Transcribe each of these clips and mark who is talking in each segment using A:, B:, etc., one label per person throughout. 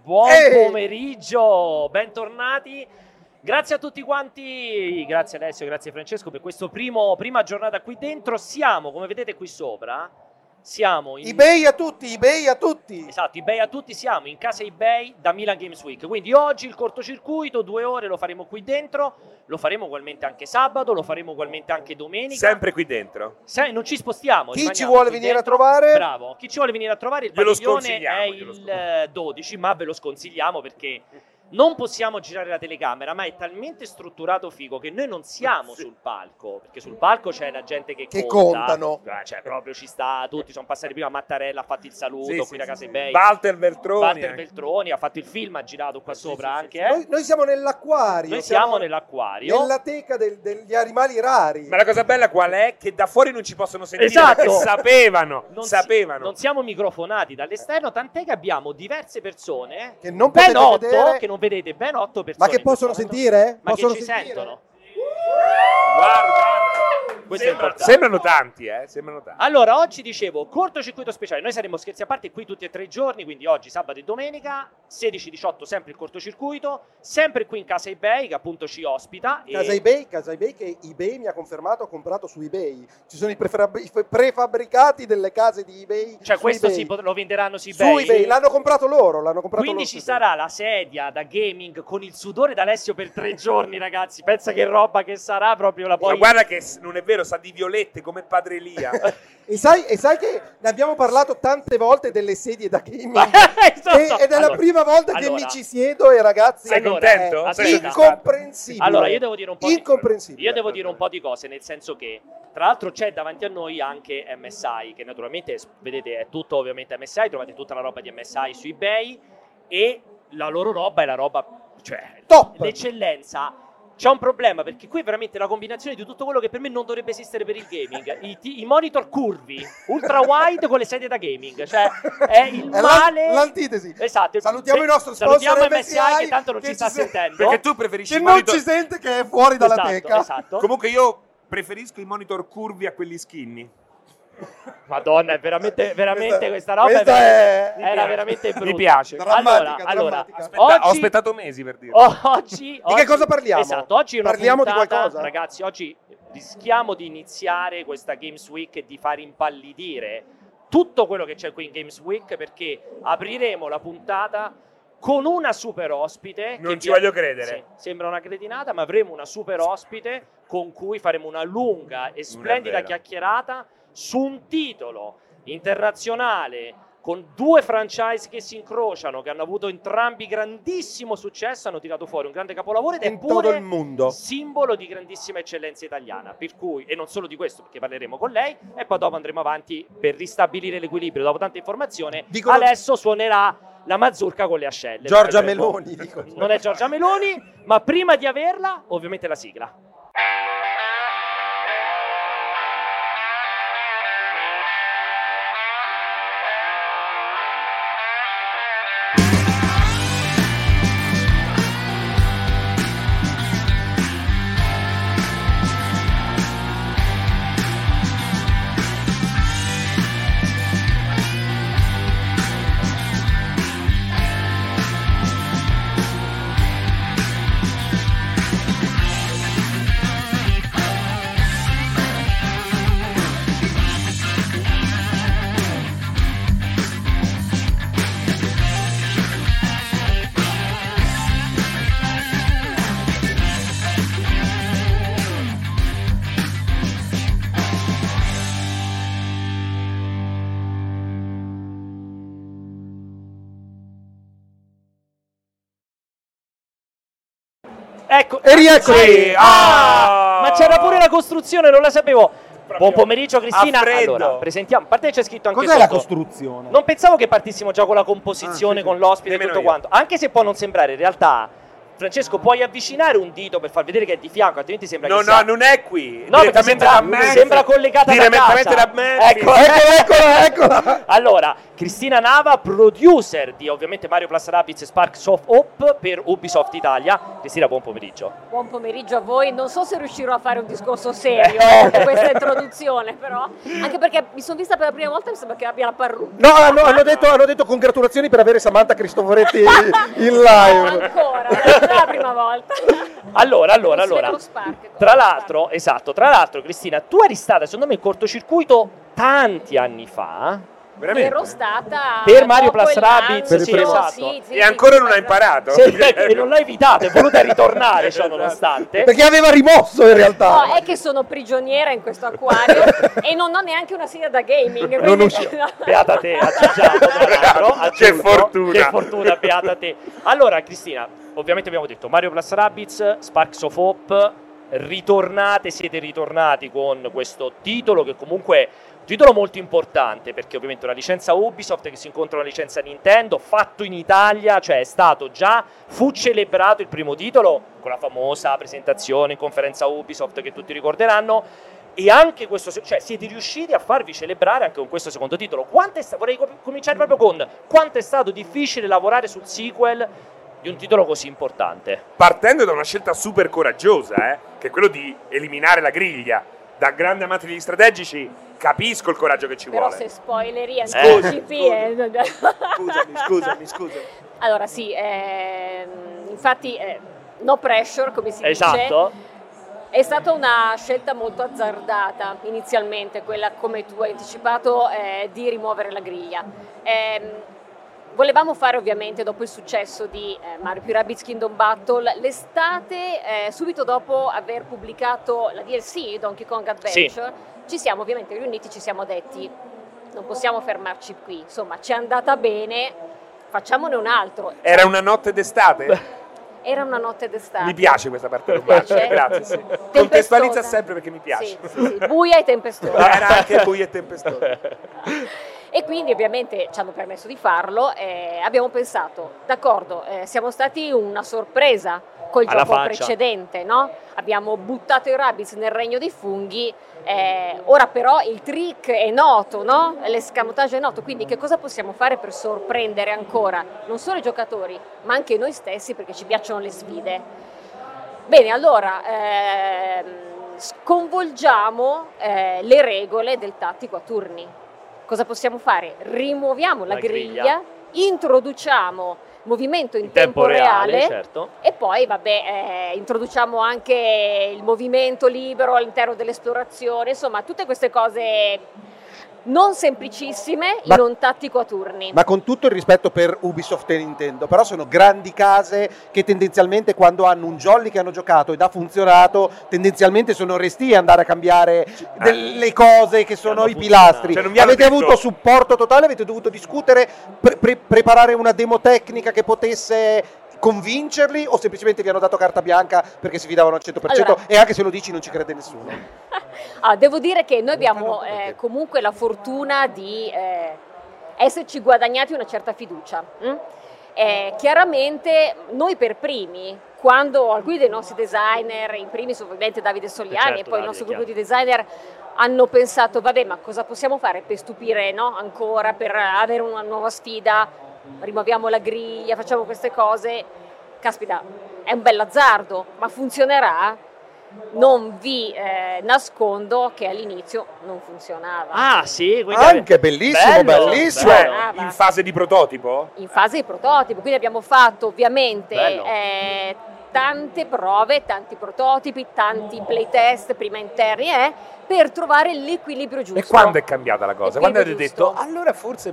A: buon
B: Ehi!
A: pomeriggio, bentornati. Grazie a tutti quanti, grazie Alessio, grazie Francesco per questa prima giornata qui dentro. Siamo, come vedete qui sopra, siamo in...
B: eBay a tutti, eBay a tutti.
A: Esatto, eBay a tutti, siamo in casa eBay da Milan Games Week. Quindi oggi il cortocircuito, due ore lo faremo qui dentro, lo faremo ugualmente anche sabato, lo faremo ugualmente anche domenica.
C: Sempre qui dentro.
A: Se non ci spostiamo.
B: Chi
A: rimaniamo
B: ci vuole
A: qui
B: venire a
A: dentro.
B: trovare?
A: Bravo. Chi ci vuole venire a trovare? Il
C: Glielo
A: paviglione
C: sconsigliamo,
A: è
C: glielo
A: il
C: sconsigliamo.
A: eh, 12, ma ve lo sconsigliamo perché non possiamo girare la telecamera, ma è talmente strutturato figo che noi non siamo
C: Sì.
A: sul palco, perché sul palco c'è la gente che,
B: Che
A: conta.
B: contano.
A: Eh, Cioè, proprio ci sta, tutti sono passati prima Mattarella, ha fatto il saluto
C: Sì,
A: qui
C: sì,
A: da
C: sì,
A: Casa
C: sì.
A: eBay.
C: Walter Veltroni.
A: Walter
C: anche.
A: Beltroni ha fatto il film, ha girato qua
C: Sì,
A: sopra
C: sì, sì,
A: anche.
C: sì.
A: eh.
B: Noi, noi siamo nell'acquario.
A: Noi siamo nell'acquario.
B: Nella teca del- degli animali rari.
C: Ma la cosa bella qual è? Che da fuori non ci possono sentire.
A: Esatto.
C: perché sapevano.
A: Non si-
C: sapevano.
A: non siamo microfonati dall'esterno, tant'è che abbiamo diverse persone
B: Che non
A: ben
B: potete
A: otto
B: vedere,
A: che non vedete ben otto persone
B: ma che
A: in questo
B: possono
A: momento.
B: sentire?
A: ma
B: Possono
A: che ci
B: sentire?
A: sentono
C: Guarda.
A: Questo è importante.
C: sembrano tanti, eh? Sembrano tanti.
A: allora oggi dicevo cortocircuito speciale noi saremo scherzi a parte qui tutti e tre i giorni quindi oggi sabato e domenica 16-18 sempre il cortocircuito sempre qui in casa eBay che appunto ci ospita e-
B: Casa eBay, casa eBay che eBay mi ha confermato ha comprato su eBay. Ci sono i prefab- i fe- prefabbricati delle case di eBay.
A: cioè
B: su
A: questo
B: eBay.
A: si pot- lo venderanno su
B: Su eBay, l'hanno comprato loro, l'hanno comprato
A: Quindi
B: loro
A: ci
B: su
A: sarà la sedia da gaming con il sudore d'Alessio per tre giorni, ragazzi. Pensa che roba che sarà proprio la
C: Ma
A: poi.
C: guarda che s- non è vero, sa di violette come padre Elia.
B: eBay. E sai, e sai che ne abbiamo parlato tante volte delle sedie da gaming.
A: Esatto.
B: E- ed è la
A: Allora,
B: prima volta che
A: allora,
B: mi ci siedo e ragazzi
C: Sei
A: Allora,
C: contento?
A: eh,
C: Sei
B: è
A: aspetta.
C: soddisfatto?
B: incomprensibile.
A: Allora, io devo dire un po' di-
B: incomprensibile.
A: Io devo dire un po' di cose, nel senso che, tra l'altro, c'è davanti a noi anche MSI, che naturalmente, s- vedete, è tutto ovviamente MSI, trovate tutta la roba di MSI su eBay e la loro roba è la roba, cioè,
B: Top.
A: l'eccellenza. C'è un problema perché qui è veramente la combinazione di tutto quello che per me non dovrebbe esistere per il gaming. I, ti- i monitor curvi, ultra wide con le sedie da gaming. Cioè, è il
B: È la-
A: male.
B: l'antitesi.
A: Esatto.
B: Salutiamo
A: Beh,
B: il nostro
A: Salutiamo
B: sponsor
A: MSI che
B: MSI,
A: tanto non
B: che
A: ci
B: ci
A: sta
B: se-
A: sentendo.
C: Perché tu preferisci
B: Che
C: i
B: non
C: monitor-
B: ci sente che è fuori dalla
A: esatto,
B: teca.
A: Esatto.
C: Comunque io preferisco i monitor curvi a quelli skinny.
A: Madonna, è veramente, veramente questa,
B: Questa-
A: roba è
B: questa
A: veramente-
B: è-
A: era
C: Mi piace.
A: veramente brutta.
C: Mi piace.
A: Allora,
B: Drammatica,
A: allora
B: drammatica.
C: Aspetta, ho
A: oggi-
C: aspettato mesi per dire.
A: o- oggi,
B: Di
A: oggi-
B: che cosa parliamo?
A: Esatto, oggi è una
B: Parliamo di
A: puntata-
B: qualcosa?
A: Ragazzi, oggi rischiamo di iniziare questa Games Week e di far impallidire tutto quello che c'è qui in Games Week perché apriremo la puntata con una super ospite.
C: Non
A: che
C: ci
A: vi-
C: voglio credere.
A: Sì, sembra una cretinata, ma avremo una super ospite con cui faremo una lunga e splendida
C: vero.
A: chiacchierata su un titolo internazionale con due franchise che si incrociano, che hanno avuto entrambi grandissimo successo, hanno tirato fuori un grande capolavoro ed è
B: In tutto il
A: pure
B: mondo.
A: simbolo di grandissima eccellenza italiana, per cui, e non solo di questo, perché parleremo con lei e poi dopo andremo avanti per ristabilire l'equilibrio. Dopo tanta informazione,
B: Dicono-
A: adesso suonerà la mazurka con le ascelle.
B: Giorgia
A: Perché-
B: Meloni, dico.
A: Non è Giorgia Meloni, ma prima di averla, ovviamente la sigla. Ecco,
B: E rieccoci.
A: Sì. Ah,
C: Ah!
A: ma c'era pure la costruzione, non la sapevo. Buon pomeriggio
C: a
A: Cristina.
C: freddo.
A: Allora, presentiamo. A parte c'è scritto anche
B: Cos'è la
A: sotto.
B: costruzione?
A: Non pensavo che partissimo già con la composizione,
B: Ah, sì, sì.
A: con l'ospite e
C: Nemmeno
A: tutto
C: io. Ah.
A: quanto. Anche se può non sembrare, in realtà Francesco, puoi avvicinare un dito per far vedere che è di fianco, altrimenti sembra
C: No,
A: che
C: no,
A: sia...
C: non è qui.
A: No, perché sembra-
C: da Memphis.
A: sembra collegata da
C: Direttamente
A: casa.
C: da Memphis.
A: Ecco.
D: Eccola, eccola,
C: ecco,
D: eccola.
A: Allora, Cristina Nava, producer di ovviamente Mario Plus Rabbids e Sparks of Hope per Ubisoft Italia. Cristina, buon pomeriggio.
E: Buon pomeriggio a voi, non so se riuscirò a fare un discorso serio dopo questa introduzione però, anche perché mi sono vista per la prima volta e mi sembra che abbia la parrucca.
D: No, hanno, hanno detto, hanno detto congratulazioni per avere Samantha Cristoforetti in live.
E: Ancora, non è la prima volta.
A: Allora, allora,
E: Non si vede
A: allora.
E: lo spark.
A: Tra l'altro, esatto, tra l'altro, Cristina, tu eri stata, secondo me, in cortocircuito tanti anni fa.
C: Veramente.
E: ero stata
A: Per Mario
E: dopo
A: Plus
E: il
A: Rabbids,
E: lancio,
D: sì, esatto.
E: sì, sì,
C: E ancora
E: sì,
C: non ha imparato.
A: Se- e non l'hai evitato, è voluta ritornare, ciò
C: Esatto.
A: nonostante.
D: Perché aveva rimosso in realtà.
E: No, è che sono prigioniera in questo acquario e non ho neanche una sedia da gaming.
D: Non
E: quindi-
D: usci-
A: Beata te, aggiungiamo tra l'altro,
C: Che
A: aggiungo.
C: fortuna.
A: Che fortuna, beata te. Allora, Cristina, ovviamente abbiamo detto Mario Plus Rabbids, Sparks of Hope, ritornate, siete ritornati con questo titolo che comunque è un titolo molto importante perché ovviamente è una licenza Ubisoft che si incontra con una licenza Nintendo, fatto in Italia, cioè è stato già, fu celebrato il primo titolo con la famosa presentazione in conferenza Ubisoft che tutti ricorderanno e anche questo, se- cioè siete riusciti a farvi celebrare anche con questo secondo titolo. Quanto è sta- vorrei com- cominciare proprio con quanto è stato difficile lavorare sul sequel di un titolo così importante.
C: Partendo da una scelta super coraggiosa, eh, che è quello di eliminare la griglia. Da grande amante degli strategici, capisco il coraggio che ci
E: Però
C: vuole.
E: se spoileri
D: Eh.
A: Scusi,
E: anticipi eh.
D: Scusami, scusami, scusami.
E: Allora sì, ehm, infatti eh, no pressure come si dice.
A: Esatto.
E: È stata una scelta molto azzardata inizialmente, quella come tu hai anticipato eh, di rimuovere la griglia. Ehm, volevamo fare ovviamente dopo il successo di eh, Mario più Rabbids Kingdom Battle l'estate, eh, subito dopo aver pubblicato la DLC Donkey Kong Adventure, ci siamo ovviamente riuniti, ci siamo detti non possiamo fermarci qui, insomma ci è andata bene, facciamone un altro.
C: Era una notte d'estate?
E: Era una notte d'estate.
C: Mi piace questa parte rubace,
E: Certo.
C: grazie. sì.
E: Tempestosa.
C: Contestualizza sempre perché mi piace. Eh.
E: Sì, sì, sì, buia e tempestosa.
C: Era anche buio e tempestoso.
E: E quindi ovviamente ci hanno permesso di farlo e abbiamo pensato, d'accordo, eh, siamo stati una sorpresa col
A: Alla
E: gioco
A: faccia.
E: precedente, no? Abbiamo buttato i rabbits nel regno dei funghi, eh, ora però il trick è noto, no? L'escamotage è noto, quindi che cosa possiamo fare per sorprendere ancora non solo i giocatori, ma anche noi stessi perché ci piacciono le sfide? Bene, allora ehm, sconvolgiamo eh, le regole del tattico a turni. Cosa possiamo fare? Rimuoviamo la,
A: La griglia.
E: griglia, introduciamo movimento in,
A: In tempo reale, certo.
E: e poi, vabbè, eh, introduciamo anche il movimento libero all'interno dell'esplorazione, insomma, tutte queste cose non semplicissime
D: Ma-
E: in un tattico a turni.
D: Ma con tutto il rispetto per Ubisoft e Nintendo, però sono grandi case che tendenzialmente quando hanno un jolly che hanno giocato ed ha funzionato, tendenzialmente sono restii a andare a cambiare delle cose che sono i
A: hanno avuto
D: pilastri.
A: una-
C: Cioè, non vi hanno
D: avete
C: detto-
D: avuto supporto totale, avete dovuto discutere, pre- pre- preparare una demo tecnica che potesse convincerli o semplicemente vi hanno dato carta bianca perché si fidavano al 100%
E: Allora-
D: e anche se lo dici non ci crede nessuno.
E: Ah, devo dire che noi
D: Lontano
E: abbiamo
D: perché?
E: eh, comunque la fortuna di eh, esserci guadagnati una certa fiducia. mm? Eh, chiaramente noi per primi, quando alcuni dei nostri designer, in primis ovviamente Davide Soliani
A: Certo,
E: e poi
A: Davide,
E: il nostro
A: chiaro.
E: gruppo di designer, hanno pensato, vabbè ma cosa possiamo fare per stupire no? ancora, per avere una nuova sfida, rimuoviamo la griglia, facciamo queste cose, caspita, è un bell'azzardo, ma funzionerà? Non vi eh, nascondo che all'inizio non funzionava.
A: Ah, sì, quindi
D: Anche bellissimo,
A: Bello,
D: bellissimo.
A: bello.
C: Cioè, in fase di prototipo?
E: In fase di prototipo, quindi abbiamo fatto ovviamente
A: Bello.
E: eh, tante prove, tanti prototipi, tanti playtest, prima interni, eh, per trovare l'equilibrio giusto.
C: E quando è cambiata la cosa?
E: E
C: Quando avete
E: quindi giusto.
C: detto, allora forse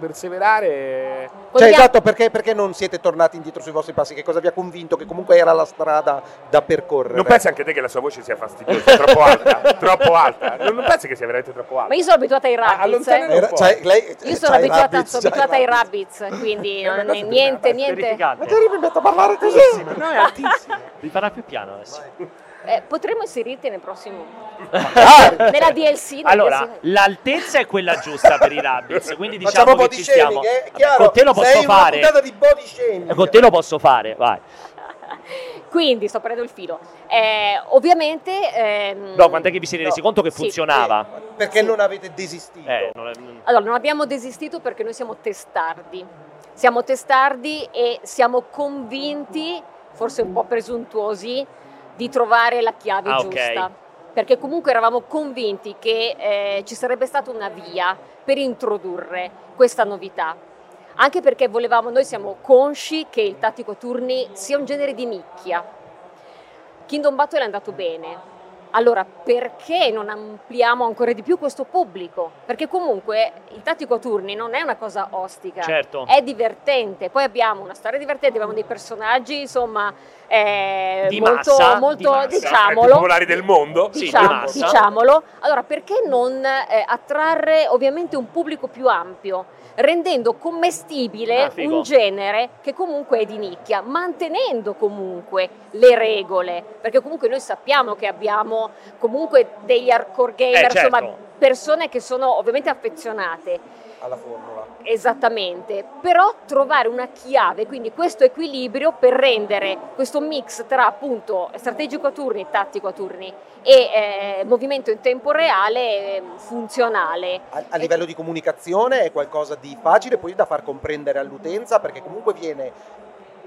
C: perseverare...
E: Vogliamo-
D: Cioè, esatto, perché, perché non siete tornati indietro sui vostri passi? Che cosa vi ha convinto? Che comunque era la strada da percorrere.
C: Non pensi anche te che la sua voce sia fastidiosa, troppo alta, troppo alta. Non, non pensi che sia veramente troppo alta.
E: Ma io sono abituata ai rabbits.
C: allontanare-
E: eh.
D: Era- cioè, lei-
E: Io
D: cioè,
E: sono abituata,
D: rabbits,
E: sono
D: cioè,
E: abituata ai rabbits, quindi
C: È una
E: non
C: cosa
E: è niente,
C: che
E: niente.
D: Ma
A: terrificante.
D: te eri a parlare così?
C: Altissima, no, è altissima.
A: Vi farà più piano adesso.
E: Eh, potremmo inserirti nel prossimo.
D: Magari.
E: Nella DLC. nella
A: Allora,
E: DLC.
A: l'altezza è quella giusta per i Rabbids, quindi
D: Facciamo
A: diciamo
D: un po'
A: che
D: di
A: ci stiamo.
D: shaming, eh?
A: Vabbè,
D: Chiaro,
A: Con te lo
D: sei
A: posso
D: una
A: fare. Eh,
D: puntata di body shaming.
A: Con te lo posso fare, vai.
E: Quindi sto prendendo il filo. Eh, ovviamente. ehm,
A: No, quant'è che vi siete resi
E: no,
A: conto che
E: sì,
A: funzionava?
D: Perché
E: Sì.
D: non avete desistito?
A: Eh, non è- non-
E: Allora, non abbiamo desistito perché noi siamo testardi. Siamo testardi e siamo convinti, forse un po' presuntuosi, di trovare la chiave
A: Ah, ok.
E: giusta. Perché comunque eravamo convinti che eh, ci sarebbe stata una via per introdurre questa novità. Anche perché volevamo, noi siamo consci che il tattico turni sia un genere di nicchia. Kingdom Battle è andato bene. Allora, perché non ampliamo ancora di più questo pubblico? Perché comunque il tattico a turni non è una cosa ostica.
A: certo.
E: È divertente, poi abbiamo una storia divertente, abbiamo dei personaggi, insomma, eh,
A: Di
E: molto,
A: massa, di
E: molto
A: massa.
C: Tra i più
E: diciamolo,
C: popolari del mondo.
A: Sì, di
E: diciamo-
A: massa.
E: diciamolo. Allora, perché non eh, attrarre ovviamente un pubblico più ampio, rendendo commestibile
A: Ah, figo.
E: un genere che comunque è di nicchia, mantenendo comunque le regole, perché comunque noi sappiamo che abbiamo comunque degli hardcore gamer,
A: Eh, certo.
E: insomma, persone che sono ovviamente affezionate.
D: Alla formula.
E: Esattamente, però trovare una chiave, quindi questo equilibrio per rendere questo mix tra appunto strategico a turni, tattico a turni e eh, movimento in tempo reale eh, funzionale.
D: A, a livello di comunicazione è qualcosa di facile poi da far comprendere all'utenza perché comunque viene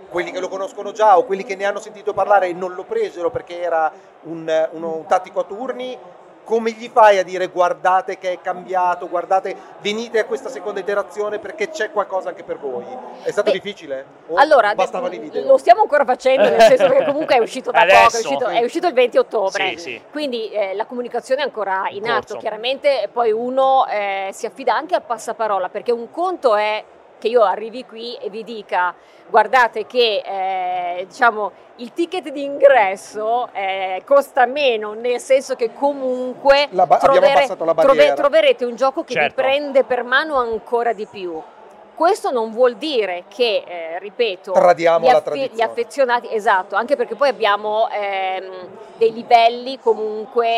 D: quelli che lo conoscono già o quelli che ne hanno sentito parlare e non lo presero perché era un, uno- un tattico a turni. Come gli fai a dire guardate che è cambiato, guardate, venite a questa seconda iterazione perché c'è qualcosa anche per voi? È stato
E: Beh,
D: difficile? O
E: Allora,
D: bastavano
E: de-
D: i Oh, video?
E: lo stiamo ancora facendo, nel senso che comunque è uscito da poco,
A: Adesso.
E: è uscito, è uscito il 20 ottobre.
A: Sì, sì.
E: Quindi eh, la comunicazione è ancora in,
A: In
E: atto,
A: corso.
E: chiaramente poi uno eh, si affida anche al passaparola, perché un conto è che io arrivi qui e vi dica guardate che eh, diciamo, il ticket d'ingresso eh, costa meno, nel senso che comunque
D: La ba- abbiamo abbassato la
E: trove-
D: barriera.
E: troverete un gioco che
A: Certo.
E: vi prende per mano ancora di più. Questo non vuol dire che, eh, ripeto,
D: Tradiamo
E: gli,
D: la
E: affe- gli
D: tradizione.
E: affezionati, esatto, anche perché poi abbiamo ehm, dei livelli comunque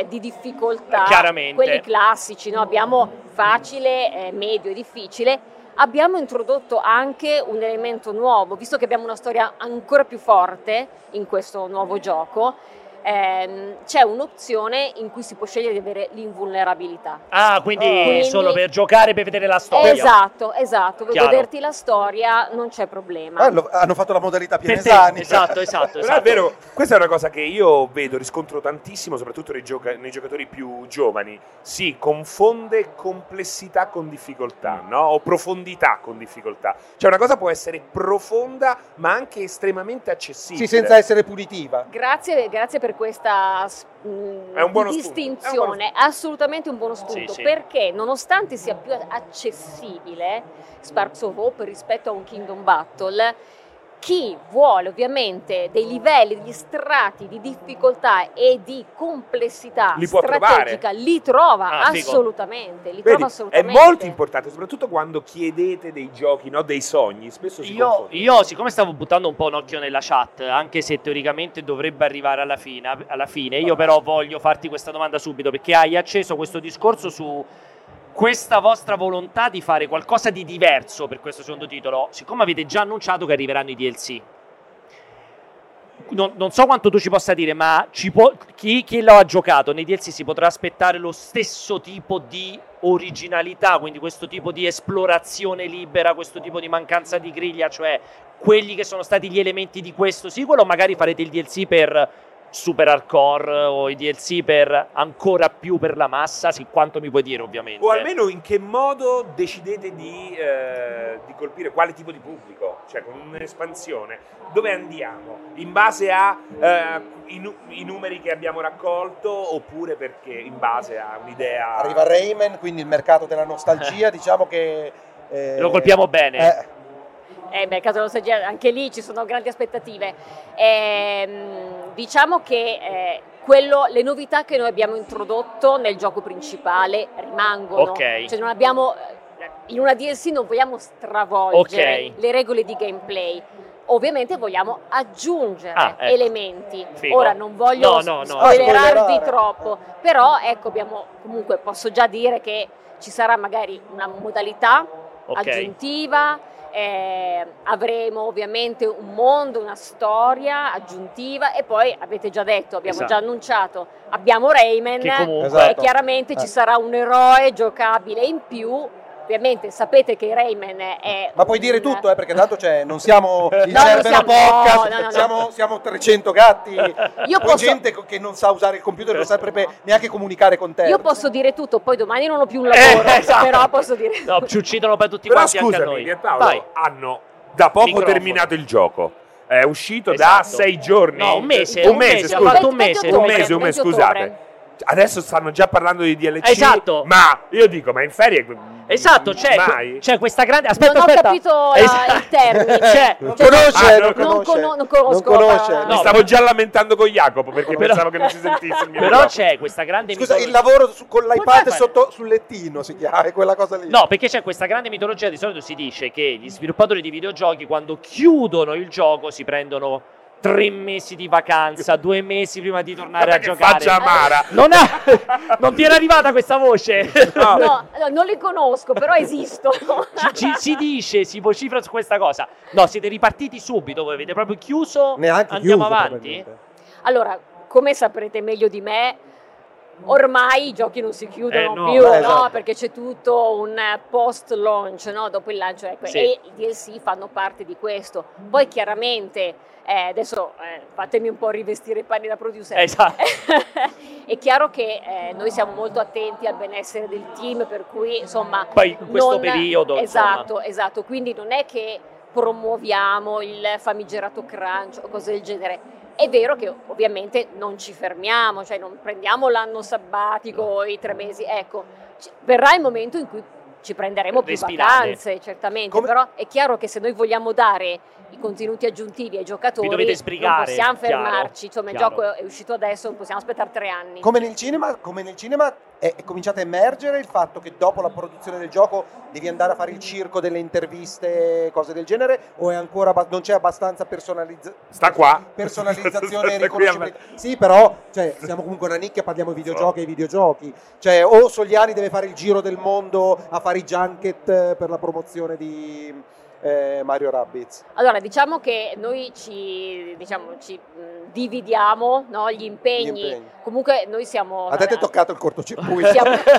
E: eh, di difficoltà,
A: Chiaramente.
E: quelli classici, no? abbiamo facile, eh, medio e difficile, abbiamo introdotto anche un elemento nuovo, visto che abbiamo una storia ancora più forte in questo nuovo gioco, ehm, c'è un'opzione in cui si può scegliere di avere l'invulnerabilità.
A: Ah, quindi,
D: Ah.
E: Quindi-
A: solo per giocare, per vedere la storia.
E: Esatto, esatto, per
A: Chiaro.
E: goderti la storia non c'è problema.
D: Ah, lo- hanno fatto la modalità
A: Per te.
D: Pianesani.
A: Esatto, esatto,
C: Però è
A: esatto.
C: vero, questa è una cosa che io vedo, riscontro tantissimo, soprattutto nei, gioca- nei giocatori più giovani. Si confonde complessità con difficoltà,
A: Mm.
C: no? O profondità con difficoltà. Cioè una cosa può essere profonda, ma anche estremamente accessibile.
D: Sì, senza essere punitiva.
E: Grazie, grazie per questa s- mh,
C: È un buono spunto, è un buono
E: distinzione,
C: spunto.
E: assolutamente un buono spunto,
A: sì.
E: perché nonostante sia più accessibile Sparks of Hope rispetto a un Kingdom Battle, chi vuole ovviamente dei livelli, degli strati di difficoltà e di complessità
C: Li può
E: strategica li trova
A: Ah, figo.
E: assolutamente, li
C: Vedi,
E: trova
C: è
E: assolutamente.
C: molto importante, soprattutto quando chiedete dei giochi, no? dei sogni. Spesso si
A: Io,
C: confonde.
A: io, siccome stavo buttando un po' un occhio nella chat, anche se teoricamente dovrebbe arrivare alla fine, alla fine, io però voglio farti questa domanda subito perché hai acceso questo discorso su questa vostra volontà di fare qualcosa di diverso per questo secondo titolo, siccome avete già annunciato che arriveranno i DLC. Non, non so quanto tu ci possa dire, ma ci può- chi, chi lo ha giocato nei DLC si potrà aspettare lo stesso tipo di originalità, quindi questo tipo di esplorazione libera, questo tipo di mancanza di griglia, cioè quelli che sono stati gli elementi di questo sequel o magari farete il DLC per super hardcore o i DLC per ancora più per la massa, sì, quanto mi puoi dire ovviamente.
C: O almeno in che modo decidete di, eh, di colpire quale tipo di pubblico, cioè con un'espansione, dove andiamo? In base a eh, i, nu- i numeri che abbiamo raccolto oppure perché in base a un'idea...
D: Arriva Rayman, quindi il mercato della nostalgia, diciamo che... eh,
A: Lo colpiamo bene.
D: eh,
E: Eh, mercato della nostalgia, anche lì ci sono grandi aspettative. Ehm, diciamo che eh, quello- le novità che noi abbiamo introdotto nel gioco principale rimangono.
A: Ok.
E: Cioè non abbiamo, eh, in una DLC non vogliamo stravolgere
A: Ok.
E: le regole di gameplay. Ovviamente vogliamo aggiungere
A: Ah, ecco.
E: elementi.
A: Figo.
E: Ora non
A: No,
E: voglio
A: no, no.
E: Ah, spoilerarvi
D: Spoilerare.
E: troppo, però ecco abbiamo comunque posso già dire che ci sarà magari una modalità
A: ok.
E: aggiuntiva, Eh, avremo ovviamente un mondo, una storia aggiuntiva e poi avete già detto, abbiamo
A: Esatto.
E: già annunciato, abbiamo Rayman
A: Che comunque
B: Esatto.
E: e chiaramente
B: Eh.
E: ci sarà un eroe giocabile in più. Ovviamente sapete che Rayman è...
B: Ma puoi dire
E: un-
B: tutto, eh, perché tanto cioè, non siamo il
E: No, non
B: Cerbero
E: siamo-
B: Podcast,
E: no, no, no.
B: Siamo, siamo 300 gatti, poi
E: Io posso-
B: eh? gente co- che non sa usare il computer, non saprebbe
A: Certo.
B: neanche comunicare con te.
E: Io posso dire tutto, poi domani non ho più un lavoro,
A: Eh, esatto.
E: però posso dire...
A: No, ci uccidono per tutti
C: Però
A: quanti anche a
C: scusami,
A: noi.
C: Pierpaolo,
A: Vai.
C: hanno da poco
A: Microfono.
C: terminato il gioco. È uscito da
A: Esatto.
C: sei giorni.
A: No, un mese,
C: Un
A: un
C: mese,
A: mese,
C: scusa.
A: ha fatto un
E: 20
A: mese,
E: ottobre,
A: un mese,
C: un mese,
E: 20
C: scusate.
E: ottobre.
C: Adesso stanno già parlando di DLC.
A: Esatto.
C: Ma io dico, ma in ferie.
A: Esatto, c'è,
C: Mai?
A: c'è questa grande. Aspetta,
E: non
A: aspetta.
E: ho capito
A: Esatto.
E: la, il termine.
A: C'è-
B: non
E: Cioè,
B: conosce,
C: ah,
B: non
C: non
B: conosce,
E: cono- non conosco
B: Non
E: ah, la
B: conosce.
E: parola.
C: Mi
A: No,
C: stavo già lamentando con Jacopo perché
A: Però-
C: pensavo che non si sentisse il mio
A: Però c'è questa grande
B: Scusa, il
A: mitologia.
B: lavoro su- con
A: Puoi
B: l'iPad
A: fare-
B: sotto, sul lettino si chiama, è quella cosa lì.
A: No, perché c'è questa grande mitologia. Di solito si dice che gli sviluppatori di videogiochi, quando chiudono il gioco, si prendono tre mesi di vacanza, due mesi prima di tornare a
C: Guarda che
A: giocare.
C: faccia amara.
A: Non, ha- non ti era arrivata questa voce.
C: No.
E: No, no, non li conosco, però esistono.
A: Ci- ci- si dice, si vocifera su questa cosa. No, siete ripartiti subito. Voi avete proprio chiuso.
B: Neanche
A: Andiamo
B: chiuso,
A: avanti.
B: probabilmente.
E: Allora, come saprete meglio di me, ormai i giochi non si chiudono
A: Eh, no,
E: più,
B: eh,
E: no?
B: esatto.
E: Perché c'è tutto un eh, post-launch, no? Dopo il lancio, ecco,
A: Sì.
E: e i DLC fanno parte di questo. Poi chiaramente, eh, adesso eh, fatemi un po' rivestire i panni da producer.
A: Esatto.
E: È chiaro che eh, noi siamo molto attenti al benessere del team, per cui insomma
A: Poi in questo
E: non-
A: periodo. insomma.
E: Esatto, esatto. Quindi non è che promuoviamo il famigerato crunch o cose del genere. È vero che ovviamente non ci fermiamo, cioè non prendiamo l'anno sabbatico o i tre mesi, ecco, ci- verrà il momento in cui ci prenderemo più
A: Respirare.
E: vacanze, certamente,
B: Come-
E: però è chiaro che se noi vogliamo dare i contenuti aggiuntivi ai giocatori
A: Vi dovete
E: non
A: sbrigare,
E: possiamo
A: chiaro,
E: fermarci, insomma
A: chiaro.
E: il gioco è uscito adesso, non possiamo aspettare tre anni.
B: Come nel cinema, come nel cinema è, è cominciato a emergere il fatto che dopo la produzione del gioco devi andare a fare il circo delle interviste, cose del genere, o è ancora abba- non c'è abbastanza personalizzazione?
C: Sta qua.
B: personalizzazione e
C: Sta qui a me.
B: riconoscimento. Sì, però cioè, siamo comunque una nicchia, parliamo di videogiochi e videogiochi. Cioè, o Soliani deve fare il giro del mondo a fare i junket eh, per la promozione di eh, Mario Rabbids.
E: Allora, diciamo che noi ci, diciamo, ci mh, dividiamo no, gli, impegni.
B: Gli impegni.
E: Comunque noi siamo...
B: A te ti è toccato il cortocircuito.
E: Siamo-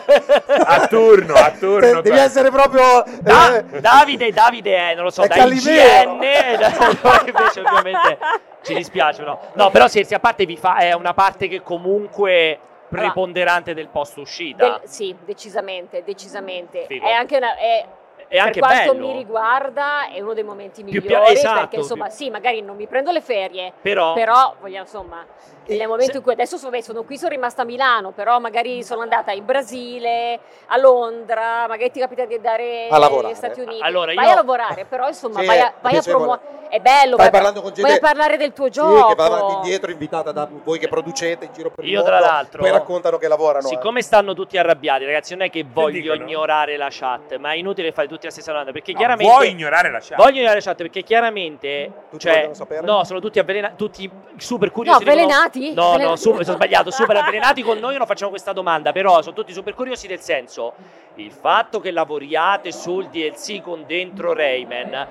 C: A turno, a turno. cioè.
B: Te- Devi essere proprio...
A: Da-
B: eh,
A: Davide, Davide, eh, non lo so,
B: È
A: da
B: Calimero.
A: IGN, eh, invece ovviamente ci dispiace, no. No, però scherzi a parte vi fa, è una parte che comunque preponderante del post uscita.
E: Del- sì, decisamente, decisamente.
A: Figo.
E: È anche una... è-
A: è anche
E: per quanto
A: bello,
E: mi riguarda è uno dei momenti
A: Più
E: migliori
A: pia- esatto,
E: perché insomma
A: più-
E: sì magari non mi prendo le ferie
A: però,
E: però voglio insomma nel momento
A: se-
E: in cui adesso sono, beh, sono qui sono rimasta a Milano però magari sono andata in Brasile a Londra magari ti capita di andare
B: A lavorare.
E: negli Stati Uniti
A: Allora,
E: vai
A: io-
E: a lavorare però insomma
B: Cioè, Sì,
E: vai
B: è
E: a, vai a
B: piacevole.
E: promuovere è bello
B: Stai
E: vai,
B: parlando con gente
E: vai a parlare del tuo
B: sì,
E: gioco
B: che va avanti e indietro invitata da voi che producete in giro per il
A: Io,
B: mondo.
A: tra l'altro,
B: Poi raccontano che lavorano. eh.
A: siccome stanno tutti arrabbiati, ragazzi, non è che voglio
C: dicono?
A: ignorare la chat, ma è inutile fare tutti la stessa domanda, perché
C: No,
A: chiaramente...
C: Vuoi ignorare la chat?
A: Voglio ignorare la chat perché chiaramente
B: Tutti
A: cioè,
B: vogliono sapere?
A: no, sono tutti, avvelena- tutti super
E: no
A: curiosi. dicono-
E: avvelenati
A: No, no,
E: Avvelenati?
A: super, sono sbagliato, super avvelenati con noi non facciamo questa domanda, però sono tutti super curiosi del senso, il fatto che lavoriate sul DLC con dentro Rayman,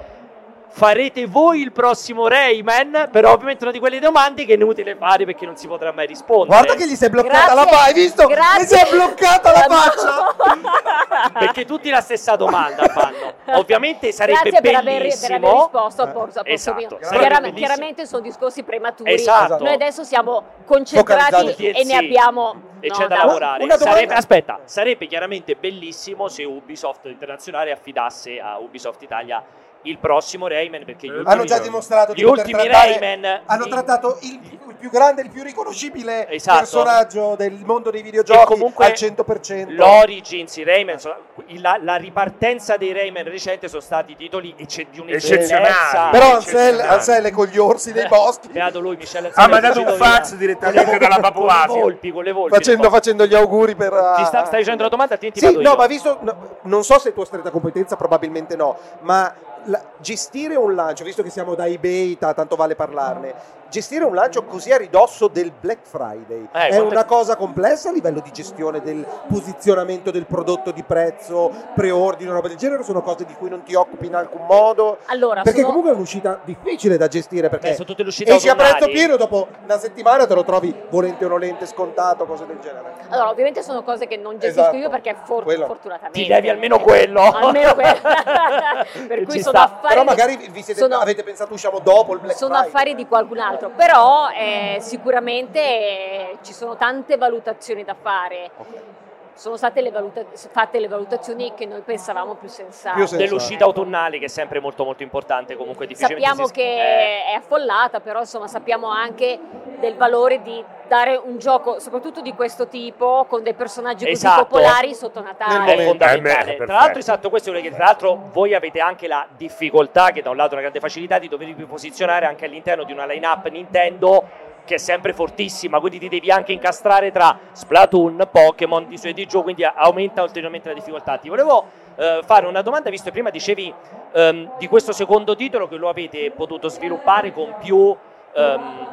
A: farete voi il prossimo Rayman? Però ovviamente una di quelle domande che è inutile fare perché non si potrà mai rispondere.
B: Guarda che gli si è bloccata
E: Grazie,
B: la faccia, hai visto?
E: grazie.
B: Gli si è bloccata la faccia.
A: Perché tutti la stessa domanda fanno. Ovviamente sarebbe
E: Grazie per aver, per aver
A: bellissimo.
B: Eh,
E: risposto a Porzo. a Porzo
A: Esatto,
E: Mio.
A: sarebbe
E: Chiara-
A: bellissimo.
E: chiaramente sono discorsi prematuri.
A: Esatto.
E: Noi adesso siamo
B: Focalizzati
E: concentrati
A: sul
E: e
A: DLC.
E: ne abbiamo.
A: Esatto. E
E: no,
A: c'è da
E: no.
A: lavorare.
B: Una domanda-
A: Sarebbe- aspetta, sarebbe chiaramente bellissimo se Ubisoft internazionale affidasse a Ubisoft Italia il prossimo Rayman perché gli
C: Hanno
B: Hanno
A: ultimi,
B: già dimostrato
A: gli
B: di poter
A: ultimi
B: trattare
A: Rayman
B: hanno
A: i-
B: trattato il, il più grande, il più riconoscibile
A: Esatto.
B: personaggio del mondo dei
A: e
B: videogiochi
A: comunque
B: al 100%.
A: l'Origins, i Rayman, so- la, la ripartenza dei Rayman recente sono stati titoli ecce- di un'eccellenza.
C: Eccezionali.
B: Però
C: eccezionale.
B: Ansel, Ansel è con gli orsi nei boschi
A: Eh, Beato lui, Michel Azzurri,
C: Ah, Ha
A: è
C: mandato un
A: fuggito via.
C: fax direttamente dalla Papua
A: Con le
C: Asia.
A: volpi, con le volpi.
B: facendo,
A: rispondo.
B: facendo gli auguri per...
A: Ti
B: uh,
A: sta- stai facendo la domanda? Attenti,
B: Sì,
A: vado
B: no,
A: io.
B: ma visto, no, non so se è tua stretta competenza, probabilmente no, ma la- gestire un lancio, visto che siamo da eBay, ta- tanto vale parlarne, gestire un lancio così a ridosso del Black Friday
A: Eh,
B: è
A: quante-
B: una cosa complessa a livello di gestione del posizionamento del prodotto di prezzo, preordine, roba del genere, o sono cose di cui non ti occupi in alcun modo?
E: Allora,
B: Perché
E: sono-
B: comunque è un'uscita difficile da gestire
A: Beh,
B: perché
A: sono tutte le uscite
B: esci a
A: autunnali.
B: prezzo pieno dopo una settimana te lo trovi volente o nolente scontato, cose del genere.
E: allora, ovviamente sono cose che non gestisco
B: Esatto.
E: io perché for-
B: Quello.
E: fortunatamente
A: Ti devi almeno quello.
E: Almeno quello.
A: Ci
E: per cui sono
A: sta.
E: affari
B: Però
E: di-
B: magari vi siete-
E: sono-
B: avete pensato usciamo dopo il Black
E: sono
B: Friday.
E: affari di qualcun altro, però eh, sicuramente eh, ci sono tante valutazioni da fare. Sono state le valuta- fatte le valutazioni che noi pensavamo più sensate.
B: Più sensate.
E: esatto.
A: dell'uscita autunnale che è sempre molto molto importante comunque difficilmente
E: Sappiamo
A: si- eh,
E: che è affollata, però insomma sappiamo anche del valore di dare un gioco, soprattutto di questo tipo, con dei personaggi così
A: Esatto.
E: popolari sotto
B: Nel
A: è
B: momento.
E: Natale.
C: Eh, beh,
A: fondamentale.
C: perfetto.
A: Tra l'altro, esatto, questo è quello che tra l'altro voi avete anche la difficoltà, che da un lato è una grande facilità, di dovervi posizionare anche all'interno di una line-up Nintendo che è sempre fortissima, quindi ti devi anche incastrare tra Splatoon, Pokémon, di suoi di gioco, quindi a- aumenta ulteriormente la difficoltà. Ti volevo eh, fare una domanda, visto che prima dicevi ehm, di questo secondo titolo che lo avete potuto sviluppare con più ehm,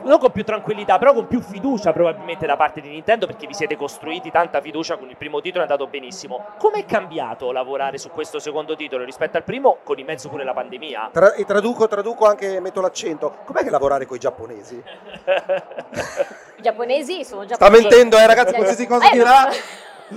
A: non con più tranquillità, però con più fiducia probabilmente da parte di Nintendo perché vi siete costruiti tanta fiducia con il primo titolo e è andato benissimo. Com'è cambiato lavorare su questo secondo titolo rispetto al primo con in mezzo pure la pandemia?
B: Tra- e traduco, traduco anche, metto l'accento. Com'è che lavorare con i giapponesi?
A: Eh,
E: I giapponesi sono
B: Sta
E: giapponesi.
B: mentendo, eh, ragazzi, qualsiasi cosa
E: Eh,
B: dirà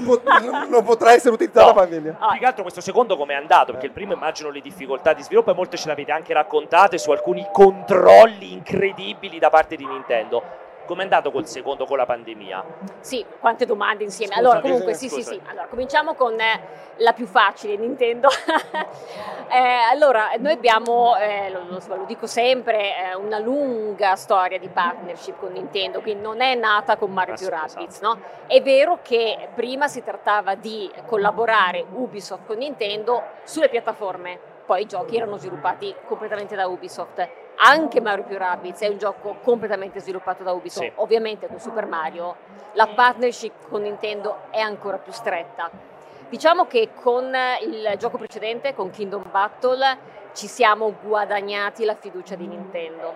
B: po- non potrà essere utilizzata
A: No.
B: la famiglia.
A: Più che altro questo secondo com'è andato? Perché il primo immagino le difficoltà di sviluppo e molte ce l'avete anche raccontate su alcuni controlli incredibili da parte di Nintendo. Com'è andato col secondo con la pandemia?
E: Sì, quante domande insieme.
B: Scusa,
E: allora,
B: sì,
E: comunque,
B: sì,
E: sì, sì,
A: scusa.
E: sì. Allora, cominciamo con eh, la più facile, Nintendo. Eh, allora, noi abbiamo, eh, lo, lo- lo dico sempre, eh, una lunga storia di partnership con Nintendo, quindi non è nata con Mario
A: Ah, sì,
E: più Rabbids, no? È vero che prima si trattava di collaborare Ubisoft con Nintendo sulle piattaforme, poi i giochi erano sviluppati completamente da Ubisoft. Anche Mario più Rabbids è un gioco completamente sviluppato da Ubisoft.
A: Sì.
E: Ovviamente con Super Mario la partnership con Nintendo è ancora più stretta. Diciamo che con il gioco precedente, con Kingdom Battle, ci siamo guadagnati la fiducia di Nintendo.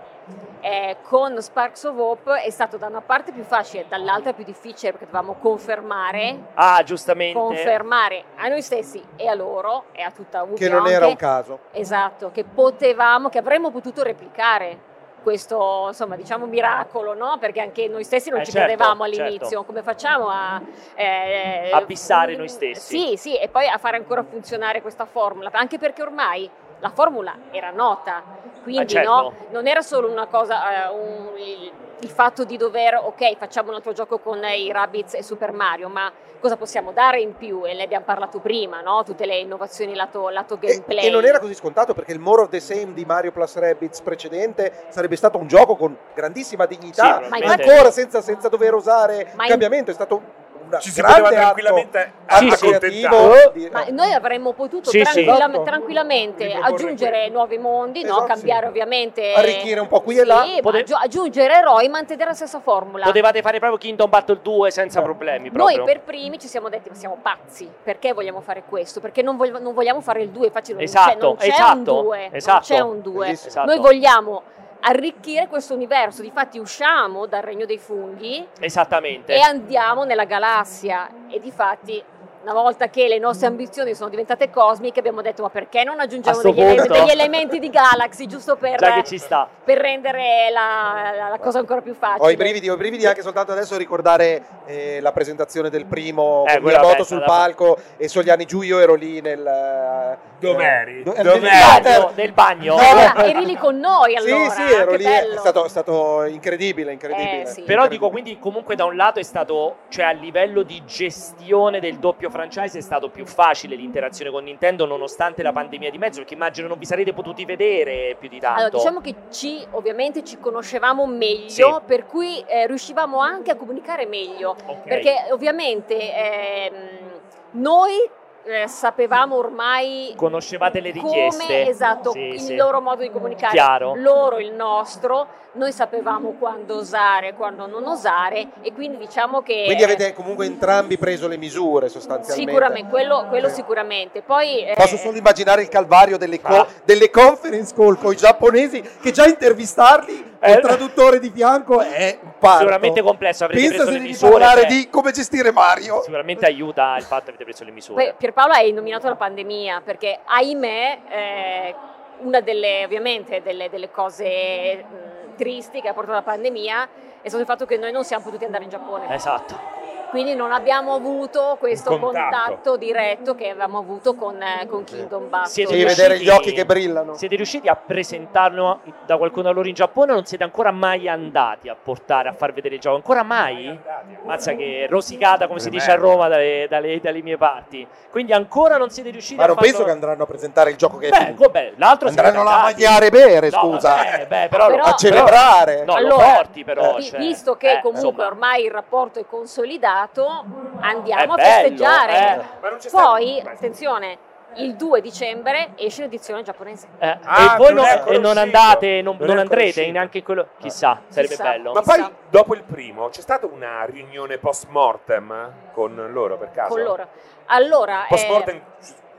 E: Eh, con Sparks of Hope è stato da una parte più facile, dall'altra più difficile perché dovevamo confermare,
A: Ah, giustamente.
E: confermare a noi stessi e a loro e a tutta Ubisoft.
B: Che non era un caso.
E: Esatto, che potevamo, che avremmo potuto replicare questo, insomma, diciamo miracolo, no? Perché anche noi stessi non
A: Eh,
E: ci
A: certo,
E: credevamo
A: certo.
E: all'inizio, come facciamo a... eh,
A: A bissare noi stessi.
E: Sì, sì, e poi a fare ancora funzionare questa formula, anche perché ormai la formula era nota, quindi
A: Eh, certo.
E: no, non era solo una cosa, eh, un- il, il fatto di dover, ok, facciamo un altro gioco con eh, i Rabbids e Super Mario, ma cosa possiamo dare in più? E ne abbiamo parlato prima, no? Tutte le innovazioni lato, lato
B: E,
E: gameplay.
B: e non era così scontato perché il More of the Same di Mario Plus Rabbids precedente sarebbe stato un gioco con grandissima dignità,
A: Sì,
E: Ma
B: ma
E: infatti-
B: ancora senza, senza dover usare
E: Ma in-
B: cambiamento. È stato una
C: Ci si
B: grande
C: poteva
B: atto
C: tranquillamente
B: atto
A: Sì, sì.
B: creativo
A: Eh,
B: di-
E: Ma noi avremmo potuto
A: Sì, sì.
E: tranquilla-
B: Esatto.
E: tranquillamente
B: Riproporre
E: aggiungere
B: quello.
E: nuovi mondi, no?
B: Esatto,
E: cambiare
B: sì.
E: ovviamente.
B: Arricchire un po' qui e
E: Sì,
B: là.
E: ma
A: Pote-
E: aggi- aggiungere eroi, mantenere la stessa formula.
A: Potevate fare proprio Kingdom Battle 2 senza problemi proprio.
E: Noi per primi ci siamo detti, ma siamo pazzi, perché vogliamo fare questo? Perché non, vogliamo- non vogliamo fare il 2, infatti non c'è,
A: Esatto,
E: non c'è
A: esatto,
E: un 2,
A: esatto.
E: non c'è un 2.
B: Bellissimo.
A: Esatto.
E: Noi vogliamo arricchire questo universo, difatti usciamo dal regno dei funghi
A: Esattamente.
E: e andiamo nella galassia e difatti una volta che le nostre ambizioni sono diventate cosmiche abbiamo detto ma perché non aggiungiamo
A: A sto
E: degli, ele-
A: punto."
E: degli elementi di Galaxy giusto per,
A: Già che ci sta.
E: per rendere la, la- la cosa ancora più facile
B: Ho Oh, i brividi, ho i brividi anche soltanto adesso a ricordare eh, la presentazione del primo
A: Eh,
B: con
A: quella
B: Miyamoto
A: bella,
B: sul
A: la-
B: palco e Sogliani giù, io ero lì nel...
C: Dov'eri?
B: Do- eh,
C: Dov'eri?
A: Bagno, nel bagno.
B: No,
E: Allora,
B: no.
E: eri lì con noi allora eh,
B: sì, sì, ero
E: che
B: lì,
E: bello.
B: è stato, è stato incredibile, incredibile.
E: Eh, sì.
A: Però dico, quindi comunque da un lato è stato, cioè a livello di gestione del doppio franchise è stato più facile l'interazione con Nintendo nonostante la pandemia di mezzo, perché immagino non vi sarete potuti vedere più di tanto.
E: Allora, diciamo che ci, ovviamente ci conoscevamo meglio,
A: Sì.
E: per cui eh, riuscivamo anche a comunicare meglio.
A: Ok.
E: Perché ovviamente ehm, noi eh, sapevamo ormai
A: Conoscevate le
E: come
A: richieste.
E: esatto
A: Sì,
E: il
A: sì.
E: loro modo di comunicare,
A: Chiaro.
E: loro il nostro, noi sapevamo quando osare, quando non osare e quindi diciamo che
B: Quindi avete comunque entrambi preso le misure sostanzialmente.
E: sicuramente quello, quello
B: Sì.
E: sicuramente. Poi eh,
B: Posso solo immaginare il calvario delle, co-
A: Ah.
B: delle conference call con i giapponesi che già intervistarli
A: Eh.
B: col traduttore di fianco è un parto.
A: Sicuramente complesso, avrete
B: Pensa
A: preso
B: se
A: le
B: devi
A: misure.
B: parlare
A: cioè,
B: di come gestire Mario.
A: Sicuramente aiuta il fatto che avete preso le
E: Poi
A: misure.
E: Pierpaolo hai nominato la pandemia perché, ahimè, eh, una delle, ovviamente, delle, delle cose mh, tristi che ha portato la pandemia è stato il fatto che noi non siamo potuti andare in Giappone.
A: Esatto.
E: Quindi non abbiamo avuto questo
C: Un contatto.
E: contatto. diretto che avevamo avuto con, eh, con Kingdom Battle.
A: Siete
B: Devi
A: riusciti-
B: vedere gli occhi che brillano.
A: Siete riusciti a presentarlo da qualcuno a loro in Giappone o non siete ancora mai andati a portare, a far vedere il gioco? Ancora mai? Mazza che rosicata come si dice a
C: Tremendo.
A: Roma dalle, dalle- dalle mie parti. Quindi ancora non siete riusciti
B: Ma
A: a
B: non
A: farlo-
B: penso che andranno a presentare il gioco che è
A: Beh,
B: finito.
A: vabbè, l'altro siete
B: Andranno là a
A: andati.
B: mangiare e bere,
A: No,
B: scusa.
A: vabbè, beh, però,
E: Però-
A: lo-
B: a celebrare.
A: No, lo
E: Allora,
A: porti però,
E: vi-
A: cioè,
E: visto che
A: eh,
E: comunque
A: insomma.
E: ormai il rapporto è consolidato, andiamo
A: È eh.
E: a festeggiare.
A: bello,
C: Ma non c'è
E: Poi,
C: stato-
E: attenzione, il 2 dicembre esce l'edizione giapponese.
A: Eh,
C: Ah,
A: e voi
C: non
A: non,
C: è ancora
A: e non
C: uscito.
A: andate, non,
C: Non è
A: non
C: ancora
A: andrete
C: uscito.
A: neanche in quello. Chissà, sarebbe
E: Chissà.
A: bello.
C: Ma
E: Ma
C: poi
E: poi,
C: dopo il primo c'è stata una riunione post mortem con loro per caso?
E: Con loro. Allora,
C: Post
E: eh,
C: mortem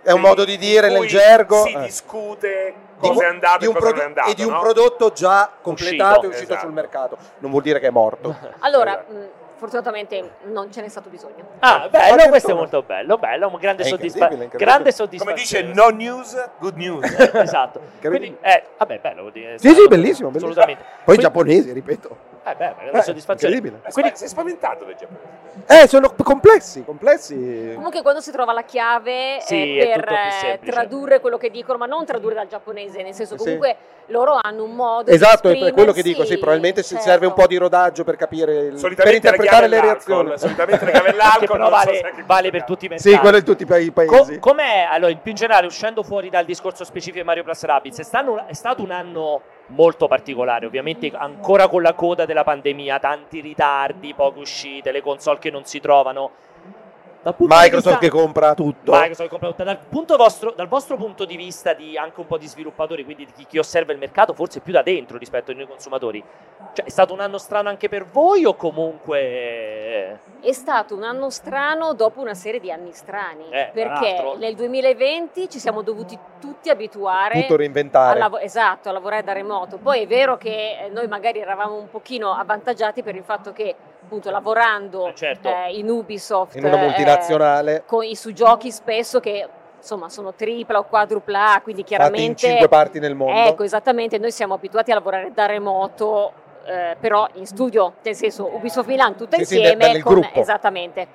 B: È un modo di dire nel gergo.
C: Si
B: Eh.
C: discute
B: Di un-
C: cosa è andato
B: di
C: e
B: un
C: cosa non è
B: prodo-
C: andato.
B: e di un
C: no?
B: prodotto già completato e uscito
C: Esatto.
B: sul mercato. Non vuol dire che è morto.
E: eh, allora
C: Esatto.
E: mh, fortunatamente non ce n'è stato bisogno.
A: Ah,
B: Ma
A: bello,
B: che
A: questo è
B: sono?
A: molto bello, bello, un grande,
B: È
A: soddisfa-
B: incredibile, incredibile.
A: grande
C: Come dice
A: soddisfazione.
C: no news, good news.
A: esatto. Quindi,
B: Incredibile.
A: eh, vabbè, bello. vuol dire-
B: Sì, sì, bellissimo, bellissimo.
A: Assolutamente.
B: Poi i
A: Quindi-
B: giapponesi, ripeto.
A: Eh, beh, ma è una
B: Eh,
A: soddisfazione.
B: incredibile.
A: Quindi,
C: Quindi sei spaventato dai giapponesi.
B: Eh, sono complessi, complessi.
E: Comunque quando si trova la chiave eh,
A: Sì, è
E: per
A: tutto più
E: eh,
A: semplice.
E: tradurre quello che dicono, ma non tradurre dal giapponese, nel senso
B: Sì.
E: comunque loro hanno un modo
B: Esatto,
E: di
B: è quello che
E: esprimersi,
B: dico, sì, probabilmente ci
E: certo.
B: serve un po' di rodaggio per capire, il- per
C: Solitamente la chiave
B: interpretare
C: è
B: le
C: l'alcol,
B: reazioni.
C: solitamente la chiave è l'alcol,
A: che però
C: non so
A: vale,
C: se anche-
A: vale per tutti i messaggi.
B: sì, quello è in tutti i pa- i
A: Co-
B: paesi.
A: com'è, allora, in più in generale, uscendo fuori dal discorso specifico di Mario Plus Rabbids, è, stanno- è stato un anno molto particolare, ovviamente ancora con la coda della pandemia, tanti ritardi, poche uscite, le console che non si trovano. Dal punto di
B: Microsoft che
A: vista-
B: compra tutto.
A: Microsoft che compra tutto. Dal, punto vostro, dal vostro punto di vista, di anche un po' di sviluppatori, quindi di chi, chi osserva il mercato, forse più da dentro rispetto a noi consumatori, cioè, è stato un anno strano anche per voi o eh? comunque...
E: È stato un anno strano dopo una serie di anni strani,
A: Eh, tra l'altro.
E: perché nel 2020 ci siamo dovuti tutti abituare
B: tutto
E: a
B: reinventare.
E: lav- esatto, a lavorare da remoto. Poi è vero che eh, noi magari eravamo un pochino avvantaggiati per il fatto che appunto lavorando
A: Eh, certo.
E: eh, in Ubisoft
B: Ah, in una
E: eh,
B: multinazionale
E: con i su giochi spesso che insomma sono tripla o quadrupla A, quindi
B: fatta in
E: chiaramente
B: cinque parti nel mondo.
E: Ecco, esattamente, noi siamo abituati a lavorare da remoto, eh, però in studio, nel senso Ubisoft Milan tutta
B: Sì, sì,
E: insieme.
B: nel- nel
E: con-
B: gruppo.
E: Esattamente.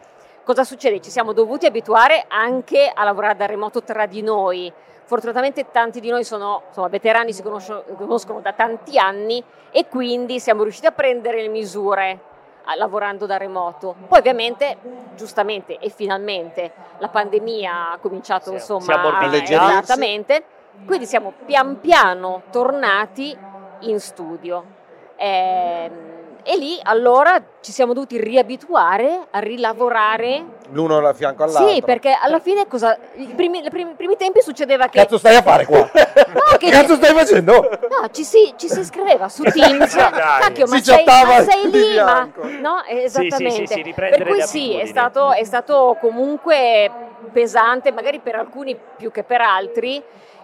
E: Cosa succede? Ci siamo dovuti abituare anche a lavorare da remoto tra di noi. Fortunatamente tanti di noi sono insomma, veterani, si conoscono, conoscono da tanti anni e quindi siamo riusciti a prendere le misure a- lavorando da remoto. Poi ovviamente, giustamente e finalmente, la pandemia ha cominciato
A: Sì, si è
E: insomma
A: ammorbidita.
E: a- esattamente, quindi siamo pian piano tornati in studio. Ehm, e lì allora ci siamo dovuti riabituare a rilavorare.
B: L'uno a fianco all'altro.
E: Sì, perché alla fine cosa, i primi, i primi- i primi tempi succedeva che
B: Cazzo stai a fare qua?
E: No, che-
B: Cazzo stai facendo?
E: No, ci si, ci si scriveva su Teams,
C: Dai.
E: cacchio, ma
B: Si
E: sei,
B: chattava
E: ma sei
B: di
E: lì, ma...
B: fianco.
E: No,
A: Sì,
E: eh,
A: sì, sì,
E: esattamente.
A: sì, riprendere
E: per cui
A: le
E: sì, è
A: abitudini.
E: stato, è stato comunque pesante, magari per alcuni più che per altri,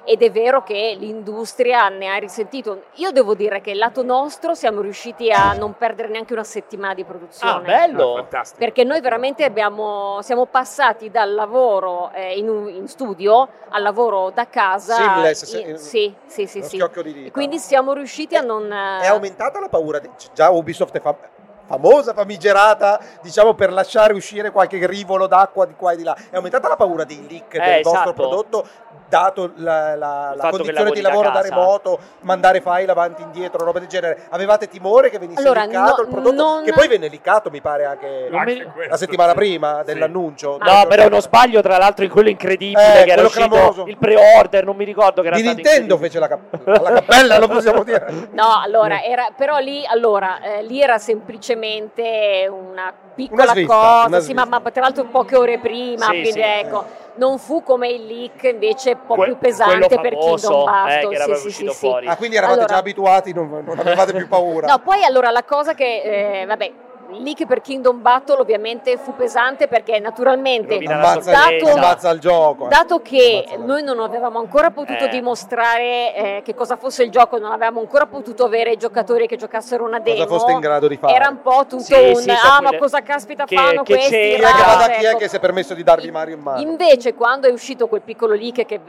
E: ed è vero che l'industria ne ha risentito. Io devo dire che il lato nostro siamo riusciti a non perdere neanche una settimana di
A: Ah,
E: produzione.
C: Ah,
A: bello!
C: fantastico.
E: perché noi veramente abbiamo- siamo passati dal lavoro eh, in, un- in studio al lavoro da casa.
B: Seamless, se-
E: in- sì, sì, sì,
B: Uno
E: sì.
B: schiocco di dita.
E: Quindi siamo riusciti a non. eh,
B: È aumentata la paura. di- c- Già Ubisoft è fam- famosa, famigerata, diciamo per lasciare uscire qualche rivolo d'acqua di qua e di là. È aumentata la paura dei leak
A: Eh,
B: del
A: esatto.
B: vostro prodotto, dato la, la-
A: Il
B: la
A: fatto che
B: condizione
A: lavori
B: di
A: da
B: lavoro da
A: casa.
B: remoto, mandare file avanti e indietro, roba del genere. Avevate timore che venisse
E: Allora,
B: leakato
E: no-
B: il prodotto?
E: non-
B: Che poi venne leakato, mi pare, anche
A: Non mi-
C: Anche questo,
B: la settimana
C: sì.
B: prima
C: Sì.
B: dell'annuncio.
A: No, Ah, però è uno sbaglio, tra l'altro, in quello incredibile
B: Eh,
A: che era
B: quello
A: uscito
B: clamoroso.
A: il pre-order, non mi ricordo che era
B: Di
A: stato
B: Nintendo fece la, cap- la cappella, lo possiamo dire.
E: No, allora, era, però lì, allora, eh, lì era semplicemente una piccola
B: Una svista,
E: cosa,
B: una
E: sì, ma,
B: svista.
E: ma tra l'altro poche ore prima,
A: Sì,
E: quindi
A: sì.
E: ecco. non fu come il leak invece un po'
A: Que-
E: più pesante
A: quello
E: per
A: famoso,
E: Kingdom Hearts.
A: eh, che era
E: sì,
A: proprio
E: sì,
A: uscito
E: sì, sì.
A: fuori.
B: Ah, quindi eravate
E: Allora-
B: già abituati, non, non avevate più paura.
E: No, poi allora la cosa che, eh, vabbè, il leak per Kingdom Battle ovviamente fu pesante perché naturalmente
A: Rovina la
B: ammazza,
A: sorpresa.
B: ammazza il gioco. eh.
E: Dato che
B: Ammazza la-
E: noi non avevamo ancora potuto
A: Eh.
E: dimostrare eh, che cosa fosse il gioco, non avevamo ancora potuto avere giocatori che giocassero una demo,
B: cosa foste in grado di fare.
E: era un po' tutto
A: Sì,
E: un
A: sì, so
E: ah, ma
A: quelle-
E: cosa caspita
A: che-
E: fanno
A: che
E: questi?
A: c'era-
B: chi è che va
E: Ah,
B: da chi è
E: ecco.
B: che si è permesso di darvi Mario in mano?
E: Invece, quando è uscito quel piccolo leak, che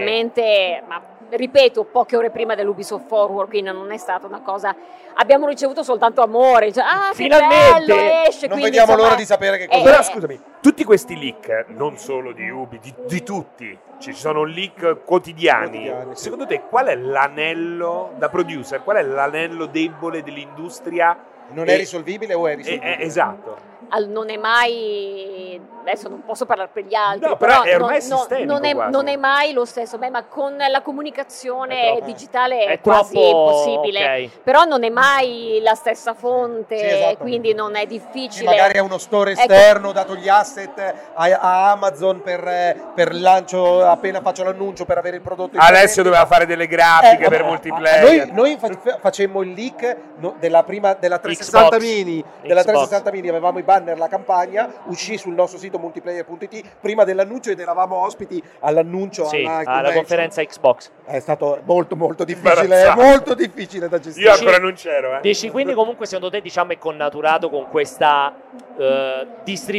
E: ovviamente, ma ripeto, poche ore prima dell'Ubisoft Forward, quindi non è stata una cosa. Abbiamo ricevuto soltanto amore. cioè, ah, che
A: Finalmente!
E: bello, esce!
B: non
E: quindi,
B: vediamo
E: insomma,
B: l'ora di sapere che
E: eh,
B: cosa
C: Però scusami, tutti questi leak, eh, non solo di Ubi, di, di tutti, cioè ci ci sono leak quotidiani.
B: Quotidiani, sì.
C: Secondo te qual è l'anello da producer? Qual è l'anello debole dell'industria?
B: non
C: eh,
B: è risolvibile o è
C: Eh,
B: risolvibile?
C: eh, esatto.
E: al- non è mai. Adesso non posso parlare per gli altri,
C: No, però è
E: non-
C: ormai
E: non,
C: sistemico
E: non è,
C: quasi.
E: non è mai lo stesso. Beh, ma con la comunicazione
B: È troppo-
E: digitale è,
A: È
E: quasi
A: troppo
E: impossibile.
A: ok.
E: Però non è mai la stessa fonte,
B: Sì, esatto.
E: quindi non è
B: Sì,
E: difficile.
B: magari è uno store
E: Ecco.
B: esterno, dato gli asset a, a Amazon per, eh, per il lancio, appena faccio l'annuncio per avere il prodotto. in vendita.
C: Alessio doveva fare delle grafiche
B: Eh,
C: per
B: vabbè,
C: multiplayer.
B: Noi, noi fa- facemmo il leak no, della prima della 360
A: Xbox.
B: mini, della
A: Xbox.
B: 360 mini avevamo i banner la campagna, uscì sul nostro sito multiplayer.it prima dell'annuncio ed eravamo ospiti all'annuncio
A: Sì,
B: alla,
A: alla
B: convention.
A: conferenza Xbox.
B: È stato molto molto difficile,
C: Imbarazzante.
B: molto difficile da gestire.
C: Io ancora non c'ero, eh.
A: Dici quindi comunque secondo te diciamo è connaturato con questa eh,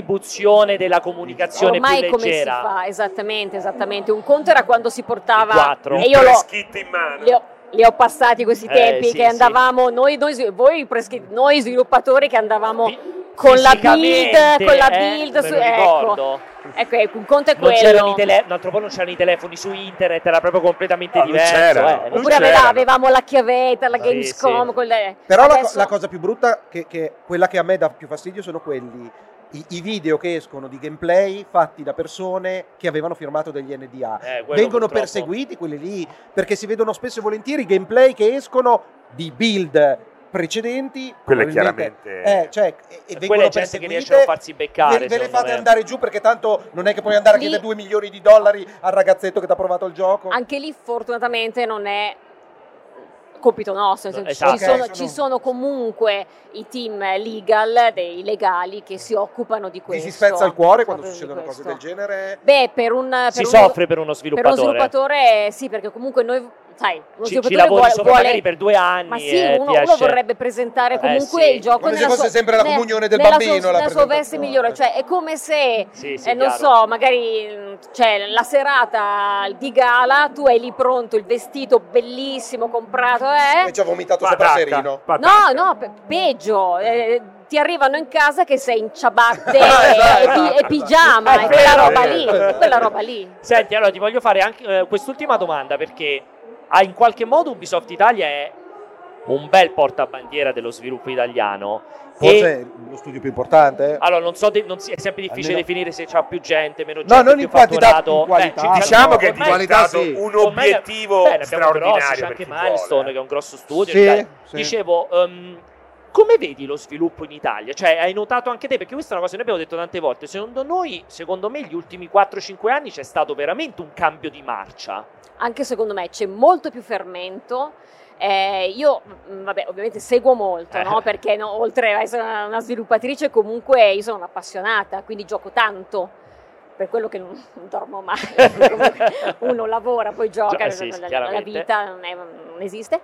A: distribuzione della comunicazione
E: Ormai
A: più
E: come si
A: leggera?
E: fa? Esattamente, esattamente. Un conto era quando si portava.
A: Il quattro.
E: E
C: Un
E: io l'ho,
C: prescritto in mano.
E: li ho, li ho passati questi
A: Eh,
E: tempi
A: sì,
E: che
A: sì.
E: andavamo noi, noi, svi- voi preschi- noi sviluppatori che andavamo con la build,
A: Fisicamente,
E: con la
A: eh,
E: build,
A: me
E: su-
A: lo
E: ecco,
A: ricordo.
E: ecco, ecco, un conto è
A: Non c'erano, i
E: quello.
A: tele- un altro po' non c'erano i telefoni su internet, era proprio completamente
B: Ah,
C: No, non
A: diverso.
C: c'era.
A: eh.
C: Non
E: Oppure
C: c'erano.
E: aveva- avevamo la chiavetta, la
A: Sì,
E: Gamescom,
A: sì.
E: quelle-
B: Però la co-
E: adesso-
B: la, cosa più brutta, che, che- quella che a me dà più fastidio, sono quelli, i, i video che escono di gameplay fatti da persone che avevano firmato degli NDA.
A: Eh, quello
B: Vengono
A: purtroppo.
B: perseguiti quelli lì, perché si vedono spesso e volentieri gameplay che escono di build precedenti.
C: Quello è
B: probabilmente-
C: chiaramente-
B: Eh, cioè, e, e
A: Quella
B: vengono
A: è gente che riesce a
B: perseguite.
A: farsi beccare.
B: Ve, ve le
A: secondo
B: fate
A: me.
B: andare giù perché tanto non è che puoi andare a
E: Lì-
B: chiedere 2 milioni di dollari al ragazzetto che ti ha provato il gioco.
E: anche lì fortunatamente non è compito nostro,
A: No,
E: nel senso,
A: esatto.
E: ci, sono,
B: Ok,
E: ci
B: sono-
E: sono comunque i team legal, dei legali che si occupano di
B: Ti
E: questo.
B: si spezza il cuore quando
E: Proprio di
B: succedono cose
E: questo.
B: del genere.
E: Beh, per un... Per
A: Si
E: un-
A: soffre per uno
E: Per uno
A: sviluppatore.
E: sviluppatore sì, perché comunque noi, sai, uno
A: ci, ci
E: sviluppatore
A: lavori
E: vuole,
A: sopra
E: vuole-
A: magari per due anni.
E: Ma sì,
A: e
E: uno,
A: ti
E: uno
A: esce-
E: vorrebbe presentare
A: Eh,
E: comunque
A: sì.
E: il gioco
B: Come se
E: nella
B: fosse
E: sua-
B: sempre la
E: nella-
B: comunione del
E: nella sua-
B: bambino, la
E: Nella sua veste
B: presentazione.
E: migliore, cioè è come se
A: Sì, sì,
E: eh, non
A: chiaro.
E: so, magari mh, cioè, la serata di gala tu hai lì pronto il vestito bellissimo comprato,
B: E
E: eh?
B: ci ha vomitato
C: Patacca,
B: sopra Serino.
C: patacca.
E: No, no, pe- peggio. eh, ti arrivano in casa che sei in ciabatte e,
B: Esatto,
E: e pi- e pigiama,
A: È
E: e quella
A: vero,
E: roba
C: è
E: lì,
C: vero.
E: quella roba lì.
A: Senti, allora ti voglio fare anche eh, quest'ultima domanda perché ah, in qualche modo Ubisoft Italia è un bel portabandiera dello sviluppo italiano.
B: Forse
A: E-
B: è lo studio più importante. eh.
A: allora, non so, de- non si- è sempre difficile
B: Almeno-
A: definire se c'ha più gente, meno
B: No,
A: gente.
B: non
A: più
B: in quantità,
A: fatturato.
B: in qualità.
A: Beh, ci-
C: Diciamo che è
A: ormai-
B: qualità
C: diventato
B: sì.
C: un
A: ormai-
C: obiettivo
A: bene, abbiamo
C: straordinario.
A: Grossi, c'è
C: per
A: anche
C: chi vuole,
A: Milestone
C: eh.
A: che è un grosso studio.
B: Sì,
A: dai.
B: sì.
A: Dicevo, ehm, come vedi lo sviluppo in Italia? Cioè, hai notato anche te, perché questa è una cosa che noi abbiamo detto tante volte. Secondo noi, secondo me, gli ultimi 4-5 anni c'è stato veramente un cambio di marcia.
E: anche secondo me c'è molto più fermento. Eh, io, mh, vabbè, ovviamente seguo molto,
A: Eh.
E: no? perché no, oltre a essere una, una sviluppatrice, comunque io sono un'appassionata, quindi gioco tanto. Per quello che non, non dormo mai, perché comunque uno lavora, poi gioca,
A: Gio- eh sì, sì,
E: la, la
A: chiaramente.
E: vita non, è- non esiste.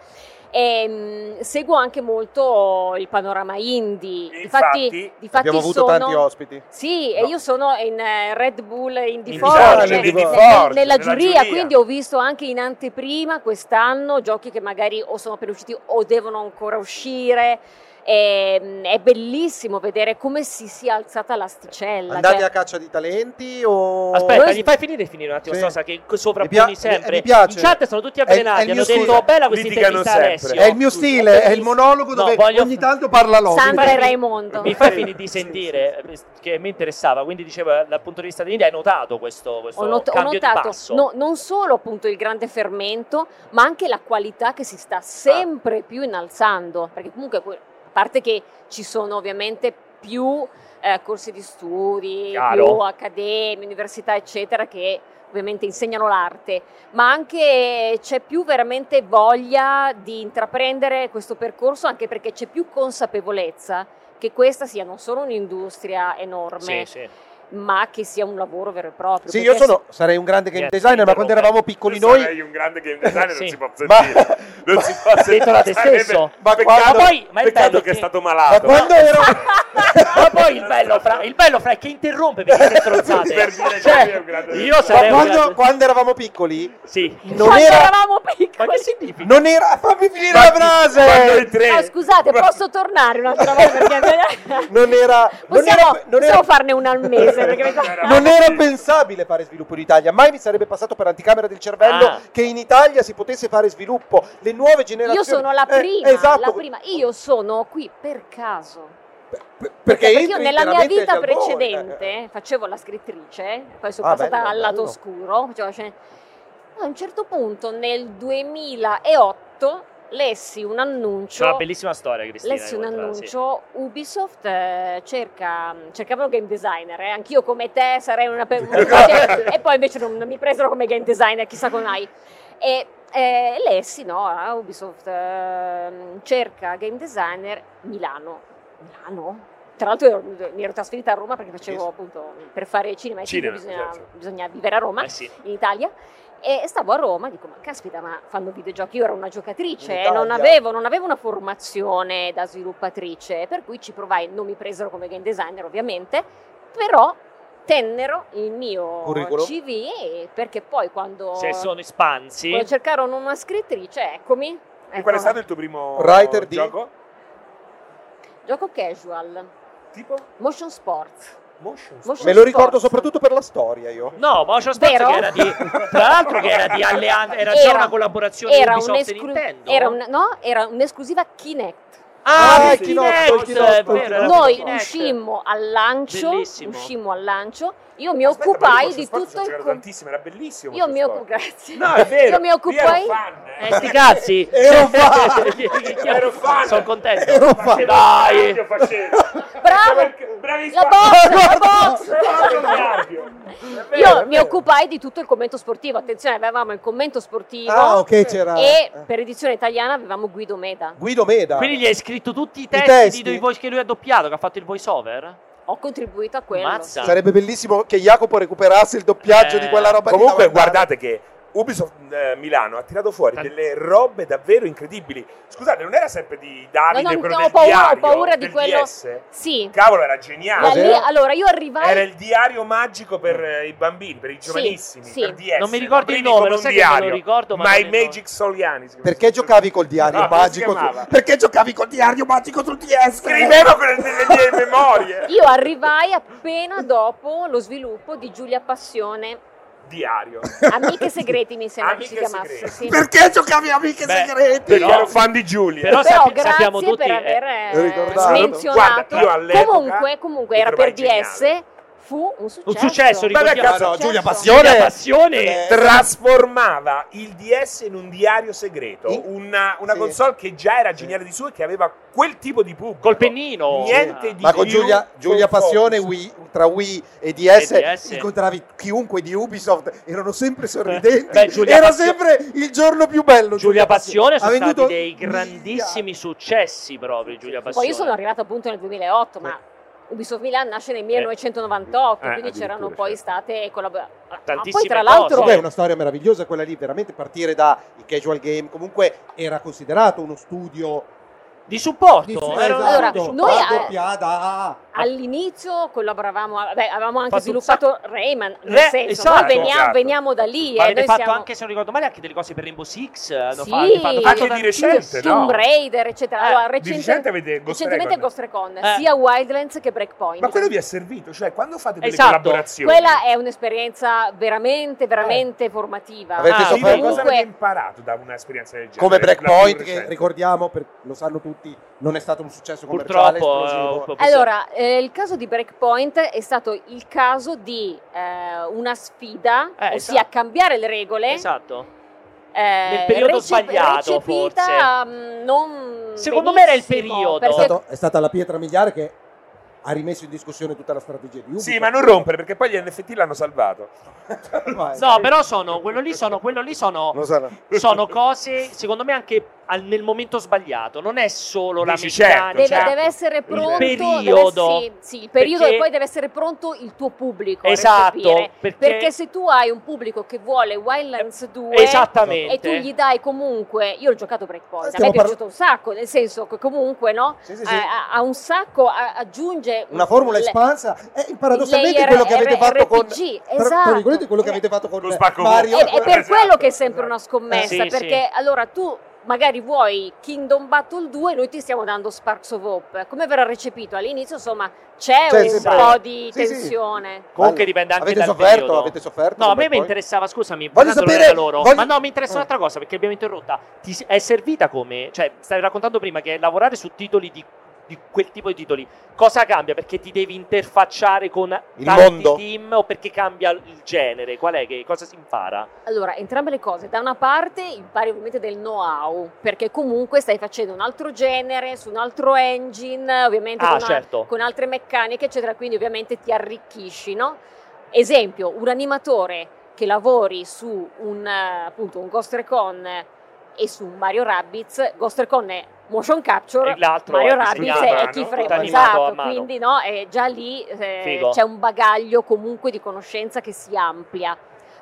E: E, mh, seguo anche molto il panorama indie.
C: Infatti,
E: difatti
B: Abbiamo avuto
E: sono-
B: tanti ospiti.
E: sì,
B: No.
E: e io sono in eh, Red Bull Indie
A: In
E: Forge,
B: Forge,
E: ne-
B: Indie
E: ne-
C: Forge,
E: cioè, nella
C: nella
E: giuria,
C: giuria.
E: quindi ho visto anche in anteprima quest'anno giochi che magari o sono appena usciti o devono ancora uscire. E, mm, è bellissimo vedere come si sia alzata l'asticella.
B: Andate
E: cioè-
B: a caccia di talenti o...
A: Aspetta,
E: Noi-
A: gli fai finire e finire un attimo
B: Oh. Sì.
A: questa cosa che
B: Mi
A: sovrapponi
B: pia-
A: sempre.
B: mi piace.
A: In chat sono tutti
B: È- è il
A: avvelenati,
B: mio
A: hanno detto
B: stile.
A: bella questa
C: Litigano
A: intervista
C: sempre.
A: Alessio.
B: È il mio stile, è il monologo
A: No,
B: dove
A: voglio-
B: ogni tanto parla l'ospite.
E: Sempre Raimondo.
A: Mi fai finire di sentire eh, che mi interessava, quindi dicevo dal punto di vista dell'India hai notato questo, questo
E: Ho, not- ho
A: cambio di
E: notato
A: passo.
E: no- non solo appunto il grande fermento, ma anche la qualità che si sta sempre più innalzando, perché comunque que- a parte che ci sono ovviamente più eh, corsi di studi,
A: Chiaro.
E: più accademie, università, eccetera, che ovviamente insegnano l'arte, ma anche c'è più veramente voglia di intraprendere questo percorso, anche perché c'è più consapevolezza che questa sia non solo un'industria
A: Sì,
E: enorme,
A: sì.
E: ma che sia un lavoro vero e proprio.
B: Sì, io
E: perché
B: sono, sarei un grande game
A: Niente,
B: designer, ma quando
A: interrompe.
B: eravamo piccoli
C: Io
B: noi...
C: sarei un grande game designer,
A: Sì.
C: non si può
B: Ma-
C: sentire. non si può sentire.
A: Detto da te stesso.
C: Ma peccato,
A: Ma poi- ma il
C: peccato
A: bello
C: che è
A: che-
C: stato
B: Ma
C: malato.
B: quando ero...
A: Ma poi il bello, fra, il bello fra è che interrompe perché siete stronzate.
C: Per dire che
A: Cioè,
C: lui è un grande-
A: io
B: Ma
A: sarei un
B: quando,
A: grande-
B: quando eravamo piccoli
A: Sì.
B: non
E: quando
B: era,
E: eravamo
A: Ma
E: piccoli.
A: che significa?
B: non era fammi finire la
C: Quando- quando le
B: frase
C: tre-
E: No, Ah, scusate, posso tornare un'altra volta? Perché...
B: non era non
E: possiamo,
B: era, non
E: possiamo
B: era,
E: farne una al mese. Perché mi fa-
B: non era pensabile fare sviluppo in Italia mai mi sarebbe passato per anticamera del cervello
A: Ah.
B: che in Italia si potesse fare sviluppo le nuove
E: Io
B: generazioni
E: sono la
B: Eh,
E: prima,
B: esatto
E: la prima. Io sono qui per caso.
B: P-
E: Perché,
B: perché,
E: io
B: entri
E: nella mia
B: veramente
E: vita
B: agli albori.
E: precedente eh, facevo la scrittrice, poi sono
B: eh, Ah,
E: passata
B: bello,
E: al lato
B: bello.
E: oscuro. facevo la scena- A un certo punto, nel 2008, lessi un
A: C'è una
E: annuncio.
A: bellissima storia, Cristina.
E: Lessi un
A: di quella, sì.
E: annuncio, Ubisoft eh, cerca, cercavano game designer, eh. anch'io come te sarei una, pe- una e poi invece non, non mi presero come game designer, chissà come mai. E eh, lessi, no, ah, Ubisoft ehm, cerca game designer Milano. Milano? Tra l'altro ero- mi ero trasferita a Roma perché facevo appunto, per fare cinema e
C: Cinema,
E: TV bisogna,
C: certo.
E: bisogna vivere a Roma
A: Eh sì.
E: in Italia e stavo a Roma dico ma caspita ma fanno videogiochi io ero una
B: In
E: giocatrice eh,
B: Italia.
E: non, avevo, non avevo una formazione da sviluppatrice per cui ci provai non mi presero come game designer ovviamente però tennero il mio
B: Curriculum.
E: CV e- perché poi quando,
A: Se sono espansi.
E: quando cercarono una scrittrice eccomi
C: E qual è
E: Ecco,
C: stato il tuo primo
B: Writer di-
C: gioco?
E: gioco casual
C: Tipo?
E: motion sports
C: Motion.
E: Motion
B: me lo ricordo
E: sports.
B: soprattutto per la storia io
A: No, Motion Sports
E: Vero?
A: che era di. Tra l'altro, che era di alleanza. Era, già
E: Era-
A: una collaborazione
E: era,
A: di Ubisoft e
E: un'esclu-
A: Nintendo.
E: era un- no, era un'esclusiva Kinect
A: Ah,
B: Ah,
A: il
B: il Kinect,
A: Kinect,
B: il Kinect,
A: è vero,
B: il
A: era
E: Noi
A: Kinect.
E: uscimmo al lancio,
A: Bellissimo.
E: uscimmo al lancio, io
C: Aspetta, ma
E: mi
C: io
E: occupai
C: Motion
E: di
C: Sports
E: tutto
C: ho
E: il
C: giocato
E: con-
C: tantissimo, era bellissimo.
E: Io
C: Motion
E: mi occupo,
C: Sports.
E: grazie.
C: No, è vero.
E: Io mi occupai
C: Io ero fan. eh.
A: Eh, sti cazzi!
B: Ero fan.
C: Ero fan.
A: Sono contento!
B: Ero
C: Facevo
B: fan.
C: il
A: Dai!
C: cardio, facevo. Facevo
E: Bravo!
C: il- Bravissimo.
E: La box, la
C: Facevo il
E: box!
C: cardio. È vero, è
E: Io mi
C: vero.
E: occupai di tutto il commento sportivo, attenzione, avevamo il commento sportivo
B: ah ok c'era
E: e
B: eh,
E: per edizione italiana avevamo Guido Meda.
B: Guido Meda
A: Quindi gli hai scritto tutti i testi,
B: Ah. testi?
A: Di, dei voice che lui ha doppiato, che ha fatto il voice over?
E: Ho contribuito a quello.
A: Mazza!
B: Sarebbe bellissimo che Jacopo recuperasse il doppiaggio
A: Esatto. Eh,
B: di quella roba. lì
C: Comunque
B: da guardare.
C: guardate che Ubisoft eh, Milano ha tirato fuori
A: Tant-
C: delle robe davvero incredibili. Scusate, non era sempre di Davide,
E: No, no,
C: quello
E: no, ho
C: del
E: paura- ho
C: diario,
E: paura di
C: del
E: quello-
C: DS?
E: Sì.
C: Cavolo, era
E: Da
C: geniale.
B: Cos'era? Mm.
E: lì, allora io arrivai
C: Era il diario magico per eh, i bambini, per i giovanissimi,
E: sì.
C: per DS.
A: Non mi ricordo il
C: aprivi
A: nome,
C: come
A: lo
C: un
A: sai che
C: diario.
A: me lo ricordo, ma
C: My
A: non il nome.
C: Magic Soliani. si chiama.
B: Perché giocavi col diario
C: No, come si
B: magico?
C: chiamava?
B: Perché giocavi col diario magico sul DS?
C: Scrivevo quelle delle mie memorie.
E: io arrivai appena dopo lo sviluppo di Giulia Passione,
C: Diario.
E: Amiche segreti mi sembra che si
C: Amiche
E: chiamasse,
C: segrete.
E: sì.
B: Perché giocavi amiche
A: Beh,
B: segrete?
C: Perché
A: Però-
C: ero fan di Giulia.
A: però
E: Però
A: sappi-
E: grazie
A: sappiamo tutti,
E: per aver
B: eh,
E: eh,
B: ricordato.
E: menzionato.
C: Guarda, io all'epoca
E: comunque, comunque
C: lo
E: era per
C: trovai
E: DS,
C: geniale.
E: fu un successo.
A: Un successo,
C: Vabbè,
A: ricordiamo.
C: cazzo,
B: no, Giulia
A: Giulia
B: Passione.
A: Passione!
B: Eh,
C: trasformava il DS in un diario segreto,
B: In-
C: una, una
B: sì.
C: console che già era geniale di suo e che aveva quel tipo di pubblico.
A: Col pennino!
C: Niente di
B: Ma con
C: più
B: Giulia, Giulia
C: con
B: Passione,
C: Focus.
B: Wii- tra Wii e DS,
A: E DS.
B: incontravi chiunque di Ubisoft, erano sempre sorridenti.
A: Beh, Giulia
B: Era
A: Passione-
B: sempre il giorno più bello.
A: Giulia Passione sono
B: Ha venduto
A: stati dei grandissimi successi proprio Giulia Passione.
E: Poi io sono arrivata appunto nel 2008, ma
A: Eh.
E: Ubisoft Milan nasce nel 1998,
C: Eh,
E: quindi c'erano
C: addirittura,
E: poi
C: certo.
E: state collaborazioni.
A: Tantissime
E: poi tra
A: cose.
E: l'altro
B: Vabbè, è una storia meravigliosa quella lì, veramente partire da il casual game. Comunque era considerato uno studio
A: Di supporto. eh,
B: di
A: era una-
E: Allora,
B: esatto,
E: noi-
B: la doppia da
D: Cioè,
E: all'inizio collaboravamo, vabbè, avevamo anche
A: Fatto un
E: sviluppato Rayman, nel
A: Re-
E: senso,
A: esatto.
E: noi veniamo,
C: Esatto.
E: veniamo da lì.
A: Ma
E: eh,
A: avete
E: noi
A: fatto
E: siamo-
A: anche, se non ricordo male, anche delle cose per Rainbow Six. eh, Hanno
E: Sì.
A: fatto, hanno fatto
C: Anche di
A: tantissime-
C: recente, no?
E: Tomb Raider, eccetera.
A: Eh,
E: Allora,
C: Di
E: recente-
C: recente avete Ghost
E: recentemente
C: Recon.
E: Ghost Recon,
A: Eh.
E: sia Wildlands che Breakpoint.
C: Ma quello vi è servito, cioè quando fate delle
A: Esatto.
C: collaborazioni.
E: Quella è un'esperienza veramente, veramente formativa.
B: Avete
A: Ah,
C: Sì,
B: sofferto-
C: ma cioè, cosa
E: comunque-
C: Eh. avete imparato da un'esperienza del genere?
B: come
C: La
B: Breakpoint
C: più
B: che
C: recente.
B: ricordiamo per- lo sanno tutti non è stato un successo commerciale
A: Purtroppo. eh,
B: esplosivo.
A: ho- ho-
E: Allora, eh, il caso di Breakpoint è stato il caso di eh, una sfida,
A: Eh,
E: ossia
A: esatto.
E: cambiare le regole.
A: Esatto.
E: eh,
A: Nel periodo sbagliato,
E: recepita, mh, non
A: Secondo me era il
E: benissimo,
A: periodo.
B: è,
E: perché
B: stato- è stata la pietra miliare che
D: ha rimesso in discussione tutta la strategia di Ubisoft.
C: Sì, ma non rompere perché poi gli NFT l'hanno salvato.
B: Ah,
D: Vai.
A: No, però sono, quello lì sono, quello lì sono,
D: Non sarà.
A: sono cose, secondo me, anche al- nel momento sbagliato. Non è solo la
C: Dici,
A: meccanica.
C: certo,
E: Deve,
C: certo.
E: deve essere pronto deve-
A: periodo.
E: sì, sì, il periodo
A: Perché-
E: e poi deve essere pronto il tuo pubblico. a
A: Esatto,
E: recepire.
A: perché, Eh,
E: Perché se tu hai un pubblico che vuole Wildlands 2
A: esattamente.
E: e tu gli dai comunque, io ho giocato Breakpoint, a me
D: Stiamo
E: è
D: parla-
E: piaciuto un sacco, nel senso che comunque no,
D: Sì, sì, sì.
E: a, a- a un sacco a- aggiunge
D: Una formula
E: Eh, le-
D: espansa è
E: il
D: paradossalmente
E: layer
D: quello che avete fatto con
E: RPG,
D: tra- tra
E: esatto. eh,
D: virgolette, quello che avete fatto
C: Con
D: con
C: Spacco
D: Mario.
C: Verde.
E: È, è per
C: Esatto,
E: quello che è sempre
C: esatto.
E: una scommessa,
A: Sì, sì.
E: perché allora tu magari vuoi Kingdom Battle 2, noi ti stiamo dando Sparks of Hope. Come verrà recepito? All'inizio, insomma, c'è
D: C'è
E: un
A: sempre-
E: po' di
D: Sì, sì.
E: tensione.
A: Comunque dipende anche
D: avete
A: dal
D: sofferto,
A: periodo.
D: avete sofferto.
A: No, a me
D: Come
A: mi
D: poi?
A: interessava, scusami,
D: Voglio
A: parlando
D: sapere-
A: da loro.
D: voglio-
A: Ma no, mi interessa
D: Eh.
A: un'altra cosa perché abbiamo interrotta. Ti s- è servita come, cioè, stavi raccontando prima che lavorare su titoli di, di quel tipo di titoli cosa cambia? Perché ti devi interfacciare con tanti
D: mondo.
A: team o perché cambia il genere? Qual è che cosa si impara?
E: Allora, entrambe le cose. Da una parte impari ovviamente del know-how, perché comunque stai facendo un altro genere, su un altro engine, ovviamente
A: Ah,
E: con, una-
A: certo.
E: con altre meccaniche, eccetera, quindi ovviamente ti arricchisci, no? Esempio, un animatore che lavori su un, eh, appunto, un Ghost Recon e su un Mario Rabbids, Ghost Recon è motion capture,
A: E l'altro
E: Mario
A: è
E: Rabbids
A: disegnato
C: a
E: è
C: mano, tutto
E: keyframe,
A: animato a
E: esatto,
A: mano.
E: quindi no, è già lì eh,
A: Figo.
E: c'è un bagaglio comunque di conoscenza che si amplia.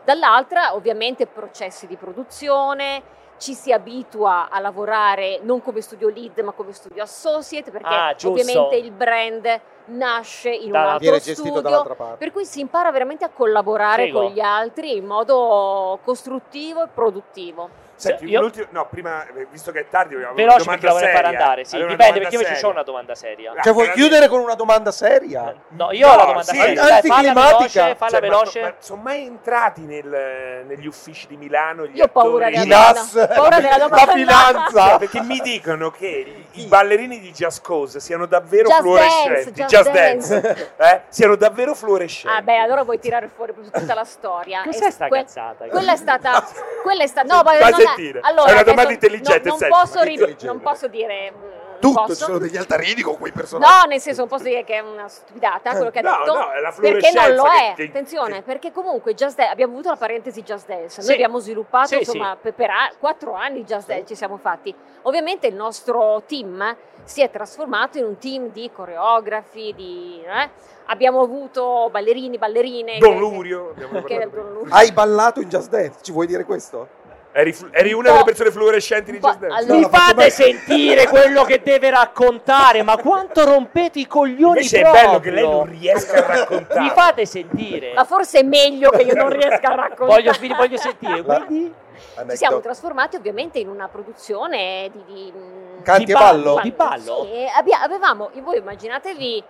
E: Dall'altra ovviamente processi di produzione, ci si abitua a lavorare non come studio lead ma come studio associate perché
A: Ah, giusto.
E: ovviamente il brand nasce in un
A: Dalla-
E: altro
D: Viene gestito
E: studio
D: dall'altra parte.
E: per cui si impara veramente a collaborare
A: Figo.
E: con gli altri in modo costruttivo e produttivo.
C: Senti,
A: Io-
C: un'ultima- no, prima, eh, visto che è tardi, avevo una
A: Veloce
C: domanda
A: perché la vorrei fare
C: seria.
A: andare. Sì,
C: Avevo una
A: dipende perché
C: domanda
A: io invece
C: seria.
A: ho una domanda seria.
C: Ah,
D: Cioè, vuoi
C: grazie.
D: chiudere con una domanda seria?
E: Eh,
A: No, io ho
C: No,
A: la domanda
C: sì.
A: seria. Dai, falla
D: Anticlimatica.
A: veloce, falla
C: Cioè, ma-
A: veloce.
C: Ma, sono mai entrati nel- negli uffici di Milano gli
E: Io ho paura
C: attori?
E: di
D: I
E: della-
D: NAS,
E: paura della
D: la
E: domanda.
C: No,
D: finanza.
C: Cioè, perché mi dicono che i ballerini di Just Cause siano davvero
E: Just
C: fluorescenti.
E: Dance,
C: just
E: Just
C: Dance. Eh? Siano davvero fluorescenti.
E: Ah beh, allora vuoi tirare fuori proprio tutta la storia.
A: Cos'è
E: E
A: sta
E: que-
A: cazzata?
E: Quella è stata. Quella è stata. No, ma
C: Fa
E: non
C: sentire.
E: allora,
C: È una
E: adesso
C: domanda
E: non-
C: intelligente,
E: Non,
C: senti,
E: posso
C: ma
E: ri-
D: intelligente.
E: non posso dire. mm,
D: Tutto,
E: posso.
D: ci sono degli altarini con quei personaggi.
E: No, nel senso, non posso dire che è una stupidata quello che ha
C: No,
E: detto.
C: no, è la
E: perché non lo
C: fluorescenza
E: è.
C: che- che-
E: Attenzione,
C: che-
E: perché comunque Just Dance, abbiamo avuto la parentesi Just Dance. Noi
A: Sì.
E: abbiamo sviluppato
A: Sì,
E: insomma, per, per a- quattro anni Just Dance, ci siamo fatti. Ovviamente il nostro team si è trasformato in un team di coreografi, di, eh. abbiamo avuto ballerini, ballerine.
C: Don
E: che-
C: Lurio. abbiamo
E: Perché
C: parlato
E: Don Lurio?
D: Hai ballato in Just Dance, ci vuoi dire questo?
C: prima. Eri, flu- eri una
E: Un
C: delle
E: po'.
C: persone fluorescenti di
E: Un po'.
C: Just Dance.
E: Allora-
A: Mi
D: l'ha fatto
A: fate
D: bene.
A: sentire quello che deve raccontare, ma quanto rompete i coglioni
C: Invece è
A: proprio.
C: bello che lei non riesca a raccontare.
A: Mi fate sentire.
E: Ma forse è meglio che io non riesca a raccontare.
A: Voglio, vi voglio sentire,
D: La-
A: quindi
E: Ci siamo
D: Ecco.
E: trasformati ovviamente in una produzione di... di mh,
D: Canti
A: Di
D: e
A: ballo,
D: ballo?
A: di ballo?
E: Sì, e abbia- avevamo, voi immaginatevi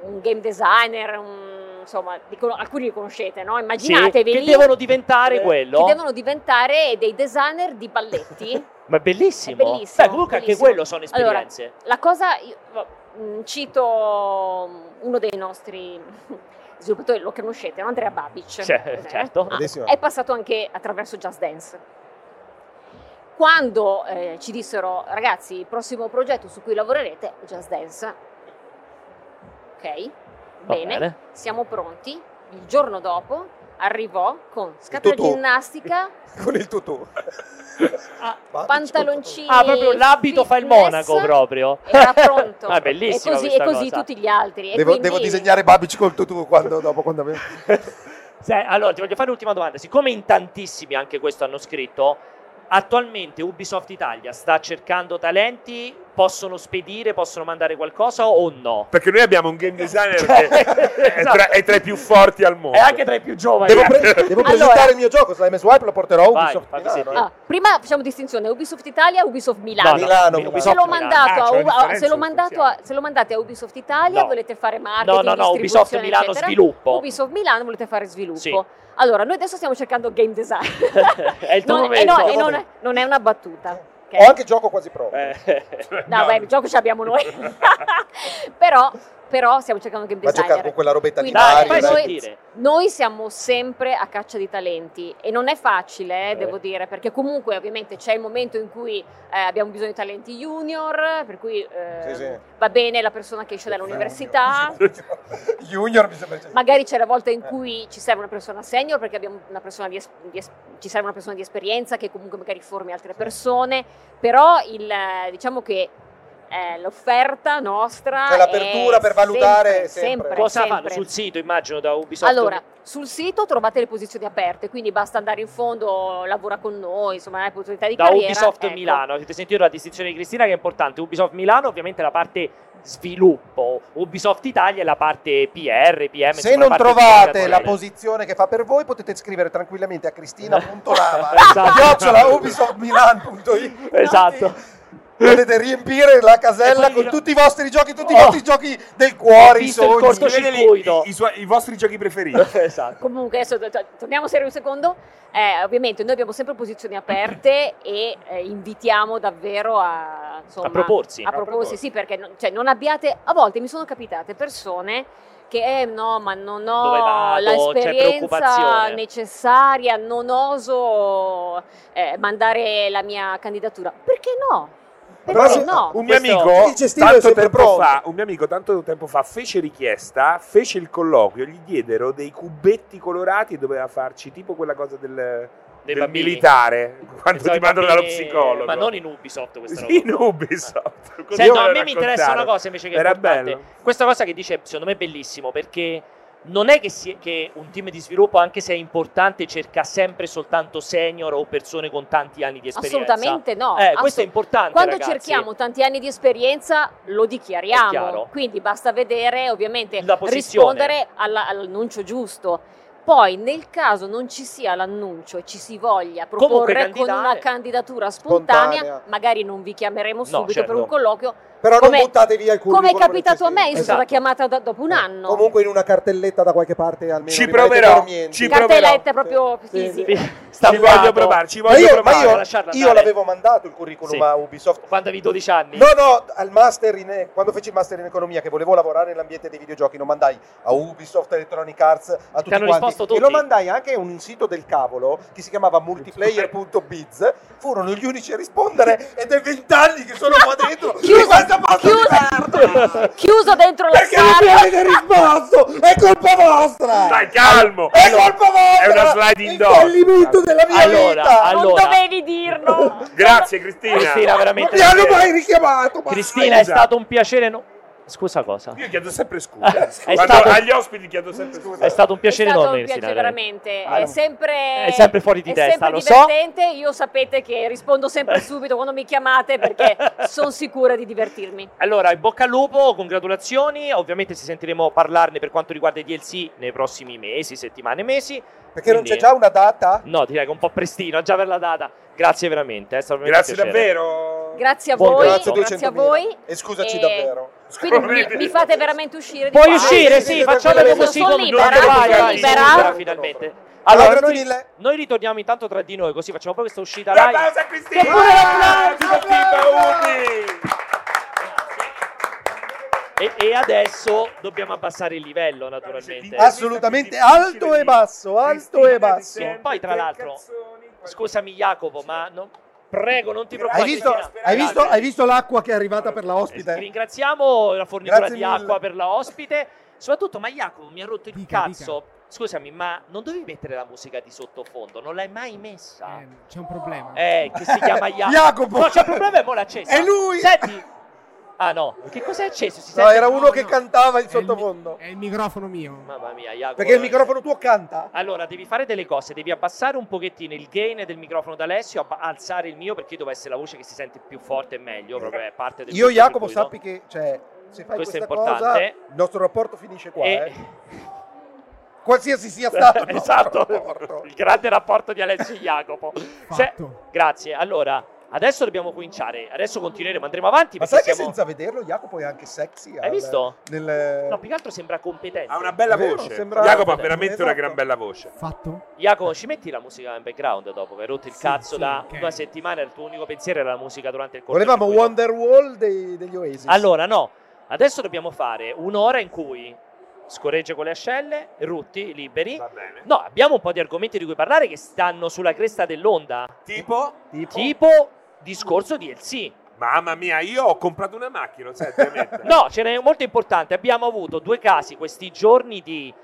E: un game designer, un- insomma, li con- alcuni li conoscete, no?
A: sì,
E: Immaginatevi
A: che
E: lì
A: devono diventare
C: Eh,
A: quello.
E: che devono diventare dei designer di balletti.
A: Ma è bellissimo.
E: È bellissimo,
A: Beh, comunque anche
E: bellissimo.
A: quello sono esperienze.
E: La cosa, io, mh, cito mh, uno dei nostri sviluppatori, lo conoscete, no? Andrea Babic.
A: Cioè,
E: Eh,
A: certo.
E: ah,
D: Bellissimo.
E: è passato anche attraverso Just Dance. Quando eh, ci dissero, ragazzi, il prossimo progetto su cui lavorerete è Just Dance. Ok,
A: Va
E: bene, siamo pronti. Il giorno dopo arrivò con scatola
D: tutù.
E: ginnastica,
D: Con il tutù.
A: Ah,
D: Babic,
E: pantaloncini.
A: Ah, proprio l'abito fa il monaco
E: fitness.
A: proprio.
E: Era pronto.
A: Ah, bellissimo
E: E così,
A: questa
E: e così
A: cosa.
E: tutti gli altri. E
D: Devo,
E: quindi-
D: devo disegnare Babic col tutù quando, dopo quando abbiamo...
A: Se- allora, ti voglio fare l'ultima domanda. Siccome in tantissimi anche questo hanno scritto, attualmente Ubisoft Italia sta cercando talenti, possono spedire, possono mandare qualcosa o no?
C: Perché noi abbiamo un game designer
A: Cioè,
C: che Eh, è, tra, è tra i più forti al mondo.
A: È anche tra i più giovani.
D: Devo, pre- devo
E: Allora.
D: presentare il mio gioco, Slime Swipe lo porterò a
A: Vai,
D: Ubisoft
A: fammi
D: Milano,
A: sentire.
D: eh.
E: Ah, prima facciamo distinzione Ubisoft Italia e Ubisoft
A: No, no,
E: Milano.
D: Milano,
A: Ubisoft
E: Se l'ho
D: Milano.
A: Milano.
C: Ah,
E: mandato, a-
C: c'è una
E: a-
C: differenza
E: se, l'ho mandato a-
C: sostanziale.
E: se lo mandate a Ubisoft Italia
A: No.
E: volete fare marketing,
A: No, no, no, Ubisoft
E: distribuzione,
A: Milano
E: eccetera.
A: sviluppo.
E: Ubisoft Milano volete fare sviluppo.
A: Sì.
E: Allora, noi adesso stiamo cercando game design.
A: è il tuo
E: non, eh,
A: momento.
E: no, e non è, non è una battuta. ok?
C: Eh,
D: Ho anche gioco quasi pronto.
A: Eh,
E: No, beh, il gioco ce l'abbiamo noi. Però però stiamo cercando anche
B: Va a
E: un
B: giocare con
E: designer.
B: quella robetta di
E: Quindi,
A: Dai,
B: Mario.
A: fai
E: poi
B: dai.
E: noi-
A: sentire.
E: Noi siamo sempre a caccia di talenti e non è facile,
C: Eh.
E: devo dire, perché comunque ovviamente c'è il momento in cui eh, abbiamo bisogno di talenti junior, per cui eh,
B: Sì, sì.
E: va bene la persona che esce dall'università,
B: Junior mi sembra.
E: magari c'è la volta in
B: Eh.
E: cui ci serve una persona senior perché abbiamo una persona di, es- di es- ci serve una persona di esperienza che comunque magari formi altre persone, però il, eh, diciamo che eh, l'offerta nostra
B: Cioè, l'apertura
E: è
B: per valutare
E: sempre,
B: sempre.
E: sempre,
A: Cosa fanno
E: sempre.
A: sul sito, immagino, da Ubisoft?
E: Allora, sul sito trovate le posizioni aperte, quindi basta andare in fondo, lavora con noi, insomma, hai opportunità di
A: da
E: carriera.
A: Ubisoft
E: ecco.
A: Milano. Avete sentito la distinzione di Cristina che è importante. Ubisoft Milano, ovviamente, è la parte sviluppo. Ubisoft Italia è la parte PR, PM.
B: Se
A: insomma,
B: non
A: Eh, parte
B: trovate la
A: comunicazione.
B: posizione che fa per voi, potete scrivere tranquillamente a cristina.lava
A: Esatto.
B: chiocciola ubisoftmilan.it
A: Esatto.
B: Potete riempire la casella
A: E poi-
B: con tutti i vostri giochi, tutti
A: Oh.
B: i vostri giochi del
A: Ho
B: cuore, i
A: visto il
B: sogni.
A: corto-
C: Scrivete lì
A: Circuito.
C: i, i suoi- i vostri giochi preferiti.
A: esatto.
E: Comunque, adesso t- torniamo seri un secondo. Eh, ovviamente noi abbiamo sempre posizioni aperte e eh, invitiamo davvero a, insomma,
A: A proporsi.
E: a proporsi, sì, perché non, cioè, non abbiate, a volte mi sono capitate persone che eh, no, ma non
A: Dove
E: ho
A: vado? C'è
E: l'esperienza
A: preoccupazione."
E: necessaria, non oso eh, mandare la mia candidatura. Perché no?
B: Però
E: Perché
B: se-
E: no?
C: un mio
A: Questo-
C: amico
B: Dice, Steve, è
C: tanto
B: sempre
C: tempo
B: pronto.
C: fa un mio amico tanto tempo fa fece richiesta fece il colloquio gli diedero dei cubetti colorati e doveva farci tipo quella cosa del,
A: Dei
C: del
A: bambini.
C: militare
A: Pensavo
C: quando ti
A: ai
C: mandano dallo
A: bambini-
C: psicologo
A: Ma non in Ubisoft questa roba.
C: Sì, in Ubisoft Così
A: Senti,
C: me
A: no,
C: lo
A: a me mi interessa
C: raccontarono.
A: una cosa invece che è
C: Era
A: importante.
C: bello.
A: Questa cosa che dice, secondo me, è bellissimo perché non è che, si- che un team di sviluppo, anche se è importante, cerca sempre soltanto senior o persone con tanti anni di esperienza.
E: Assolutamente no.
A: Eh,
E: assolut-
A: questo è importante.
E: Quando
A: ragazzi.
E: cerchiamo tanti anni di esperienza lo
A: È chiaro.
E: dichiariamo, quindi basta vedere ovviamente
A: La posizione.
E: rispondere alla- all'annuncio giusto. Poi nel caso non ci sia l'annuncio e ci si voglia
A: Comunque
E: proporre con
A: candidare.
E: una candidatura spontanea,
B: Spontanea.
E: magari non vi chiameremo subito
A: certo.
E: per un colloquio,
B: Però
E: Come-
B: non buttate via il curriculum.
E: come è capitato a me, io sono
A: Esatto.
E: stata chiamata da- dopo un
B: Eh,
E: anno.
B: Comunque in una cartelletta da qualche parte almeno.
C: Ci
B: vi mettete
C: proverò,
B: dormienti.
C: ci proverò.
E: Cartelletta proprio
B: Sì, sì.
E: fisica.
A: Sì, Sta
C: ci voglio
A: voglio
C: provare ci
B: Ma
C: voglio
B: io, ma
C: provare
B: io-
A: lasciarla
B: io
A: andare.
B: l'avevo mandato il curriculum
A: Sì.
B: a Ubisoft.
A: Quando avevi 12 anni.
B: No, no, al master in- quando feci il master in economia che volevo lavorare nell'ambiente dei videogiochi, lo mandai a Ubisoft, Electronic Arts, a tutti
A: hanno
B: quanti.
A: risposto tutti?
B: E lo mandai anche a un sito del cavolo che si chiamava multiplayer.biz. Furono gli unici a rispondere ed è vent'anni che sono qua dentro.
E: Chiuso,
B: e questa posta
E: chiuso.
B: di merda!
E: Chiuso dentro la
B: Perché non mi
E: sala.
B: avete risposto? È colpa vostra!
C: Stai calmo
B: È colpa vostra!
C: È una slide in
B: il
C: doors.
B: fallimento della mia
A: Allora,
B: vita!
A: allora,
E: Non dovevi dirlo.
C: grazie Cristina
A: Cristina,
B: non
A: veramente.
B: mi hanno mai richiamato! mai.
A: Cristina, è
C: Scusa.
A: stato un piacere. no- Scusa cosa?
C: io chiedo sempre scusa
A: È
C: Quando-
A: stato-
C: agli ospiti chiedo sempre scusa
A: È stato un piacere
E: è stato
A: enorme,
E: un piacere
A: Cristina, veramente.
E: veramente
A: Ah,
E: è
A: no.
E: sempre
A: È sempre fuori di
E: è
A: testa,
E: sempre
A: lo so.
E: divertente io sapete che rispondo sempre subito quando mi chiamate perché sono sicura di divertirmi
A: Allora, in bocca al lupo, congratulazioni. Ovviamente ci sentiremo parlarne per quanto riguarda i DLC nei prossimi mesi, settimane, mesi.
B: Perché non
A: Quindi-
B: c'è già una data?
A: No, direi che è un po' prestino, già per la data. Grazie veramente, eh, è stato veramente
C: grazie
A: un piacere.
C: davvero
E: grazie a
A: Buon
E: voi
A: grazie,
E: grazie a voi
B: E scusaci
E: E-
B: davvero. Eh,
E: quindi mi, mi fate veramente uscire di
A: Puoi
E: qua.
A: uscire,
B: sì,
A: sì,
B: sì,
A: facciamo
B: sì,
A: così
E: sono
A: come
E: libera,
A: vai, vai,
E: sono
A: vai,
E: libera.
A: sono finalmente.
B: Allora,
A: Allora,
B: allora
A: noi,
B: mille.
A: noi ritorniamo intanto tra di noi, così facciamo poi questa uscita
C: La
A: live.
C: pausa Cristina!
A: Che pure la
B: classica,
C: Pippa
A: E, e adesso dobbiamo abbassare il livello,
C: Uni!
A: naturalmente.
B: Ah, Assolutamente alto e basso, alto e basso.
A: Poi, tra l'altro, Scusami Jacopo, ma non- prego, non ti preoccupare.
B: Hai visto,
A: Cristina.
B: hai visto- hai visto l'acqua che è arrivata per la
A: Eh,
B: ospite?
A: Ringraziamo la fornitura
B: Grazie
A: di
B: mille.
A: acqua per la ospite. Soprattutto, ma Jacopo mi ha rotto il
F: Dica,
A: cazzo. Scusami, ma non dovevi mettere la musica di sottofondo? Non l'hai mai messa?
F: Eh, c'è un problema.
A: Eh, che si chiama Jacopo.
B: Jacopo.
A: No, c'è un problema e mo l'ha accesa.
B: È lui!
A: Senti. Ah no, che cos'è acceso? Si
B: No,
A: sente-
B: era uno
F: no,
B: che
F: no.
B: cantava
F: È
B: in
F: il mi-
B: sottofondo.
A: eh,
F: È il microfono mio.
A: Mamma mia, Jacopo. eh.
B: Perché il microfono tuo canta?
A: Allora, devi fare delle cose, devi abbassare un pochettino il gain del microfono d'Alessio, abba- alzare il mio perché io devo essere la voce che si sente più forte e meglio, proprio è parte del
B: Eh, Io e
A: tutto
B: Jacopo
A: circuito.
B: sappi che, cioè, se fai
A: Questo è
B: questa cosa,
A: importante.
B: il nostro rapporto finisce qua,
A: E-
B: eh. Qualsiasi sia stato il nostro
A: esatto,
B: rapporto.
A: il grande rapporto di Alessio e Jacopo. Se-
F: Fatto.
A: Grazie. Allora, adesso dobbiamo cominciare. Adesso continueremo, andremo avanti. perché
B: Ma sai che
A: siamo-
B: senza vederlo Jacopo è anche sexy?
A: Hai
B: al-
A: visto?
B: Nel...
A: No, più che altro sembra competente.
C: Ha una bella
B: È vero,
C: voce.
B: sembra-
C: Jacopo ha
B: Esatto.
C: veramente una gran bella voce.
F: Fatto?
A: Jacopo, ci metti la musica in background dopo che hai rotto il
F: Sì,
A: cazzo
F: sì,
A: da
F: ok.
A: una settimana. Il tuo unico pensiero era la musica durante il corso.
B: Volevamo Wonderwall dei, degli Oasis.
A: Allora, no. Adesso dobbiamo fare un'ora in cui scorreggia con le ascelle, Rutti liberi.
C: Va bene.
A: No, abbiamo un po' di argomenti di cui parlare che stanno sulla cresta dell'onda.
C: Oh. Tipo?
A: Tipo discorso di LC.
C: Mamma mia, io ho comprato una macchina, non sai, veramente.
A: No, ce n'è molto importante. Abbiamo avuto due casi questi giorni di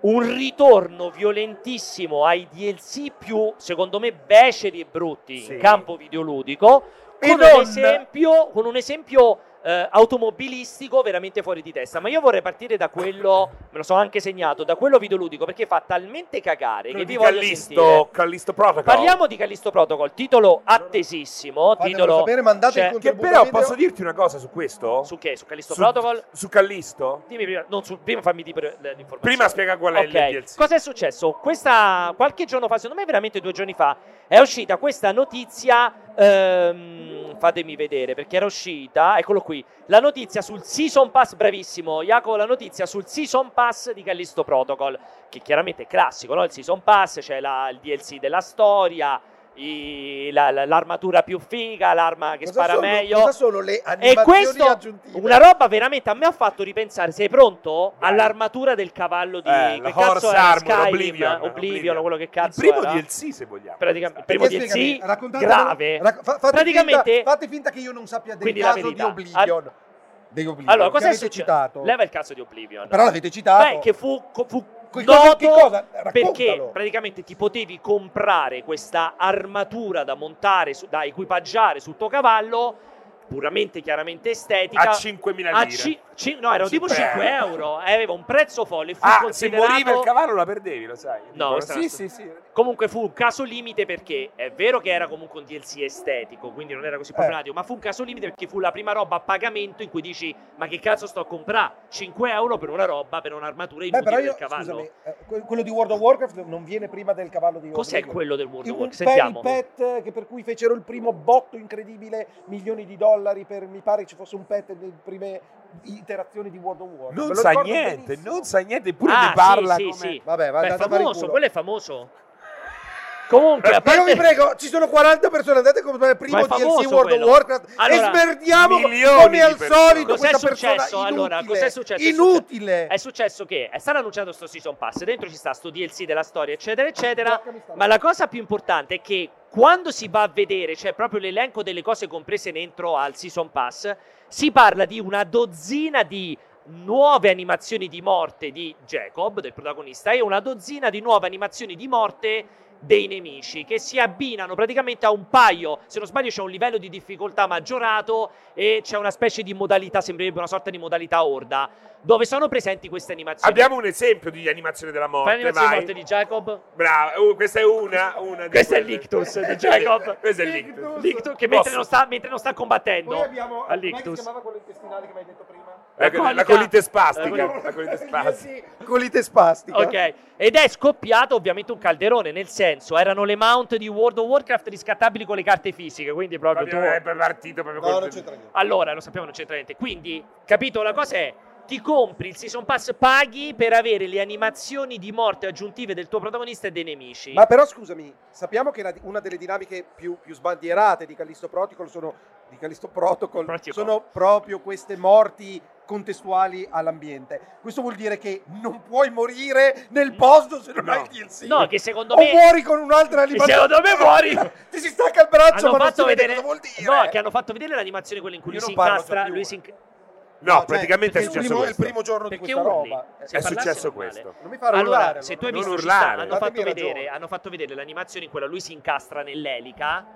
A: un ritorno violentissimo ai DLC più, secondo me, beceri e brutti
C: Sì.
A: in campo videoludico,
C: E
A: con
C: non-
A: un esempio, con un esempio eh, automobilistico veramente fuori di testa. Ma io vorrei partire da quello, me lo sono anche segnato, da quello videoludico, perché fa talmente cagare
C: Quello
A: che
C: di
A: vi voglio
C: Callisto,
A: sentire.
C: Callisto Protocol.
A: Parliamo di Callisto Protocol, titolo attesissimo,
B: Fatemelo
A: titolo...
B: sapere, mandate
A: cioè,
B: il
C: Che
B: contributo
C: però
B: video.
C: posso dirti una cosa su questo?
A: Su che? Su Callisto
C: Su-
A: Protocol?
C: Su Callisto?
A: Dimmi prima, non su- prima fammi dire l'informazione.
C: Prima spiega qual è
A: Ok.
C: il DLC.
A: Cosa è successo? Questa, qualche giorno fa, secondo me veramente due giorni fa, è uscita questa notizia. ehm, fatemi vedere perché era uscita. Eccolo qui. La notizia sul Season Pass, bravissimo Jacopo. La notizia sul Season Pass di Callisto Protocol, che chiaramente è classico, no? Il Season Pass, c'è la- il DLC della storia. i- la- la- l'armatura più figa, l'arma che
B: Cosa
A: spara
B: sono-
A: meglio.
B: Cosa sono le
A: E
B: animazioni
A: questo,
B: aggiuntive?
A: una roba veramente a me ha fatto ripensare. Sei pronto?
C: Vai.
A: All'armatura del cavallo di
C: Eh,
A: che
C: la
A: cazzo
C: Horse
A: era?
C: Armor,
A: Skyrim,
C: Oblivion, Oblivion.
A: quello che cazzo
C: il primo
A: era.
C: DLC, se vogliamo.
A: Praticamente, il
C: Perché
A: primo
B: Perché
A: DLC
B: spiegami, raccontatelo-
A: grave.
B: rac- fa- fate
A: Praticamente-
B: finta- fate finta che io non sappia del
A: Quindi la
B: caso di
A: verità.
B: Oblivion. Di Oblivion
A: Allora,
B: che
A: cosa è
B: avete
A: successo?
B: citato.
A: Leva il cazzo di Oblivion.
B: Però l'avete citato.
A: Beh, che fu, co- fu
B: Che cosa-
A: noto
B: che cosa?
A: perché
B: Raccontalo.
A: praticamente ti potevi comprare questa armatura da montare, su- da equipaggiare sul tuo cavallo, puramente chiaramente estetica.
C: A 5.000 lire.
A: a ci- ci- no, erano tipo
C: Cinque
A: 5
C: euro.
A: euro, eh, aveva un prezzo folle. Fu
C: ah, se
A: considerato...
C: moriva il cavallo la perdevi, lo sai.
A: No, questa è
C: sì,
A: una
C: sì, sì.
A: Comunque fu un caso limite perché è vero che era comunque un DLC estetico, quindi non
B: Eh.
A: era così problematico, ma fu un caso limite perché fu la prima roba a pagamento in cui dici ma che cazzo sto a comprare 5 euro per una roba, per un'armatura
B: Beh,
A: inutile
B: però io,
A: del cavallo.
B: scusami, eh, que- quello di World of Warcraft non viene prima del cavallo di
A: Cos'è
B: Oblivion.
A: quello del World of
B: Un
A: Warcraft? Sentiamo.
B: il pet che per cui fecero il primo botto incredibile, milioni di dollari per mi pare ci fosse un pet nelle prime iterazioni di World of Warcraft. Me
C: Non
B: lo
C: sa
B: ricordo
C: niente,
B: benissimo.
C: non sa niente, eppure
A: Ah,
C: ne parla
A: sì,
C: come...
A: sì, sì.
B: Vabbè, va
A: Beh,
B: andate a fare il
A: famoso,
B: culo.
A: quello è famoso. Comunque, a
B: Ma io vi
A: parte-
B: prego, ci sono 40 persone, andate a comprare il primo
A: Ma è famoso
B: DLC World
A: quello.
B: of Warcraft
A: Allora,
B: e smerdiamo
C: milioni di
B: come al
C: persone.
B: solito
A: Cos'è
B: questa persona
A: successo,
B: inutile.
A: allora? Cos'è successo? È successo-
B: Inutile.
A: È successo che è stato annunciato sto season pass, dentro ci sta sto DLC della storia, eccetera, eccetera. Ma la cosa più importante è che quando si va a vedere, cioè proprio l'elenco delle cose comprese dentro al season pass, si parla di una dozzina di nuove animazioni di morte di Jacob, del protagonista, e una dozzina di nuove animazioni di morte dei nemici che si abbinano praticamente a un paio. Se non sbaglio, c'è un livello di difficoltà maggiorato e c'è una specie di modalità, sembrerebbe una sorta di modalità orda, dove sono presenti queste animazioni.
C: Abbiamo un esempio di animazione della morte,
A: Fai l'animazione di
C: vai.
A: morte di Jacob.
C: Brava, uh, questa è una, una di
A: Questo è
C: quelle.
A: l'ictus di Jacob.
C: Questo è l'ictus.
A: L'ictus che mentre
C: Posso?
A: non, sta, mentre non sta combattendo.
B: Poi abbiamo com'è che
A: All'ictus.
B: si chiamava quello intestinale che mi hai detto prima?
C: La,
A: La
C: Ecco, la
A: colica.
C: colite
A: La
C: spastica.
A: colite-
C: La colite spastica.
B: Colite spastica.
A: Ok, ed è scoppiato ovviamente un calderone, nel senso erano le mount di World of Warcraft riscattabili con le carte fisiche, quindi proprio tu...
C: Proprio è partito proprio
B: No,
C: col-
B: non c'entra niente.
A: Allora, lo sappiamo, non c'entra niente. Quindi, capito, la cosa è, ti compri il Season Pass, paghi per avere le animazioni di morte aggiuntive del tuo protagonista e dei nemici.
B: Ma però scusami, sappiamo che la- una delle dinamiche più, più sbandierate di Callisto Protocol sono di Callisto Protocol
A: Protocol.
B: sono proprio queste morti contestuali all'ambiente. Questo vuol dire che non puoi morire nel posto se non
C: No.
B: hai il DLC.
A: Mm. No, che secondo
B: o
A: me...
B: muori con un'altra
A: che
B: animazione.
A: secondo me muori...
B: Ti si stacca il braccio,
A: Hanno
B: ma non si
A: fatto
B: vede
A: vedere...
B: cosa vuol dire.
A: No, che hanno fatto vedere l'animazione quella in cui
B: Io
A: lui si
B: non parlo,
A: incastra,
B: so più,
A: lui
B: eh.
A: si inc-
C: No,
B: cioè,
C: praticamente è
B: perché il
C: successo
B: primo,
C: questo.
B: il primo giorno
A: Perché
B: di questa
A: urli?
B: roba.
A: Se
B: Eh,
C: È
A: parlasse
C: successo
A: normale.
C: questo.
B: Non mi fa
A: Allora,
B: urlare.
A: se tu hai
C: non
A: visto ci
C: urlare.
A: sta- hanno, fatto
B: Datemi ragione.
A: vedere, hanno fatto vedere l'animazione in quella lui si incastra nell'elica.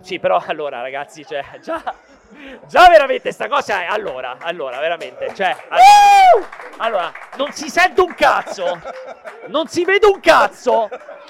A: Sì, però allora, ragazzi, cioè, già, già veramente sta cosa è. Allora, allora, veramente. Cioè, all- allora, non si sente un cazzo, non si vede un cazzo,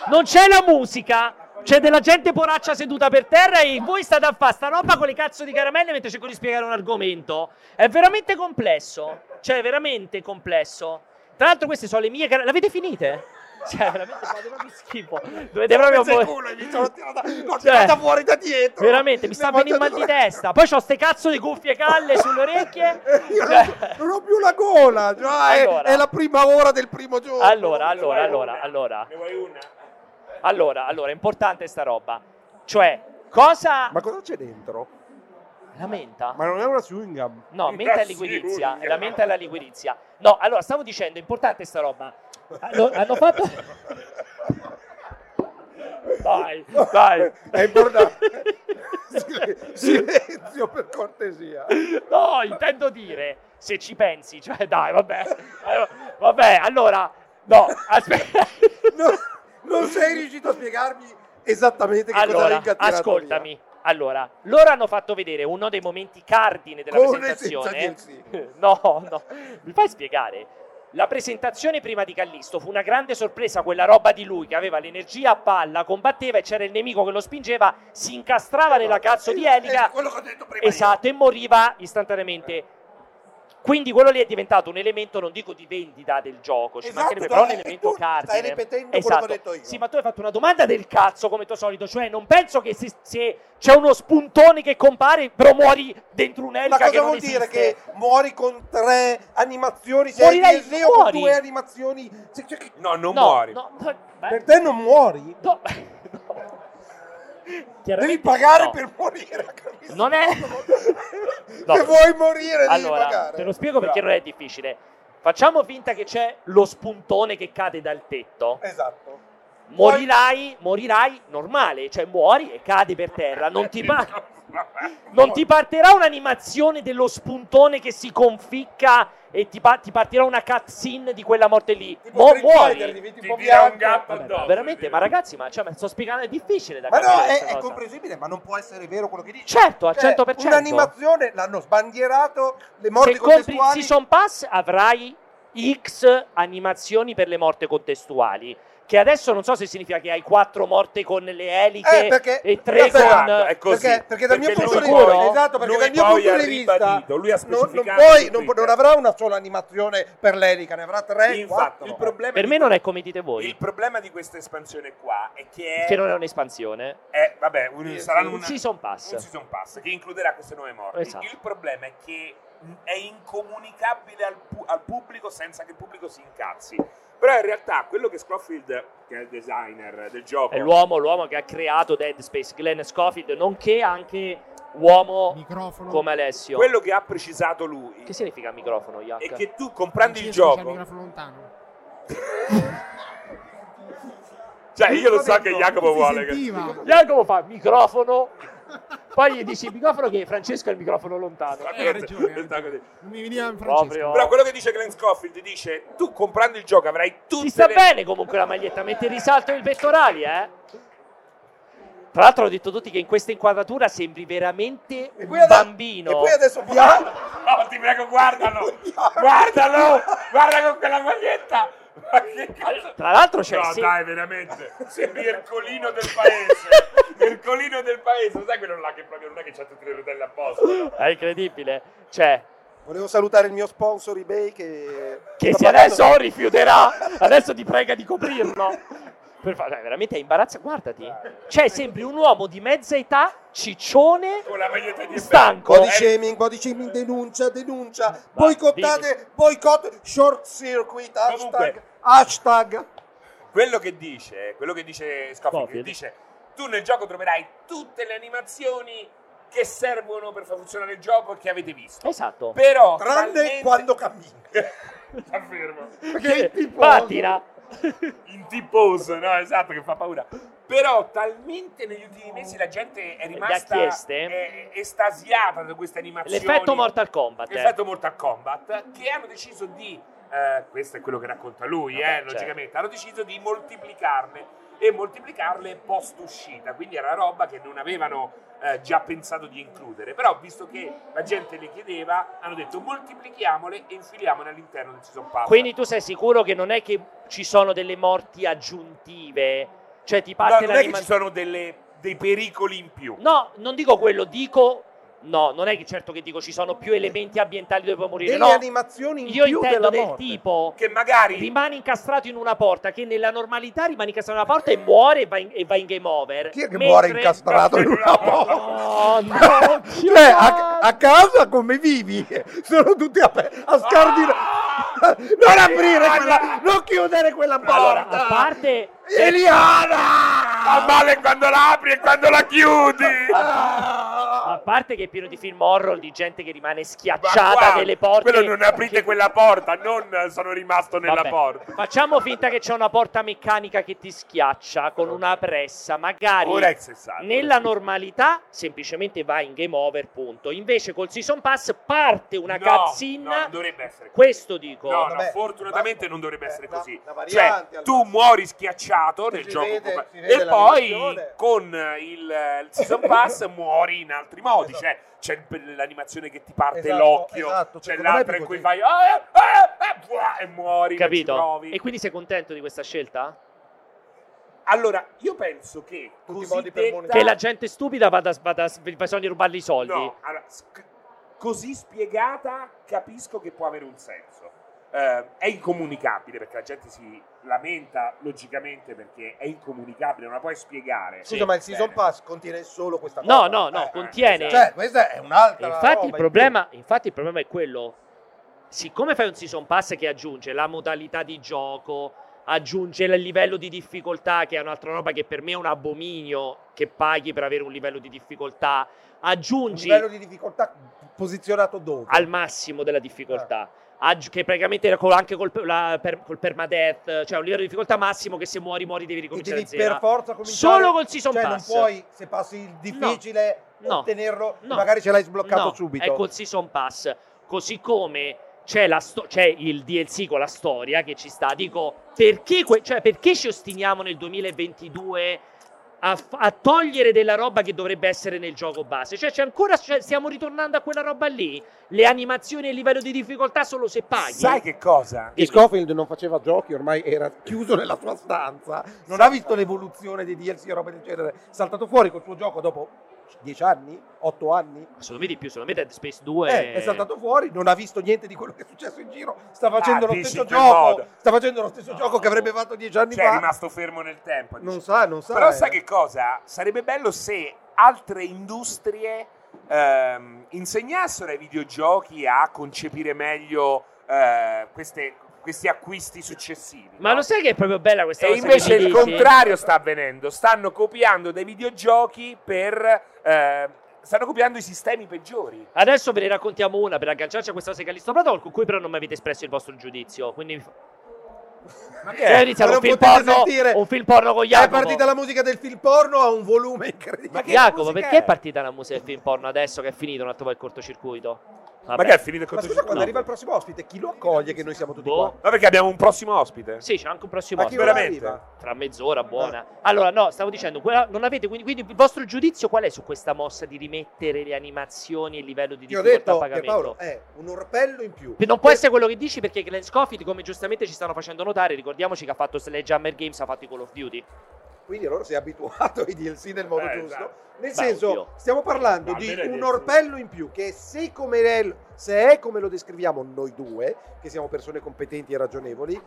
A: non c'è la musica. C'è della gente poraccia seduta per terra e voi state a fare sta roba con le cazzo di caramelle mentre cerco di spiegare un argomento. È veramente complesso. Cioè, è veramente complesso. Tra l'altro, queste sono le mie caramelle. L'avete finite? Cioè, veramente fate proprio schifo. Dovete proprio.
B: Pensa il
A: voi-
B: culo, "Oh, mi sono tirata, l'ho
A: Cioè,
B: tirata fuori da dietro.
A: Veramente, mi
B: Ne
A: sta
B: ho
A: venendo il mal di
B: mangiato-
A: testa. Poi ho ste cazzo di cuffie calle sulle orecchie.
B: Io
A: Cioè,
B: non, non ho più la gola. cioè, è-
A: Allora. Ah.
B: è, la prima ora del primo giorno.
A: Allora, allora, allora, allora.
C: Ne vuoi una?
A: Allora, allora, è importante sta roba. Cioè, cosa.
B: Ma cosa c'è dentro?
A: La menta?
B: Ma non è una chewing gum.
A: No, menta
C: Ah,
A: e
C: sì,
A: liquirizia.
C: urca.
A: La menta e la liquirizia. No, allora stavo dicendo, è importante sta roba. Hanno, Ah, hanno fatto. Dai, dai.
B: È importante. Sil- Silenzio per cortesia.
A: No, intendo dire, se ci pensi, cioè dai, vabbè. Allora, Vabbè, allora. No, aspetta.
B: No, non sei riuscito a spiegarmi esattamente che cosa l'ha
A: Allora,
B: incattinato
A: ascoltami. Allora, loro hanno fatto vedere uno dei momenti cardine della
B: Con e
A: presentazione.
B: senza
A: No, no, mi fai spiegare. La presentazione prima di Callisto fu una grande sorpresa, quella roba di lui che aveva l'energia a palla, combatteva e c'era il nemico che lo spingeva, si incastrava
B: Eh,
A: nella cazzo di
B: via. È
A: elica,
B: eh, quello che ho detto prima.
A: esatto, e moriva istantaneamente. Quindi quello lì è diventato un elemento, non dico di vendita del gioco, ci
B: Esatto,
A: mancherebbe, però un
B: dai,
A: elemento
B: tu stai
A: cardine.
B: ripetendo quello che ho
A: esatto.
B: detto io.
A: Sì, ma tu hai fatto una domanda del cazzo come tuo solito, cioè non penso che se, se c'è uno spuntone che compare però muori dentro
B: Ma
A: un'elica che
B: cosa
A: non
B: vuol dire
A: esiste.
B: che muori con tre animazioni? Se
A: Morirai
B: hai Disney o con
A: fuori.
B: due animazioni. Cioè, cioè, che-
C: No, non
A: No,
C: muori.
A: no, no, beh,
B: Per te non muori?
A: no, no.
B: Devi
A: Chiaramente
B: pagare
A: no.
B: per morire. capisci?
A: Non è- No.
B: Se vuoi morire devi
A: Allora,
B: pagare.
A: te lo spiego perché
B: Bravo.
A: non è difficile. Facciamo finta che c'è lo spuntone che cade dal tetto.
B: Esatto.
A: Morirai, morirai normale, cioè muori e cadi per terra, non ti paghi. Non ti partirà un'animazione dello spuntone che si conficca e ti, pa- ti partirà una cutscene di quella morte lì.
B: Tipo
A: Mo-
B: Street Fighter,
A: muori.
B: diventi un
C: Ti
B: po'
C: tira
B: bianco.
C: un gap
A: Vabbè,
C: addosso,
A: ma veramente,
C: dire.
A: ma ragazzi, ma, cioè, ma sto spiegando, è difficile da
B: Ma no,
A: capire.
B: è,
A: questa
B: è
A: cosa.
B: comprensibile, ma non può essere vero quello che dici.
A: Certo, al
B: Cioè,
A: 100%.
B: Un'animazione l'hanno sbandierato, le morti
A: Se compri il
B: contestuali.
A: Season Pass avrai X animazioni per le morte contestuali. Che adesso non so se significa che hai quattro morte con le eliche
B: Eh, perché-
A: e tre
B: aspetta,
A: con...
C: è così.
B: Perché, perché dal mio
C: Perché
B: punto
A: lui
B: di
A: poi-
B: vista, esatto, perché
C: lui
B: dal mio
C: poi
B: punto
C: ha
B: di vista,
C: ribadito, lui ha
B: non, non
C: specificato
B: puoi-
C: su
B: non,
C: Twitter.
B: non avrà una sola animazione per l'Erica, ne avrà tre,
C: Infatti,
B: quattro.
C: il problema
A: Per
C: di-
A: me non è come dite voi,
C: Il problema di questa espansione qua è che è,
A: che non è un'espansione.
C: è- vabbè, un-
B: Sì,
C: saranno
A: Un
C: una-
A: season pass.
C: un season pass che includerà queste nuove morti.
A: Esatto.
C: Il problema è che è incomunicabile al, pu- al pubblico senza che il pubblico si incazzi. Però in realtà quello che Scofield, che è il designer del gioco,
A: È l'uomo, l'uomo che ha creato Dead Space, Glenn Scofield, nonché anche uomo
F: Microfono.
A: Oh, come Alessio.
C: quello che ha precisato lui
A: Che significa microfono, Jack?
C: è che tu
F: Non
C: comprando
F: ci
C: il
F: riesco, c'è il
C: gioco,
F: microfono lontano.
C: cioè io lo so che Jacopo
F: Si
C: vuole che
F: sentiva.
A: Jacopo fa microfono, poi gli dici microfono che Francesco è il microfono lontano.
F: Eh, hai ragione, hai ragione. Non mi veniva in Francesco.
A: Proprio.
C: Però quello che dice Glenn Scofield dice tu comprando il gioco avrai tutte
A: Ti sta
C: le-
A: bene comunque la maglietta, mette in risalto i pettorali, eh? Tra l'altro ho detto tutti che in questa inquadratura sembri veramente
B: E
A: un
B: poi ade-
A: bambino.
B: E poi adesso Bia-
C: No, ti prego, guardalo! guardalo! Guarda con quella maglietta! Ma che cazzo?
A: Tra l'altro c'è
C: No,
A: Cioè, se-
C: dai, veramente! Sembri Ercolino del paese! Ercolino del paese! Sai quello là che proprio non è che c'ha tutte le rotelle a posto, no?
A: È incredibile. Cioè,
B: Volevo salutare il mio sponsor eBay che...
A: che
B: sta
A: se
B: pagando-
A: adesso rifiuterà, adesso ti prega di coprirlo. Per fa- dai, veramente è imbarazzante, guardati. Cioè, sembri un uomo di mezza età, ciccione,
C: Con la maglietta di
A: stanco.
B: Body shaming, body shaming, denuncia, denuncia, boicottate, boicott, short circuit, hashtag,
C: Comunque-
B: hashtag.
C: Quello che dice, quello che dice Scofield, che
A: Scofield.
C: dice tu nel gioco troverai tutte le animazioni che servono per far funzionare il gioco e che avete visto.
A: Esatto.
C: Però
B: Tranne
C: talmente-
B: quando cammini.
C: Affermo.
A: Che pattina.
C: in T-pose, no? Esatto, che fa paura. Però talmente negli ultimi mesi la gente è rimasta
A: Le ha chieste?
C: eh, estasiata da queste animazioni.
A: L'effetto Mortal Kombat. eh.
C: L'effetto Mortal Kombat che hanno deciso di eh, questo è quello che racconta lui,
A: Vabbè,
C: eh,
A: certo.
C: logicamente. Hanno deciso di moltiplicarle e moltiplicarle post uscita, quindi era roba che non avevano eh, già pensato di includere, però visto che la gente le chiedeva, hanno detto moltiplichiamole e infiliamole all'interno del season pass.
A: Quindi tu sei sicuro che non è che ci sono delle morti aggiuntive? Cioè ti
C: No,
A: parte
C: non è che
A: l'anima-
C: ci sono delle- dei pericoli in più.
A: No, non dico quello, dico... No, non è che certo che dico ci sono più elementi ambientali dove puoi morire.
B: Delle
A: No,
B: animazioni in
A: io
B: più della
A: intendo del
B: morte.
A: tipo...
C: Che magari
A: Rimani incastrato in una porta, che nella normalità rimane incastrato in una porta e muore e va in, e va in game over.
B: Chi è che
A: Mentre-
B: muore incastrato in una porta?
A: Oh, no,
B: Cioè, a, a casa come vivi? Sono tutti a, pe- a scardinare.
C: Ah!
B: Non aprire quella, non chiudere quella porta.
A: Allora, a parte cioè,
B: Eliana!
C: Fa male quando l'apri e quando la chiudi!
A: A parte che è pieno di film horror di gente che rimane
C: Ma
A: schiacciata
C: qua,
A: nelle porte.
C: Quello non aprite
A: che-
C: quella porta, non sono rimasto nella
A: Vabbè,
C: porta.
A: Facciamo finta che c'è una porta meccanica che ti schiaccia con una pressa, magari
C: Ora è 60.
A: nella normalità semplicemente vai in game over, punto. Invece col season pass parte una
C: No,
A: cazzina.
C: no, non dovrebbe essere così.
A: questo dico.
C: No, no,
B: Vabbè,
C: fortunatamente
B: basta.
C: non dovrebbe essere
B: Eh, la-
C: così.
B: la variante,
C: Cioè,
B: allora.
C: tu muori schiacciato nel
B: Si
C: gioco
B: vede-
C: compa-
B: si vede
C: e
B: la
C: poi
B: riduzione.
C: con eh, il, eh, il Season Pass muori in altri modi.
B: Esatto.
C: Cioè, c'è il- l'animazione che ti parte
B: Esatto,
C: l'occhio,
B: esatto,
C: c'è
B: secondo me è
C: l'altra
B: più
C: in cui
B: così.
C: vai "Ah, eh, ah, eh", buah, e muori. non ci
A: capito?
C: provi.
A: E quindi sei contento di questa scelta?
B: Esatto.
C: Allora, io penso che
B: Tutti i modi per
C: cosiddetta-
B: monetizzare.
A: Che la gente stupida vada, vada bisogna rubargli i soldi.
C: No, allora, sc- così spiegata capisco che può avere un senso. Eh, è incomunicabile perché la gente si lamenta logicamente perché è incomunicabile, non la puoi spiegare.
B: Scusa, ma il season
C: Bene.
B: pass contiene solo questa
A: No,
B: cosa?
A: no, no,
B: Eh.
A: contiene.
B: Cioè, questa è
A: E
B: un'altra roba
A: infatti,
B: in
A: il
B: più.
A: problema, infatti il problema è quello. Siccome fai un season pass che aggiunge la modalità di gioco, aggiunge il livello di difficoltà, che è un'altra roba che per me è un abominio che paghi per avere un livello di difficoltà,
B: Un
A: aggiungi
B: livello di difficoltà posizionato dove?
A: al massimo della
B: Certo.
A: difficoltà. Aggi- che praticamente era col- anche col, la- per- col permadeath, cioè un livello di difficoltà massimo che se muori muori devi
B: E
A: ricominciare
B: devi
A: da zero.
B: per forza cominciare
A: Solo col season
B: cioè,
A: pass.
B: non puoi se passi il difficile
A: No.
B: ottenerlo
A: No.
B: magari ce l'hai sbloccato
A: No,
B: subito
A: È col Season Pass. Così come c'è, la sto- c'è il DLC con la storia che ci sta. Dico, perché, que- cioè, perché ci ostiniamo nel 2022 a, f- a togliere della roba che dovrebbe essere nel gioco base? Cioè, c'è ancora, cioè, stiamo ritornando a quella roba lì. Le animazioni e il livello di difficoltà solo se paghi.
C: Sai che cosa?
B: E Scofield non faceva giochi, ormai era chiuso nella sua stanza, non ha visto l'evoluzione dei DLC e roba del genere, è saltato fuori col suo gioco dopo 10 anni, 8 anni,
A: Secondo me di più, secondo me Dead Space 2
B: Eh, è saltato fuori, non ha visto niente di quello che è successo in giro, sta facendo
C: Ah,
B: lo
C: dici
B: stesso
C: in quel
B: gioco,
C: modo.
B: sta facendo lo stesso
A: No.
B: gioco che avrebbe fatto 10 anni
C: Cioè, è
B: fa,
C: rimasto fermo nel tempo.
B: non
C: dici.
B: sa, non sa.
C: Però
B: eh.
C: sai che cosa? Sarebbe bello se altre industrie ehm, insegnassero ai videogiochi a concepire meglio eh, queste- questi acquisti successivi.
A: Ma
C: no?
A: lo sai che è proprio bella questa
C: E
A: cosa?
C: invece
A: che mi
C: il
A: dici?
C: contrario sta avvenendo, stanno copiando dei videogiochi per... eh, stanno copiando i sistemi peggiori.
A: Adesso ve ne raccontiamo una per agganciarci a questa cosa di Callisto Protocol, con cui però non mi avete espresso il vostro giudizio. Quindi
C: Ma
A: Cioè, è iniziato
B: Ma
A: un film,
B: non potete
A: porno,
B: sentire.
A: un film porno con
B: È
A: Jacopo.
B: partita la musica del film porno a un volume incredibile.
C: Ma che
A: Jacopo,
C: musica
A: perché
C: è?
A: è partita la musica del film porno adesso che è finito un attimo il cortocircuito? Vabbè.
C: Ma che è finito il
B: Ma scusa,
C: Boh.
B: quando
A: No.
B: arriva il prossimo ospite, chi lo accoglie che noi siamo tutti
A: Boh.
B: qua?
C: No, perché abbiamo un prossimo ospite.
A: Sì, c'è anche un prossimo
B: Ma chi
A: ospite.
B: ora
C: veramente? Ah.
B: arriva?
A: Tra mezz'ora, buona. Allora, no, stavo dicendo, quella- non avete, quindi, quindi il vostro giudizio qual è su questa mossa di rimettere le animazioni e il livello di
B: Ti ho
A: difficoltà a
B: detto che
A: pagamento?
B: Paolo è un orpello in più.
A: Non può essere quello che dici perché Glenn Scofield, come giustamente ci stanno facendo notare, ricordiamoci che ha fatto Sledgehammer Games, ha fatto i Call of Duty.
B: Quindi loro si è abituato ai DLC nel modo
C: Eh,
B: giusto.
C: esatto.
B: Nel
A: Beh,
B: senso,
A: oddio.
B: stiamo parlando
C: Ma
B: di
C: almeno ai
B: un
C: DLC.
B: orpello in più che se, come re- se è come lo descriviamo noi due, che siamo persone competenti e ragionevoli,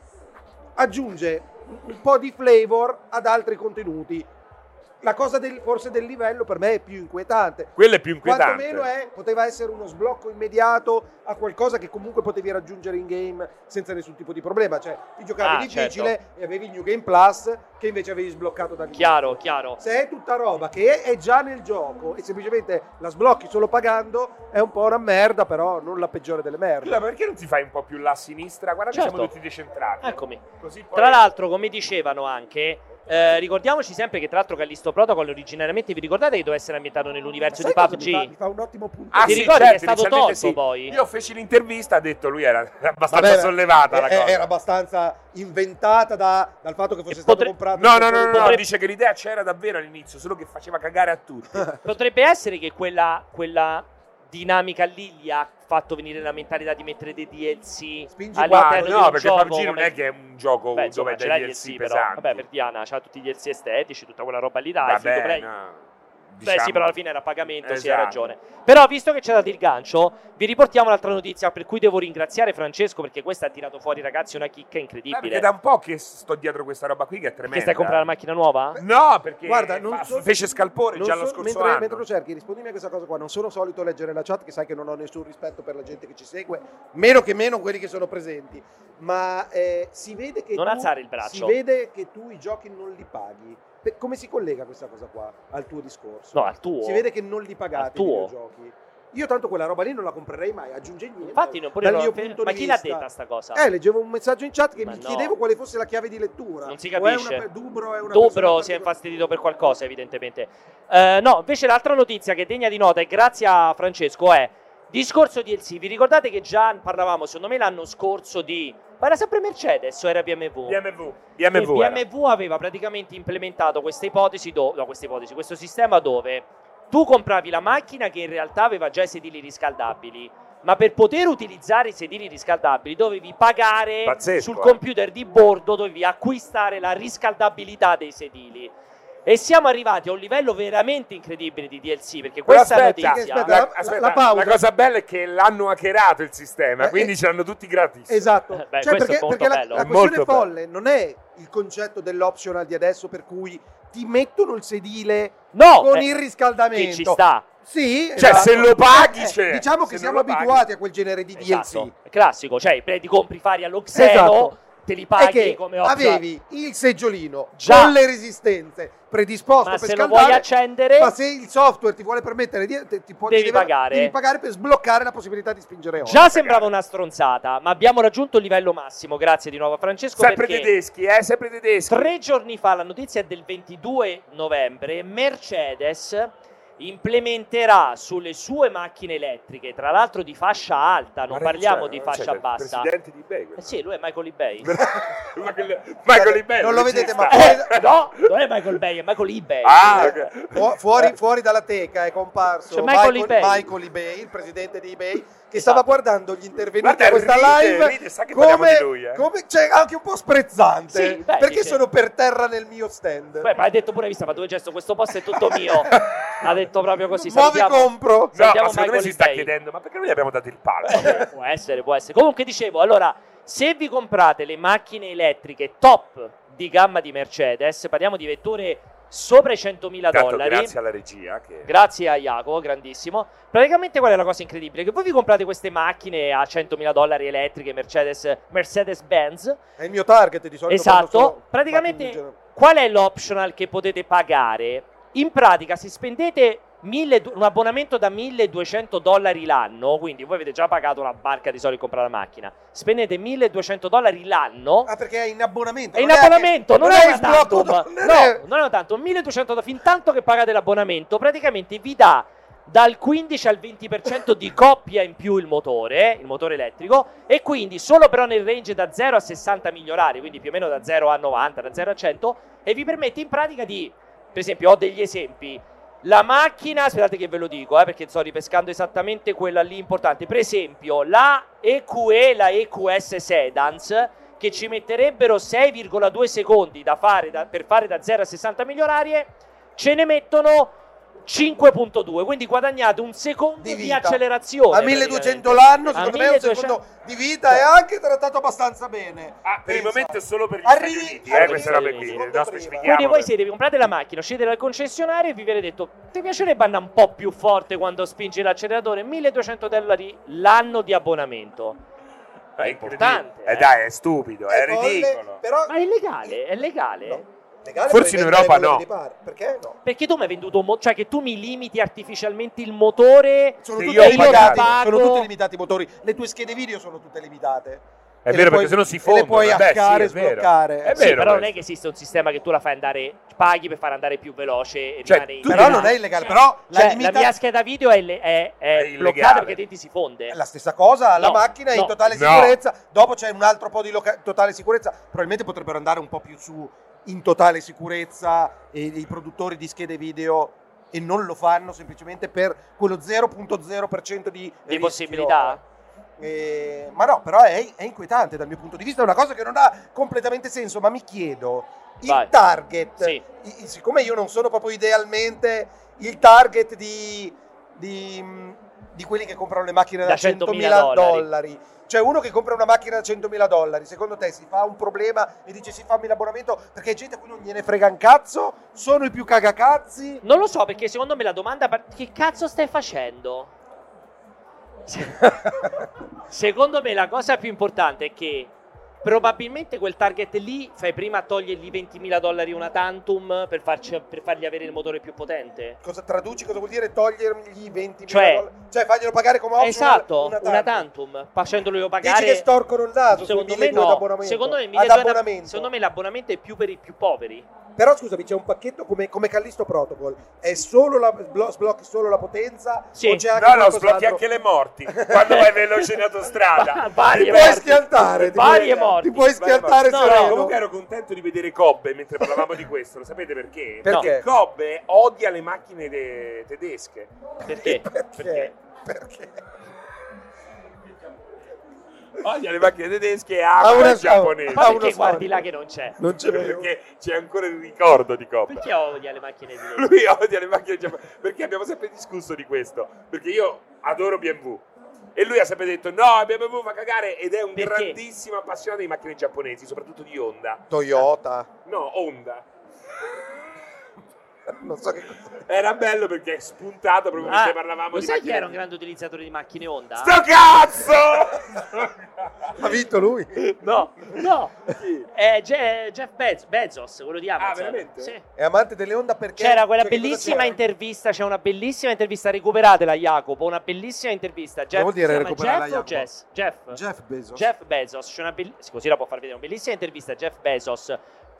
B: aggiunge un po' di flavor ad altri contenuti. La cosa del- forse del livello per me è più inquietante.
C: Quello è più inquietante.
B: Quantomeno è, poteva essere uno sblocco immediato a qualcosa che comunque potevi raggiungere in game senza nessun tipo di problema. Cioè, ti giocavi
A: Ah,
C: certo.
B: difficile e avevi il New Game Plus che invece avevi sbloccato da
A: Chiaro, chiaro.
B: Se è tutta roba che è già nel gioco e semplicemente la sblocchi solo pagando, è un po' una merda, però non la peggiore delle
C: Scusa,
B: merde.
C: ma perché non ti fai un po' più là a sinistra? Guarda
A: Certo.
C: che siamo tutti decentrati.
A: Eccomi.
C: Così poi-
A: Tra l'altro, come dicevano anche, eh, ricordiamoci sempre che tra l'altro Callisto Protocol originariamente vi ricordate che doveva essere ambientato nell'universo
C: cioè,
A: di
B: Sai cosa Mi fa, mi
A: PUBG?
B: fa un ottimo punto.
C: Ah,
A: Ti
C: sì,
A: ricordi che è
C: certo,
A: stato tolto
C: inizialmente sì.
A: poi?
C: Io feci l'intervista, ha detto lui era abbastanza
B: Vabbè,
C: sollevata la
B: eh,
C: cosa.
B: era abbastanza inventata da- dal fatto che fosse
A: E
B: stato
A: potre-
B: comprato.
C: No, no, no, no, no,
A: Potrebbe-
C: dice che l'idea c'era davvero all'inizio, solo che faceva cagare a tutti.
A: Potrebbe essere che quella, quella dinamica lì gli ha fatto venire la mentalità di mettere dei DLC
B: Spingi
C: Ah,
A: all'interno di
C: no,
A: un
C: perché
A: gioco,
C: PUBG non
A: come-
C: è che è un gioco
A: Beh,
C: Oh, dove
A: insomma,
C: c'è
A: ce l'ha
C: DLC
A: DLC, però.
C: pesanti.
A: Vabbè, per Diana c'ha tutti i DLC estetici, tutta quella roba lì, dai.
C: Vabbè,
A: free to play.
C: no. diciamo.
A: Beh sì, però alla fine era a pagamento, sì, hai
C: Esatto.
A: ragione. Però visto che c'è dato il gancio, vi riportiamo un'altra notizia per cui devo ringraziare Francesco perché questa ha tirato fuori ragazzi una chicca
C: Eh,
A: incredibile.
C: perché da un po' che sto dietro questa roba qui che è tremenda.
A: Che stai comprando la macchina nuova?
C: No, perché
B: Guarda, non
C: fa-
B: so-
C: fece scalpore
B: Non
C: già
B: so-
C: lo scorso
B: mentre,
C: anno.
B: mentre lo cerchi, rispondimi a questa cosa qua. Non sono solito leggere la chat, che sai che non ho nessun rispetto per la gente che ci segue, meno che meno quelli che sono presenti. Ma eh, si vede che.
A: Non
B: tu,
A: alzare il braccio.
B: Si vede che tu i giochi non li paghi. Pe- come si collega questa cosa qua al tuo discorso?
A: No, al tuo.
B: Si vede che non li
A: Al
B: pagate i
A: tuo.
B: videogiochi. Io tanto quella roba lì non la comprerei mai, aggiunge niente.
A: Infatti non pure
B: Dal
A: io-
B: mio punto
A: Ma
B: di
A: chi l'ha
B: vista-
A: detta sta cosa?
B: Eh, leggevo un messaggio in chat che
A: Ma
B: mi
A: no.
B: chiedevo quale fosse la chiave di lettura.
A: Non si
B: O è una
A: capisce.
B: per- Dubro è una
A: Dubro
B: persona
A: si è
B: particolare.
A: infastidito per qualcosa, evidentemente. Eh, no, invece l'altra notizia che è degna di nota, e grazie a Francesco, è discorso DLC. Vi ricordate che già parlavamo, secondo me, l'anno scorso di. Ma era sempre Mercedes o era BMW?
C: BMW.
A: Che
C: BMW. era.
A: BMW aveva praticamente implementato questa ipotesi, do- no, questa ipotesi, questo sistema dove tu compravi la macchina che in realtà aveva già i sedili riscaldabili, ma per poter utilizzare i sedili riscaldabili dovevi pagare
C: Pazzesco,
A: sul
C: eh.
A: computer di bordo, dovevi acquistare la riscaldabilità dei sedili. E siamo arrivati a un livello veramente incredibile di DLC, perché
C: Però
A: questa
C: aspetta,
A: notizia...
B: aspetta,
C: la,
B: la-
C: aspetta,
B: la pausa.
C: la cosa bella è che l'hanno hackerato il sistema,
B: Eh,
C: quindi
B: eh,
C: ce l'hanno tutti gratis.
B: Esatto,
A: Eh, Beh, questo
B: cioè
A: è
B: perché,
A: molto
B: perché la,
A: bello.
B: la
C: È
B: questione
C: molto bello.
B: folle non è il concetto dell'optional di adesso per cui ti mettono il sedile
A: No!
B: con
A: eh,
B: il
A: che ci
B: riscaldamento.
A: sta.
B: Sì, esatto.
C: Cioè, se lo paghi, c'è.
B: Diciamo che
C: Se
B: siamo
C: non lo paghi.
B: abituati a quel genere di DLC.
A: Esatto, è classico, cioè pre- ti compri i fari allo Xeno,
B: Esatto.
A: te li
B: È
A: paghi
B: che
A: come option.
B: avevi il seggiolino
A: Già.
B: con le resistenze predisposto
A: ma
B: per
A: se lo
B: scaldare,
A: vuoi accendere
B: ma se il software ti vuole permettere di te- ti può-
A: Devi
B: ti deve-
A: pagare.
B: devi pagare per sbloccare la possibilità di spingere oltre.
A: già sembrava una stronzata ma abbiamo raggiunto il livello massimo grazie di nuovo a Francesco
C: Sempre
A: perché
C: tedeschi, eh, sempre tedeschi.
A: tre giorni fa la notizia è del 22 novembre Mercedes implementerà sulle sue macchine elettriche tra l'altro di fascia alta non
C: Ma
A: parliamo
C: c'è,
A: di
C: non
A: fascia
C: c'è,
A: bassa
C: cioè, Presidente eh, di eBay,
A: eh
C: quello.
A: sì lui è Michael eBay
C: Michael- Michael eBay.
B: Non lo
C: ci
B: vedete,
C: sta.
B: ma-
A: Eh, no non è Michael Bay è Michael eBay
C: Ah, ok.
B: Fu- fuori, fuori dalla teca è comparso
A: C'è Eh. Cioè, Michael
B: Michael,
A: eBay.
B: Michael eBay, il presidente di eBay, che
A: Esatto.
B: stava guardando gli intervenuti
C: Guarda,
B: a questa
C: ride,
B: live
C: ride, sa che parliamo
B: come,
C: di lui, eh.
B: come- cioè, anche un po' sprezzante,
A: Sì, beh,
B: perché
A: dice-
B: sono per terra nel mio stand.
A: Beh, Eh, ma ha detto pure, hai visto, ha fatto un gesto, questo posto è tutto mio. ha detto proprio così.
B: Muovi
A: salutiamo-
B: compro.
C: No,
A: salutiamo
C: ma secondo me
A: Michael
C: si sta
A: Bay. Eh,
C: chiedendo, ma perché non gli abbiamo dato il palo?
A: può essere, può essere. Comunque dicevo, allora, se vi comprate le macchine elettriche top di gamma di Mercedes, parliamo di vetture sopra i 100.000
C: Tanto
A: dollari.
C: Certo, grazie alla regia che...
A: Grazie a Jacopo, grandissimo. Praticamente qual è la cosa incredibile? Che voi vi comprate queste macchine a 100.000 dollari elettriche Mercedes, Mercedes-Benz.
B: È il mio target di solito.
A: Esatto,
B: quando sono-
A: praticamente-
B: in genere-
A: Qual è l'optional che potete pagare? In pratica, se spendete 1000 un abbonamento da 1200 dollari l'anno, quindi voi avete già pagato una barca di soldi per comprare la macchina, spendete 1200 dollari l'anno.
B: Ah, perché è in abbonamento.
A: È in
B: non che-
A: abbonamento, non, è,
B: in
A: una tantum.
B: sblocco, non è-
A: No, non è una tantum. 1200 fin tanto che pagate l'abbonamento, praticamente vi dà dal 15 al 20% di coppia in più il motore, il motore elettrico, e quindi solo però nel range da 0 a 60 migli orari, quindi più o meno da 0 a 90, da 0 a 100, e vi permette in pratica di, per esempio, ho degli esempi. La macchina, aspettate che ve lo dico, eh, perché sto ripescando esattamente quella lì importante. Per esempio, la EQE, la EQS Sedans, che ci metterebbero 6,2 secondi da fare da- per fare da 0 a 60 miglia orarie, ce ne mettono 5,2. Quindi guadagnate un secondo di,
B: Di vita.
A: accelerazione.
B: A 1200
A: praticamente.
B: l'anno,
A: A
B: secondo me è un
A: 1200
B: secondo di vita e anche trattato abbastanza bene.
C: Ah, per il
B: Pensa.
C: momento è solo per gli
B: Arrivi-
C: Stati Uniti, eh,
B: arrivi-
C: queste robe qui,
A: secondo
C: no,
B: prima.
C: specifichiamo.
A: Quindi voi siete, vi comprate la macchina, scendete dal concessionario e vi viene detto ti piacerebbe andare un po' più forte quando spingi l'acceleratore? 1200 dollari l'anno di abbonamento.
C: È
A: importante,
C: incredibile. Eh
A: eh.
C: dai, è stupido, è, ridicolo.
B: Folle, però
A: Ma è legale, è legale.
B: No. Legale
C: Forse
B: puoi
C: in
B: vendere
C: Europa
B: quello
C: no.
B: che ti pare. Perché no?
A: Perché tu mi hai venduto un mo- cioè che tu mi limiti artificialmente il motore
B: Sono
C: Se
B: tutti,
C: io ho
B: limitati,
A: pagato-
B: sono tutti limitati i motori. Le tue schede video sono tutte limitate.
C: È
B: E le puoi-
C: vero, perché sennò si
B: e
C: fondono.
B: Le puoi
C: eh beh, sì,
B: hackare,
C: è vero.
B: sbloccare.
C: È
A: Sì,
C: vero
A: però non è
C: questo.
A: che esiste un sistema che tu la fai andare, paghi per far andare più veloce e
C: Cioè,
A: rimane in
C: tu-
B: Però
A: grado.
B: non è illegale. Però la
A: Cioè,
B: limita-
A: la mia scheda video è, le- è- è
C: È
A: bloccata
C: illegale.
A: perché dentro si fonde.
B: è la stessa cosa, la
A: No,
B: macchina è
A: no,
B: in totale
C: no.
B: sicurezza, dopo c'è un altro po' di loca- totale sicurezza, probabilmente potrebbero andare un po' più su in totale sicurezza e i produttori di schede video e non lo fanno semplicemente per quello 0.0% di,
A: di
B: rischio.
A: possibilità?
B: Eh, ma no, però è, è inquietante dal mio punto di vista, è una cosa che non ha completamente senso, ma mi chiedo, il
A: Vai.
B: target,
A: Sì.
B: i- i- siccome io non sono proprio idealmente il target di, di- di quelli che comprano le macchine da,
A: Da
B: 100.000
A: 100.000
B: dollari, cioè uno che compra una macchina da 100.000 dollari, secondo te si fa un problema e dice si fammi l'abbonamento perché è gente a cui non gliene frega un cazzo, sono i più cagacazzi?
A: Non lo so perché secondo me la domanda par- che cazzo stai facendo? Se- secondo me la cosa più importante è che probabilmente quel target lì fai prima a togliergli 20.000 dollari una tantum per, farci- per fargli avere il motore più potente.
B: Cosa traduci? Cosa vuol dire togliergli 20.000
A: Cioè-
B: dollari? Cioè farglielo pagare come option
A: esatto,
B: una,
A: una,
B: tanto.
A: tantum, facendolo pagare
B: Dici che storcono il naso
A: Secondo
B: sul
A: me
B: 1.200
A: no,
B: abbonamento.
A: secondo me, il
B: Ad
A: 1.200
B: abbonamento.
A: secondo me l'abbonamento è più per i più poveri.
B: Però scusami, c'è un pacchetto come, come Callisto Protocol. È solo la, sblo- sblocchi solo la potenza?
A: Sì.
B: O c'è anche
C: No, no,
B: qualcos'altro?
C: sblocchi anche le morti quando vai veloce in autostrada.
A: Varie
B: Ti puoi
A: morti.
B: schiantare. ti
A: Varie
B: puoi-
A: morti.
B: Ti puoi
C: Varie
A: morti.
B: schiantare
A: No,
B: sereno.
A: no,
C: Comunque ero contento di vedere Cobbe mentre parlavamo di questo, lo sapete perché?
B: Perché?
C: Cobbe odia le macchine de- tedesche.
A: Perché?
B: Perché? Perché?
C: Odia le macchine tedesche e
B: Ha
C: ama
B: una-
C: i giapponesi.
A: Ma
B: Ha uno
A: perché guardi
B: storico.
A: là che non c'è?
B: Non c'è più.
C: Perché c'è ancora il ricordo di Cobbe.
A: Perché odia le macchine di Lego?
C: Lui odia le macchine giapponesi. Perché abbiamo sempre discusso di questo? Perché io adoro BMW. E lui ha sempre detto: No, BMW fa cagare. Ed è un
A: Perché?
C: grandissimo appassionato di macchine giapponesi, soprattutto di Honda.
B: Toyota.
C: No, Honda.
B: Non so che cosa.
C: Era bello perché è spuntato proprio
A: Ah,
C: mentre parlavamo
A: lo
C: di
A: sai chi
C: macchine.
A: era un grande utilizzatore di macchine Honda?
C: Sto cazzo!
B: Ha vinto lui.
A: No, no,
C: Chi?
A: è Je- Jeff Bez- Bezos, quello di Amazon.
C: Ah, veramente?
A: Sì.
B: È amante delle Honda perché...
A: C'era quella
B: cioè, che cosa
A: bellissima
B: c'era?
A: intervista, c'è una bellissima intervista, recuperatela Jacopo, una bellissima intervista. Jeff,
B: vuol dire
A: si chiama
B: recuperarla,
A: Jeff o
B: Jacopo?
A: Jess? Jeff.
B: Jeff Bezos.
A: Jeff Bezos, c'è una bell- così la può far vedere, una bellissima intervista a Jeff Bezos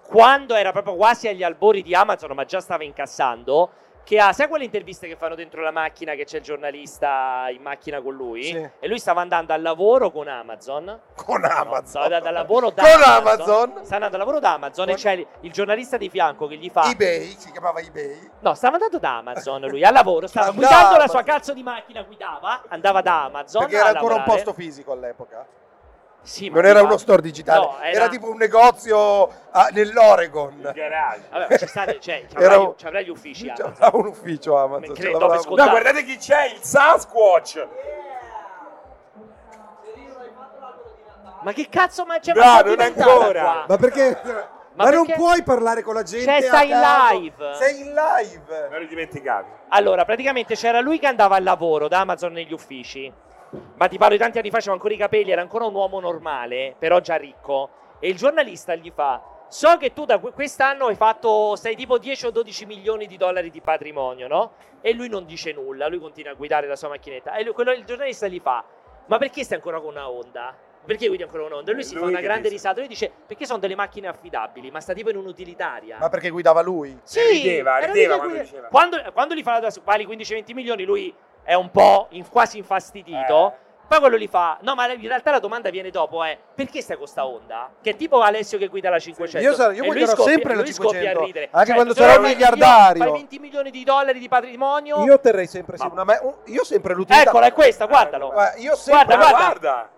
A: quando era proprio quasi agli albori di Amazon, ma già stava incassando. Che ha, sai quelle interviste che fanno dentro la macchina che c'è il giornalista in macchina con lui?
B: Sì.
A: E lui stava andando al lavoro con Amazon.
B: Con
A: No,
B: Amazon.
A: stava andando al lavoro da
B: Con
A: Amazon.
B: Amazon.
A: Stava andando al lavoro da Amazon e
B: Con-
A: c'è il, il giornalista di fianco che gli fa.
B: eBay, si chiamava eBay.
A: No, stava andando da Amazon lui al lavoro, stava
B: Andava
A: guidando la sua
B: Amazon.
A: cazzo di macchina, guidava, andava da Amazon.
B: Perché era
A: a
B: ancora un
A: lavorare.
B: posto fisico all'epoca.
A: Sì, ma
B: Non era
A: guidava-
B: uno store digitale,
A: No,
B: era... tipo un negozio ah,
C: Il
B: nell'Oregon.
C: garage.
A: Vabbè, ma ci sta- cioè, ci
B: Era
A: avrà,
B: un-
A: gli- ci avrà gli uffici Amazon.
B: C'era un ufficio
A: Me credo,
B: Amazon. ce l'avevamo.
A: per scontare.
C: No, guardate chi c'è, il Sasquatch!
A: Ma che cazzo ma c'è
C: No,
A: ma
C: non
A: di
C: ancora.
A: qua?
F: Ma perché? Ma, non
A: perché-
F: puoi parlare con la gente.
A: Cioè,
F: a
A: stai in
F: caso.
A: live.
B: Sei in live.
C: Me lo dimenticavo.
A: Allora, praticamente c'era lui che andava al lavoro da Amazon negli uffici. Ma ti parlo di tanti anni fa, c'aveva ancora i capelli, era ancora un uomo normale, però già ricco. E il giornalista gli fa: So che tu da que- quest'anno hai fatto, sei tipo 10 o 12 milioni di dollari di patrimonio, no? E lui non dice nulla, lui continua a guidare la sua macchinetta. E lui- quello- il giornalista gli fa: Ma perché stai ancora con una Honda? Perché guidi ancora una Honda? E lui si
C: Lui
A: fa una
C: che
A: grande
C: dice.
A: risata. Lui dice: Perché sono delle macchine affidabili, ma sta tipo in un'utilitaria.
B: Ma perché guidava lui?
A: Sì,
C: Rideva,
A: era
C: rideva
A: lui che
C: quando
A: guida-
C: diceva.
A: Quando, quando gli fa la pari 15-20 milioni, lui è un po' in- quasi infastidito.
B: Eh.
C: Eh.
A: Poi quello gli fa: No, ma in realtà la domanda viene dopo: è perché stai con sta onda? Che è tipo Alessio che guida la 500.
B: Io sarò- io
A: E lui
B: guiderò
A: scoppia-
B: sempre la
A: lui scoppia
B: 500,
A: a ridere.
B: anche
A: Cioè,
B: quando
A: se
B: sarò
A: tu fai-
B: miliardario.
A: io Fai 20 milioni di dollari di patrimonio.
B: Io Eh, terrei sempre
A: Ma-
B: su una. ma- un- Io sempre l'utilità.
A: Eccola, è questa, guardalo.
B: Guarda, io sempre.
A: Eh, Guarda,
C: Ma
A: guarda.
C: guarda!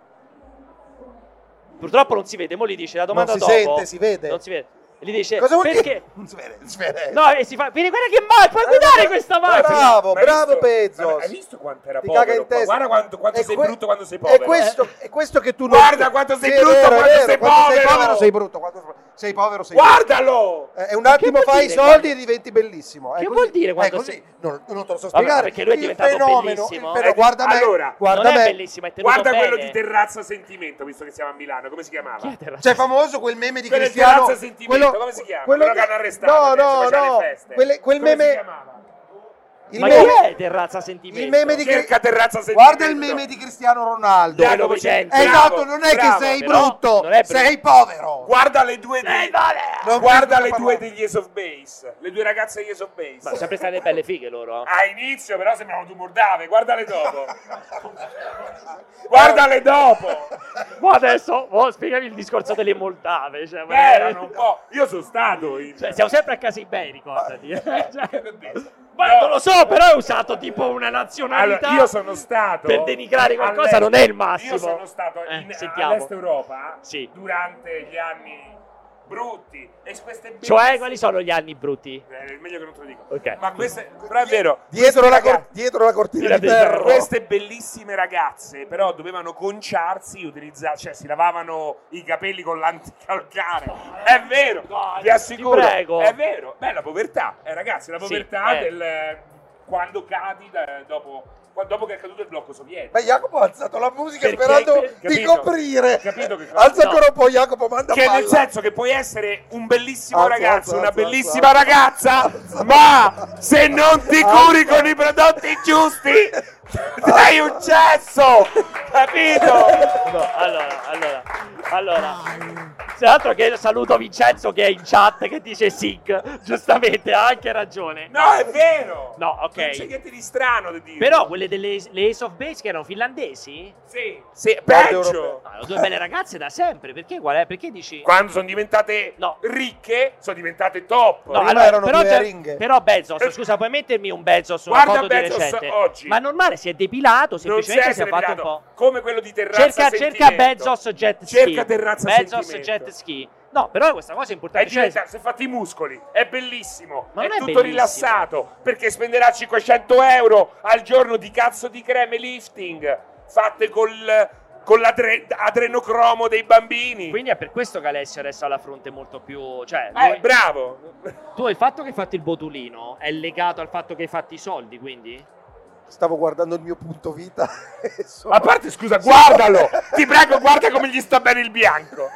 C: Purtroppo
A: Purtroppo non si vede, mo gli dice la domanda
B: Non si
A: dopo.
B: sente, si vede.
A: Non si vede. Gli dice:
B: Cosa vuol
A: Perché?
B: dire? Non si vede, non eh. si vede.
A: No, e si fa. Vieni, guarda che macchina, puoi guidare questa macchina.
B: Bravo,
C: Ma hai
B: bravo
C: visto-
B: Bezos.
C: Ma Hai visto quanto era
B: Ti caga
C: povero?
B: in testa.
C: Guarda quanto, quanto
B: È
C: sei
B: que-
C: brutto quando sei
B: È
C: povero.
B: questo, è questo che tu non.
C: Guarda quanto sei
B: Sì, è
C: brutto,
B: vero, è
C: quanto
B: vero.
C: sei
B: Quando sei
C: povero.
B: povero sei brutto. Quando sei povero sei brutto.
C: Guardalo!
B: Eh, un attimo
A: che vuol
B: fai i
A: dire
B: soldi
A: quando-
B: e diventi bellissimo. È
A: Che
B: così.
A: vuol dire quando
B: È così.
A: sei-
B: Non, non te lo so
A: Vabbè,
B: spiegare.
A: perché lui è
B: Il
A: diventato
B: fenomeno,
A: bellissimo.
B: il
A: Eh,
B: fenomeno- guarda me.
C: allora,
B: guarda
A: non
B: me.
A: è bellissimo, è tenuto
C: Guarda
A: bene.
C: quello di Terrazza Sentimento, visto che siamo a Milano, come si chiamava?
A: Chi è Terrazzo?
B: Cioè, famoso quel meme di
C: Quello di
B: Cristiano.
C: Terrazza Sentimento, come si chiama? Quello che hanno arrestato adesso,
B: No, no,
C: faceva le
B: no.
C: feste.
B: Quelle- quel
C: Come si
B: meme-
C: chiamava?
B: Il
A: Ma
B: meme,
A: chi è Terrazza Sentimento?
B: il meme di
C: Cerca Terrazza Sentimento.
B: Guarda il meme di Cristiano Ronaldo.
A: Dai,
C: Jacopo,
A: Novecento.
C: bravo,
B: esatto, non è
C: bravo,
B: che sei
A: però
B: brutto,
A: non è brutto.
B: sei povero.
C: Guarda le due di-
A: Sei povero!
B: Non
C: Guarda
B: credo
C: le
B: che
C: due
B: parla-
C: degli Ace of Base, le due ragazze degli Ace of Base.
A: Ma sono sempre state belle fighe loro. eh.
C: A inizio però sembravano due mordave, guardale dopo. guardale dopo.
A: Ma adesso oh, spiegami il discorso delle Moldave.
C: Eh,
A: Cioè,
C: Beh, erano un po'. Io sono stato in
A: Cioè, siamo sempre a casa Ibei, ricordati.
C: Eh,
A: Cioè, Ma
C: No.
A: non lo so, però è usato tipo una nazionalità.
C: Allora, io sono stato
A: per denigrare qualcosa
C: all'estero.
A: non è il massimo.
C: Io sono stato
A: Eh,
C: in
A: sentiamo.
C: all'est Europa
A: Sì.
C: durante gli anni brutti e queste
A: Cioè,
C: bellissime-
A: quali sono gli anni brutti?
C: Eh, meglio che non te lo dico.
A: Ok.
C: Ma queste però è vero.
B: Dietro la,
C: queste
B: cor-
C: ragazze-
B: dietro la cortina
A: Tira
B: di
A: del ferro.
B: ferro.
C: queste bellissime ragazze però dovevano conciarsi utilizzare cioè si lavavano i capelli con l'anticalcare è vero
A: Dai,
C: vi assicuro
A: ti prego.
C: è vero beh la povertà eh, ragazzi la
A: Sì,
C: povertà
A: eh.
C: del eh, quando cadi da- dopo qua- dopo che è caduto il blocco sovietico
B: Ma Jacopo ha alzato la musica
A: Perché-
B: sperando
A: capito,
B: di coprire.
C: capito che cosa-
B: Alza
A: no.
B: ancora un po', Jacopo, manda
C: che
B: palla.
C: nel senso che puoi essere un bellissimo
B: Alza,
C: ragazzo,
B: alza,
C: una
B: alza,
C: bellissima
B: alza.
C: ragazza,
B: Alza.
C: ma se non ti
B: Alza.
C: curi con i prodotti giusti, sei un cesso, capito?
A: No, allora, allora, allora. Tra l'altro che saluto Vincenzo che è in chat che dice SIG, giustamente ha anche ragione.
C: No, è vero.
A: No, ok.
C: Non c'è niente di strano da dire.
A: Però quelle delle le Ace of Base che erano finlandesi?
C: sì, sì,
B: europeo.
C: peggio.
A: No, erano due belle ragazze da sempre, perché qual è? Perché dici?
C: Quando sono diventate
A: No.
C: ricche, sono diventate top.
A: No,
B: Prima erano due
A: già-
B: ringhe.
A: però Bezos, scusa, puoi mettermi un Bezos una
C: Eh, Guarda
A: foto di
C: Bezos
A: recente?
C: oggi.
A: Ma normale si è depilato,
C: non
A: semplicemente
C: c'è
A: si è fatto un po'.
C: come quello di terrazza
A: Cerca, cerca
C: Sentimento.
A: Bezos jet ski.
C: Cerca terrazza
A: Bezos
C: Sentimento.
A: jet ski. No, però questa cosa è
C: È
A: importante. cioè-
C: diventa, si è fatti i muscoli, è bellissimo,
A: Ma
C: è
A: non è
C: tutto
A: bellissimo.
C: rilassato, perché spenderà 500 euro al giorno di cazzo di creme lifting, fatte col, con l'adrenocromo dei bambini.
A: Quindi è per questo che Alessio adesso ha la fronte molto più. Cioè,
C: Eh, bravo!
A: tu il fatto che hai fatto il botulino è legato al fatto che hai fatto i soldi, quindi?
B: Stavo guardando il mio punto vita. e sono-
C: A parte, scusa, guardalo! Ti prego, guarda come gli sta bene il bianco!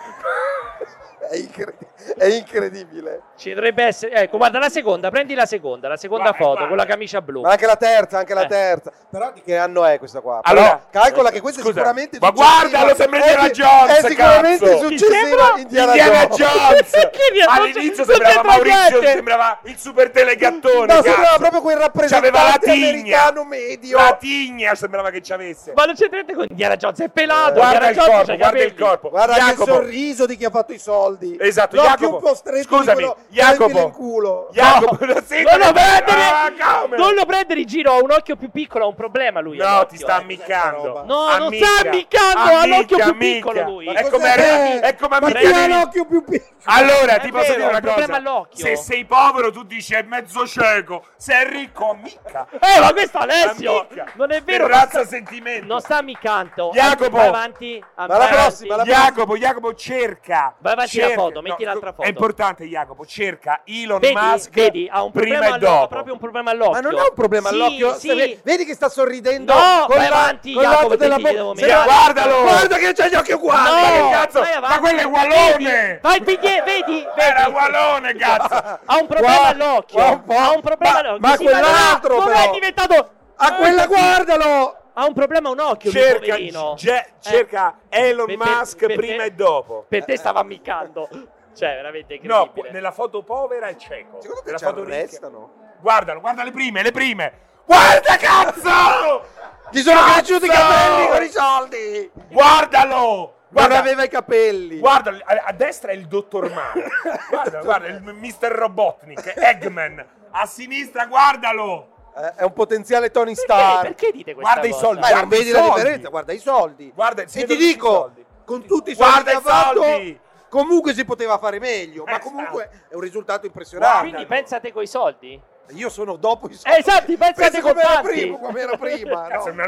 B: È, incredi- è incredibile.
A: Ci dovrebbe essere. Ecco, guarda la seconda, prendi la seconda, la seconda
C: Guarda,
A: foto
C: guarda.
A: con la camicia blu.
B: Ma anche la terza, anche la
A: Eh.
B: terza. Però di che anno è questa qua?
C: Allora, eh,
B: Però calcola che questa
C: scusa,
B: è sicuramente
C: ma
B: successiva.
C: guardalo, sembra Indiana
B: È si-
C: Jones,
B: È sicuramente
C: cazzo.
A: Ti
B: successiva
A: sembra?
B: Indiana,
C: Indiana Jones!
A: Che mi ha-
C: All'inizio
A: non
C: sembrava
A: c'entra
C: Maurizio,
A: niente.
C: sembrava il super telegattone.
B: No, sembrava
C: cazzo.
B: proprio quel
C: C'aveva la
B: rappresentante
C: tigna.
B: americano medio.
C: La tigna sembrava che ci avesse.
A: Ma non c'è niente con Indiana Jones, è pelato.
C: Guarda
A: Indiana
C: il
A: Jones c'ha
C: corpo,
A: i
C: guarda il
A: capelli.
C: corpo.
B: Guarda anche il
C: Jacopo,
B: sorriso di chi ha fatto i soldi.
C: Esatto,
B: L'occhio
C: Jacopo.
B: un po' stretto
C: Scusami,
B: dicono,
C: Jacopo.
B: "Prendimi in culo.
C: Jacopo,
A: No,
C: lo sento
A: non lo
C: che-
A: prendere,
C: Ah, come?
A: non lo prendere in giro, ha un occhio più piccolo, ha un problema lui.
C: No,
A: all'occhio,
C: ti sta
A: eh.
C: ammiccando.
A: No, non sta ammiccando, ha l'occhio più piccolo lui.
C: È
B: Ma
C: come,
B: cos'è? Eh,
C: è come
B: Ma chi
C: ammiccare-
B: ha l'occhio più piccolo?
C: Allora,
A: È
C: ti
A: vero,
C: posso dire
A: è un
C: una
A: problema
C: cosa.
A: all'occhio.
C: Se sei povero, tu dici è mezzo cieco. Se è ricco, ammicca.
A: Eh, ma questo Alessio!
C: Ammicca.
A: Non è vero!
C: Terrazza
A: non sta-
C: sentimento.
A: Non sta ammiccando!
C: Jacopo.
A: Vai avanti!
B: la
A: vai avanti.
B: prossima, la
C: Jacopo, Jacopo cerca.
A: Vai avanti la
C: cerca-
A: foto, metti l'altra foto.
C: È importante, Jacopo. Cerca Elon
A: Vedi,
C: Musk.
A: vedi, ha un
C: prima
A: problema
C: e
A: all'occhio,
C: dopo.
A: ha proprio un problema all'occhio.
B: Ma non ha un problema
A: Sì,
B: all'occhio.
A: sì.
B: Se ve- Vedi che sta sorridendo.
A: No,
B: con
A: vai
B: la-
A: avanti,
B: con l'occhio
A: Jacopo,
B: della
A: perché gli devo
B: se
A: mettere-
B: la-
C: Guardalo!
B: Guarda che c'ha gli occhi uguali.
A: No,
C: Ma che cazzo?
A: vai avanti.
C: Ma quello è Wallone!
A: Vai il piglie, vedi? vedi?
C: Era Wallone, cazzo!
A: Ha un problema
B: Guarda,
A: all'occhio.
B: guarda un po'.
A: ha un problema
B: Ma-
A: all'occhio.
B: ma
A: Sì, non ha-
B: quell'altro,
A: non
B: però.
A: è diventato Eh,
B: A quella guardalo.
A: Ha un problema a un occhio, lui,
C: Cerca,
A: poverino.
C: ge-
A: Eh.
C: cerca Elon
A: Per- per-
C: Musk
A: per-
C: prima
A: per-
C: e dopo.
A: Per te stava ammiccando. Cioè, veramente
C: No,
A: incredibile.
C: nella foto povera è cieco.
B: Secondo te
C: nella
B: ci
C: foto ricca-
B: arrestano?
C: Guardalo, guarda le prime, le prime. Guarda cazzo!
B: Gli sono
C: Cazzo!
B: cresciuti i capelli con i soldi.
C: Guardalo!
B: Non
C: Guarda,
B: aveva i capelli.
C: guarda, a, a destra è il dottor Mario. guarda, guarda, il Mr. Robotnik, Eggman. A sinistra, guardalo!
B: Eh, È un potenziale Tony
A: perché,
B: Stark.
A: perché dite questa
C: Guarda i
A: cosa?
C: soldi.
B: Ma non
C: Guarda i
B: vedi la
C: soldi.
B: differenza, guarda i soldi.
C: Guarda, si
B: e ti
C: vedono tutti i
B: dico,
C: soldi.
B: con tutti i soldi
C: Guarda
B: che
C: i
B: ha fatto,
C: soldi.
B: comunque si poteva fare meglio, ma
C: Esatto.
B: comunque è un risultato impressionante.
A: Quindi pensate coi soldi?
B: Io sono dopo i soldi.
A: Eh, esatto, pensate
B: Penso
A: coi
B: come era
A: fatti.
B: prima, come era prima. Ah, no?
C: Cazzo, è una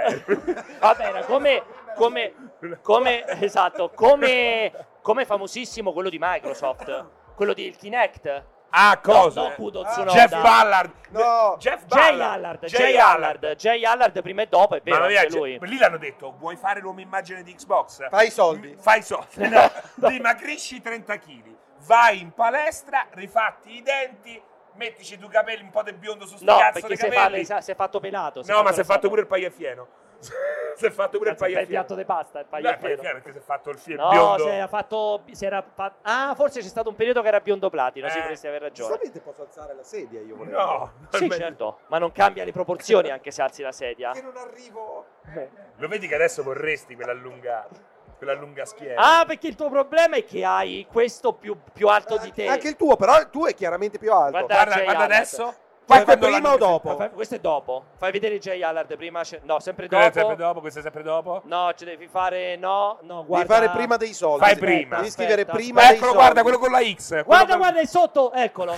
C: eh.
A: Vabbè, era come, come, come, esatto, come, come famosissimo quello di Microsoft, quello di il Kinect.
C: Ah, cosa?
A: No, no, Kudo Tsunoda.
C: Jeff Ballard.
B: No.
C: Jeff
A: Jay
C: Ballard.
A: Allard, Jay Allard, Jay Allard prima e dopo, è
C: Ma
A: vero, anche
C: via,
A: lui.
C: cioè, lì l'hanno detto, vuoi fare l'uomo immagine di Xbox?
B: Fai i soldi.
C: Mm, Fai i soldi. No, dimagrisci 30 kg, vai in palestra, rifatti i denti, mettici due capelli, un po' di biondo su sti
A: No,
C: cazzo
A: perché
C: di
A: si è, fatto,
C: capelli.
A: sa- si è fatto pelato.
C: no, ma si
A: si
C: è fatto pure il pagliafieno. si è fatto pure il
A: il
C: pagliafieno.
A: piatto di pasta, il
C: No, il
A: pagliafiero.
C: pagliafiero perché si è fatto il fio
A: No,
C: biondo.
A: si era fatto, si era fa- Ah, forse c'è stato un periodo che era biondo platino, sì,
C: Eh.
A: potresti aver ragione.
B: Giustamente posso alzare la sedia io volevo.
C: No,
A: Sì,
C: almeno-
A: certo, ma non cambia le proporzioni anche se alzi la sedia.
B: Che non arrivo.
C: Lo vedi che adesso vorresti quella lunga, quella lunga schiena.
A: Ah, perché il tuo problema è che hai questo più, più alto di te.
B: Anche il tuo, però il tuo è chiaramente più alto.
A: Guarda-
C: guarda,
A: Jay
C: guarda
A: Allard.
C: adesso.
D: Questo è
C: quando
D: prima
C: l'hanno-
D: o dopo?
A: Ah, Fai- Questo è dopo. Fai vedere Jay Allard prima. c'è- No, sempre
C: Quello è sempre
A: dopo.
C: dopo, questo è sempre dopo.
A: No, ce devi fare. No, no,
B: Devi
A: guarda.
B: fare prima dei soldi.
C: Fai
B: Devi-
C: prima.
B: Devi scrivere
A: Aspetta,
B: prima
C: Ma
B: dei
C: eccolo,
B: soldi.
C: guarda, quello con la X. quello
A: Guarda,
C: con-
A: guarda, è sotto. Eccolo.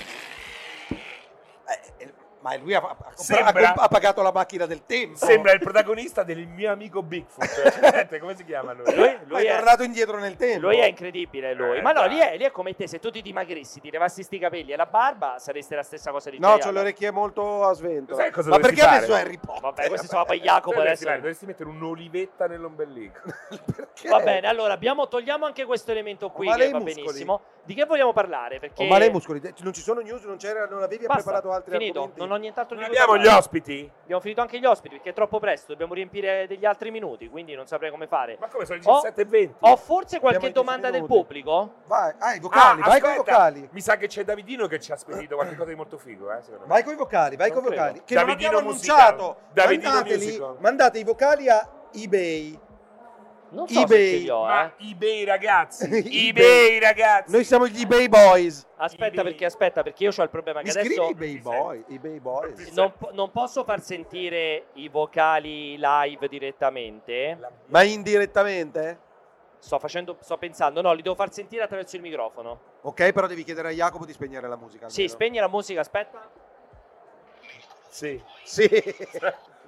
B: Eh, eh, ma lui ha, ha compra-
C: Sembra-
B: ha comp- ha pagato la macchina del tempo.
C: Sembra il protagonista del mio amico Bigfoot. Senti, come si chiama lui?
A: Lui,
B: Ma
A: lui
B: è
A: è,
B: tornato indietro nel tempo.
A: lui è incredibile, lui.
C: Eh,
A: Ma no,
C: dai.
A: lì è, lì è come te. Se tu ti dimagrissi, ti levassi sti capelli e la barba, saresti la stessa cosa di
B: No,
A: Jay
B: c'ho le
A: Allard.
B: orecchie Eh, molto a svento.
C: Sai cosa
B: Ma
C: dovresti
B: perché ha
C: fare?
B: messo Harry Potter?
A: Vabbè, questo sono poi Jacopo
C: dovresti,
A: adesso.
C: fare- dovresti mettere un'olivetta nell'ombelico.
B: Perché?
A: Va bene, allora abbiamo- togliamo anche questo elemento qui
B: male
A: che
B: ai
A: va
B: muscoli.
A: benissimo. Di che vogliamo parlare? Perché
B: Ho male ai muscoli. Non ci sono news, non, c'era, non avevi
A: Basta,
B: preparato altri
A: finito.
B: argomenti.
A: Non ho nient'altro
C: Non
A: di cui
C: abbiamo gli
A: parlare.
C: ospiti?
A: Abbiamo finito anche gli ospiti perché è troppo presto, dobbiamo riempire degli altri minuti, quindi non saprei come fare.
C: Ma come sono le
A: Oh,
C: 17.20?
A: Ho forse qualche
B: Abbiamo 10
A: domanda del
B: minuti.
A: pubblico?
B: Vai, ah, i vocali, vai con i
C: aspetta,
B: vocali.
C: Mi sa che c'è Davidino che ci ha spedito qualcosa di molto figo, eh, secondo me.
B: Vai con i vocali, vai
A: Non
B: con i vocali.
A: credo.
B: Che non
C: Davidino
B: abbiamo
C: musical.
B: annunciato.
C: Davidino
B: Mandateli-
C: musical.
B: mandate i vocali a eBay.
A: Non so
B: eBay,
A: se ce li ho,
C: Ma
A: eh.
C: eBay ragazzi,
B: eBay.
C: eBay ragazzi.
B: Noi siamo gli eBay Boys.
A: Aspetta
C: eBay.
A: perché aspetta perché io ho il problema
B: Mi
A: che
B: scrivi
A: adesso
B: eBay Boy, eBay Boys.
A: non, po- non posso far sentire i vocali live direttamente.
B: Ma indirettamente?
A: Sto facendo sto pensando, no, li devo far sentire attraverso il microfono.
B: Ok, però devi chiedere a Jacopo di spegnere la musica.
A: Sì,
B: almeno.
A: spegni la musica, aspetta.
C: Sì.
B: Sì.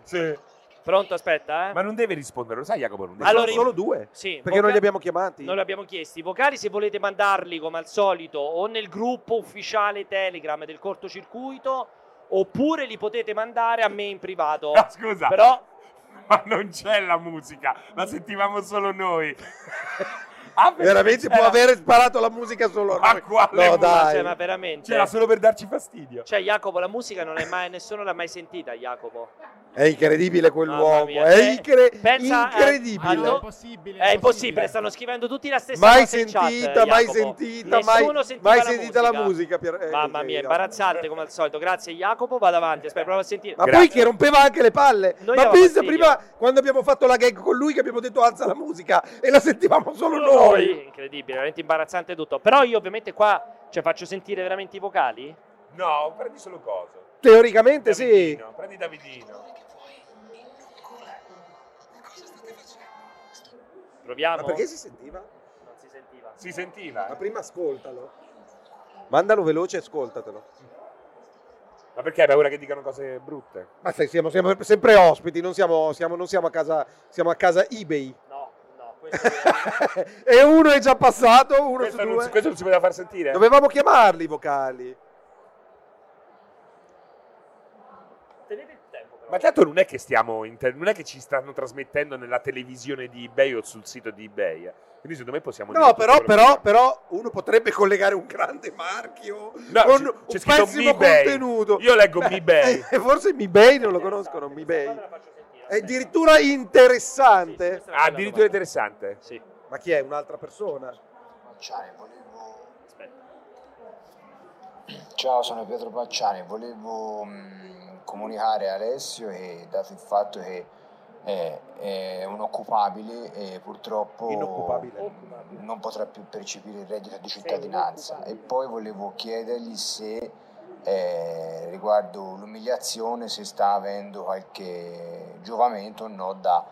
C: sì.
A: Pronto, aspetta, eh.
C: Ma non deve rispondere, lo sai Jacopo? Non deve
A: Allora,
C: rispondere.
B: Solo due.
A: Sì,
B: Perché non
A: voca-
B: li abbiamo chiamati.
A: Non li abbiamo chiesti. I vocali, se volete mandarli come al solito o nel gruppo ufficiale Telegram del cortocircuito, oppure li potete mandare a me in privato.
C: Ah, scusa,
A: Però
C: ma non c'è la musica, la sentivamo solo noi. Ah, perché
B: Veramente può
C: c'era-
B: aver sparato la musica solo a
C: Ma
B: noi.
C: quale
B: No,
C: musica?
A: ma, cioè,
B: dai.
A: ma veramente.
C: C'era solo per darci fastidio.
A: Cioè, Jacopo, la musica non è mai. nessuno l'ha mai sentita, Jacopo.
B: È incredibile
A: Mamma
B: quell'uomo.
A: mia,
B: È
A: eh,
B: incre-
A: pensa, eh,
B: incredibile.
A: Ah, no?
G: è impossibile.
A: È impossibile, stanno scrivendo tutti la stessa
B: mai
A: cosa in
B: sentita,
A: chat,
B: mai
A: Jacopo.
B: sentita, mai,
A: Nessuno sentiva
B: mai
A: la
B: sentita la musica. Pier- eh,
A: Mamma
B: eh,
A: mia,
B: no.
A: imbarazzante come al solito. Grazie, Jacopo. Vado avanti, aspetta, prova a sentire.
B: eh, Ma
C: Grazie.
B: poi che rompeva anche le palle.
A: Noi
B: Ma
A: avevamo
B: pensa
A: fastidio.
B: prima quando abbiamo fatto la gag con lui che abbiamo detto alza la musica e la sentivamo solo noi.
A: Noi, Incredibile, veramente imbarazzante tutto. Però io ovviamente qua cioè, faccio sentire veramente i vocali.
C: No, prendi solo coso.
B: Teoricamente sì.
C: Davidino, Prendi Davidino.
A: Proviamo.
B: Ma perché si sentiva?
A: Non si sentiva.
C: Si sentiva?
B: Ma
C: eh?
B: prima ascoltalo. Mandalo veloce e ascoltatelo.
C: Ma perché hai paura che dicano cose brutte?
B: Ma sai, Ah, siamo, siamo sempre ospiti, non siamo, siamo- non siamo a casa, siamo a casa eBay.
A: No, no, questo è-
B: e uno è già passato, uno
C: Questo
B: su
C: non, si-
B: due.
C: questo non si poteva far sentire?
B: Dovevamo chiamarli i vocali.
A: Tenete il tempo però.
C: Ma tanto non è che stiamo in te- non è che ci stanno trasmettendo nella televisione di eBay o sul sito di eBay. eh. Quindi secondo me possiamo dire
B: No,
C: tutto
B: però,
C: quello che
B: però,
C: vogliamo.
B: però uno potrebbe collegare un grande marchio
C: No,
B: con
C: c'è- c'è
B: un
C: scritto
B: pessimo
C: MiBay.
B: contenuto.
C: Io leggo
B: Beh,
C: MiBay.
B: eh, forse MiBay non lo conoscono,
A: Questa
B: MiBay.
A: qua te la faccio sentire,
B: È
A: aspetta.
B: addirittura
A: Sì, sì, questa è
B: interessante.
A: una
C: Ah,
A: bella domanda.
C: addirittura interessante.
A: Sì,
B: Ma chi è? Un'altra persona?
H: Bacciani, volevo...
A: aspetta.
H: Ciao, sono Pietro Bacciani, volevo mh, comunicare a Alessio che dato il fatto che è, è un occupabile e purtroppo
B: Inoccupabile.
H: mh, non potrà più percepire il reddito di cittadinanza e poi volevo chiedergli se eh, riguardo l'umiliazione se sta avendo qualche giovamento o no da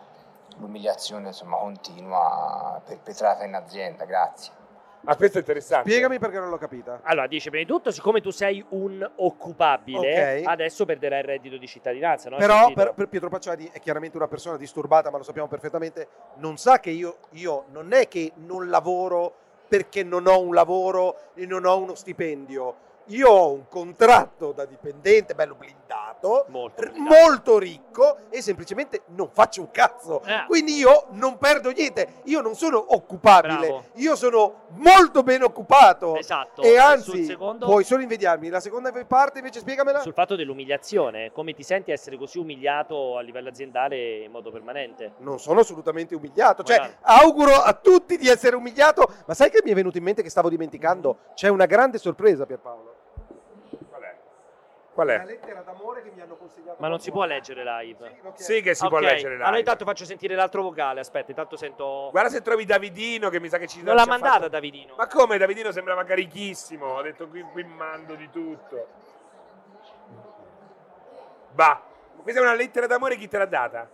H: l'umiliazione insomma, continua perpetrata in azienda, grazie.
C: Ah, questo è interessante.
B: Spiegami perché non l'ho capita.
A: Allora, dice prima di tutto, siccome tu sei un occupabile,
B: Ok.
A: adesso perderai il reddito di cittadinanza, no? Hai
B: Però
A: sentito?
B: per, per Pietro Pacciani è chiaramente una persona disturbata, ma lo sappiamo perfettamente, non sa che io, io non è che non lavoro perché non ho un lavoro e non ho uno stipendio. Io ho un contratto da dipendente, bello blindato,
A: Molto.
B: r- molto ricco e semplicemente non faccio un cazzo.
A: Eh.
B: Quindi io non perdo niente, io non sono occupabile,
A: Bravo.
B: io sono molto ben occupato.
A: Esatto.
B: E
A: sul,
B: anzi,
A: secondo,
B: puoi solo invidiarmi. La seconda parte invece spiegamela.
A: sul fatto dell'umiliazione, come ti senti a essere così umiliato a livello aziendale in modo permanente?
B: non sono assolutamente umiliato. Cioè,
A: Magari.
B: auguro a tutti di essere umiliato. Ma sai che mi è venuto in mente che stavo dimenticando? C'è una grande sorpresa, Pierpaolo.
C: Qual è? Qual è?
B: lettera d'amore che mi hanno consegnato.
A: Ma non si può leggere live.
C: Sì che si può
A: Ok,
C: leggere live.
A: Allora intanto faccio sentire l'altro vocale, aspetta, intanto sento...
C: Guarda se trovi Davidino che mi sa che ci
A: non l'ha
C: ci ha
A: mandata
C: fatto-
A: Davidino.
C: Ma come Davidino sembrava carichissimo, ho detto qui, qui mando di tutto. Va. Questa è una lettera d'amore, chi te l'ha data?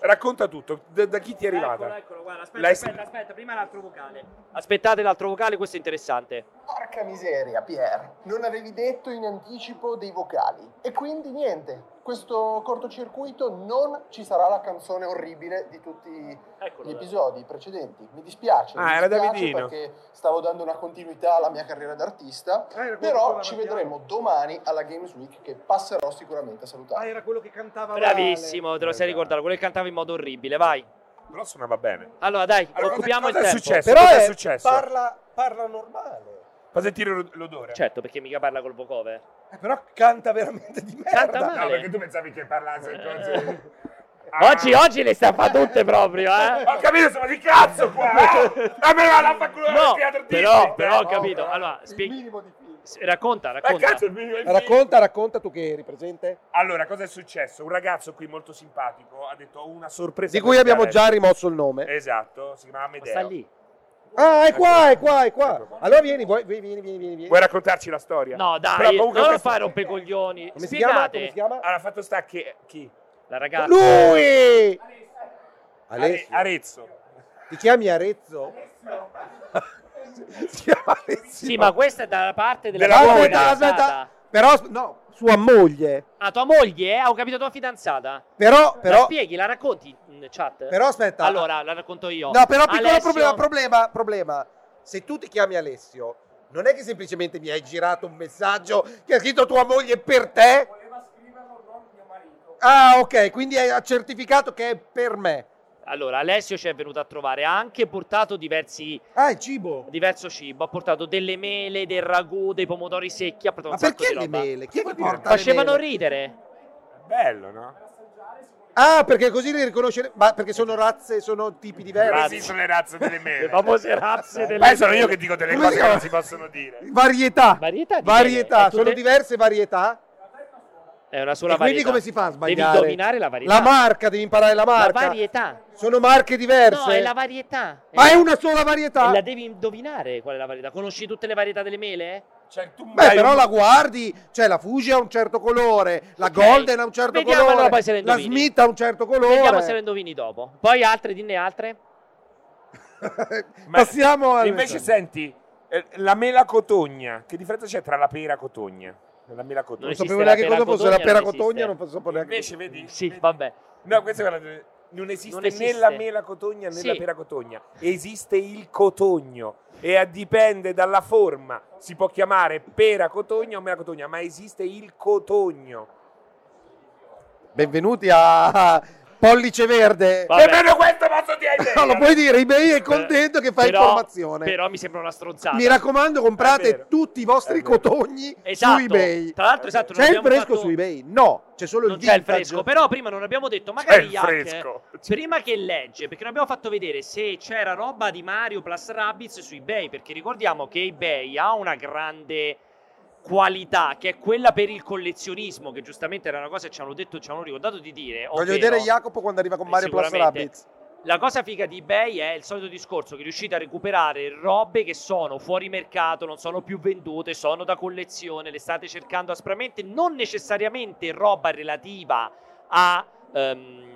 C: Racconta tutto, da, da chi ti è arrivata?
A: Eccolo, eccolo, guarda, aspetta,
C: L'hai-
A: aspetta, aspetta, prima l'altro vocale. Aspettate l'altro vocale, questo è interessante.
H: Porca miseria, Pier, non avevi detto in anticipo dei vocali. E quindi niente, questo cortocircuito non ci sarà la canzone orribile di tutti gli
A: Eccolo.
H: episodi precedenti. Mi dispiace,
C: Ah,
H: mi
C: era
H: dispiace
C: Davidino.
H: perché stavo dando una continuità alla mia carriera d'artista.
I: Ah, era quello che
H: Però
I: suonava
H: ci
I: il piano.
H: vedremo domani alla Games Week che passerò sicuramente a
I: Ah,
H: salutare.
I: era quello che cantava male.
A: Bravissimo, te lo sei ricordato, quello che cantava in modo orribile, vai.
C: Però suonava bene.
A: Allora dai,
C: Allora,
A: occupiamo
C: cosa,
A: il
C: cosa
A: tempo.
C: è successo?
B: Però
C: cosa è,
B: è-
C: successo?
B: Parla, parla normale.
C: Fa sentire l'od- l'odore.
A: Certo, perché mica parla col vocover.
B: Eh, Però canta veramente di merda.
A: Canta
C: no,
A: male.
C: perché tu pensavi che parlassi cose.
A: Eh.
C: Ah.
A: Oggi, oggi le sta fa tutte proprio, eh.
C: Ho capito, sono di cazzo qua! eh! A me va la facoltà
A: No,
C: del
A: però, però ho capito. Allora, spieghi- s- racconta,
C: Ma
A: racconta.
C: cazzo, il mio è il
B: Racconta, racconta tu che eri presente.
C: Allora, cosa è successo? Un ragazzo qui molto simpatico ha detto "Ho una sorpresa.
B: Di
C: per
B: cui
C: te
B: abbiamo
C: adesso".
B: già rimosso il nome.
C: Esatto, si chiama
A: Ma
C: Amedeo.
A: sta lì.
B: Ah, è qua, è qua, è
C: Ecco qua.
B: qua. Allora vieni, vuoi- vieni, vieni, vieni. vieni.
C: Vuoi raccontarci la storia?
A: No,
C: Però
A: dai, non
C: comunque
A: lo
C: questo-
A: fai rompecoglioni.
B: Come si chiama? Come
A: Spiegate.
B: si chiama?
C: Allora, fatto sta che chi?
A: La ragazza.
B: Lui!
C: Are-
B: Alessio.
C: Arezzo.
B: Ti chiami Arezzo? si chiama Alessio.
A: Sì, ma questa è dalla parte della
C: Della
A: tua
C: moglie.
B: Aspetta,
A: fidanzata.
B: aspetta. Però, no, sua moglie.
A: Ah, tua moglie? eh? Ho capito tua fidanzata.
B: Però,
A: la
B: però,
A: spieghi, la racconti in chat?
B: però aspetta.
A: allora, la racconto io.
B: No, però piccolo
A: Alessio-
B: problema, problema, problema. Se tu ti chiami Alessio, non è che semplicemente mi hai girato un messaggio che ha scritto tua moglie per te? Ah, ok, quindi hai certificato che è per me.
A: Allora, Alessio ci è venuto a trovare, ha anche portato diversi,
B: Ah, è cibo.
A: diverso cibo, ha portato delle mele, del ragù, dei pomodori secchi, ha portato
B: Ma
A: un sacco
B: perché
A: di
B: le
A: roba.
B: mele? Chi è che
C: Vuol dire?
B: porta le
A: Facevano
B: mele?
A: ridere.
C: Bello, no?
B: Ah, perché così le riconosce... Ma perché sono razze, sono tipi
C: Non
B: diversi.
C: esistono le razze delle mele.
A: Le famose razze delle
C: Beh, sono io che dico delle
B: Come
C: cose
B: si
C: che non
B: chiama?
C: si possono dire.
B: Varietà.
A: Varietà di mele.
B: Varietà,
A: E
B: sono
A: tutte-
B: diverse varietà.
A: È una sola
B: E quindi
A: varietà.
B: come si fa a
A: Devi
B: sbagliare?
A: dominare la varietà.
B: La marca, devi imparare la
A: La
B: marca.
A: varietà.
B: sono marche diverse.
A: No, è la varietà.
B: Ma è una sola varietà.
A: E la devi indovinare qual è la varietà. Conosci tutte le varietà delle mele? Eh?
C: Cioè, tu
B: Beh,
C: hai
B: però
C: un-
B: la guardi, cioè la Fuji ha un certo colore, la
A: Ok.
B: Golden ha un certo
A: Vediamo
B: colore,
A: allora poi se le
B: la
A: indovini.
B: Smith ha un certo colore.
A: Vediamo se le indovini dopo. Poi altre, dinne altre.
C: Ma-
B: Passiamo al...
C: Invece senti, eh, la mela cotogna, che differenza c'è tra la pera cotogna? e La mela
A: Non
C: cotogna.
B: non
A: esiste
B: sapevo
A: la
B: neanche
A: pera
B: cosa fosse la
A: cotogna,
B: pera
A: non
B: cotogna,
A: esiste.
B: non sapevo neanche...
C: Invece vedi?
A: Sì,
C: vedi?
A: vabbè.
C: No, questa è quella- non esiste,
A: Non esiste.
C: né la mela cotogna né
A: Sì.
C: la pera cotogna. Esiste il cotogno e a- dipende dalla forma. Si può chiamare pera cotogna o mela cotogna, ma esiste il cotogno.
B: Benvenuti a Pollice Verde.
A: Vabbè.
C: Nemmeno questo posso dire. ai
B: No, lo
C: media.
B: puoi dire, eBay è contento che fai
A: Eh, Però-
B: informazione.
A: Però esatto. mi sembra una stronzata.
B: Mi raccomando,
C: È vero.
B: comprate tutti i
C: È
B: vostri
C: vero.
B: cotogni
A: Esatto.
B: su eBay.
A: Tra l'altro, esatto, non
B: C'è il
A: abbiamo
B: fresco
A: fatto-
B: su eBay? No, c'è solo
A: non
B: il
A: c'è il
B: vintage.
A: fresco, però prima non abbiamo detto,
C: C'è
A: magari
C: il
A: Jack,
C: fresco.
A: prima che legge, perché non abbiamo fatto vedere se c'era roba di Mario Plus Rabbids su eBay, perché ricordiamo che eBay ha una grande qualità, che è quella per il collezionismo, che giustamente era una cosa che ci hanno detto, ci hanno ricordato di dire.
B: Voglio
A: ovvero-
B: vedere Jacopo quando arriva con
A: Eh,
B: Mario Plus
A: sicuramente.
B: Rabbids.
A: La cosa figa di eBay è il solito discorso che riuscite a recuperare robe che sono fuori mercato, non sono più vendute, sono da collezione, le state cercando aspramente, non necessariamente roba relativa a ehm,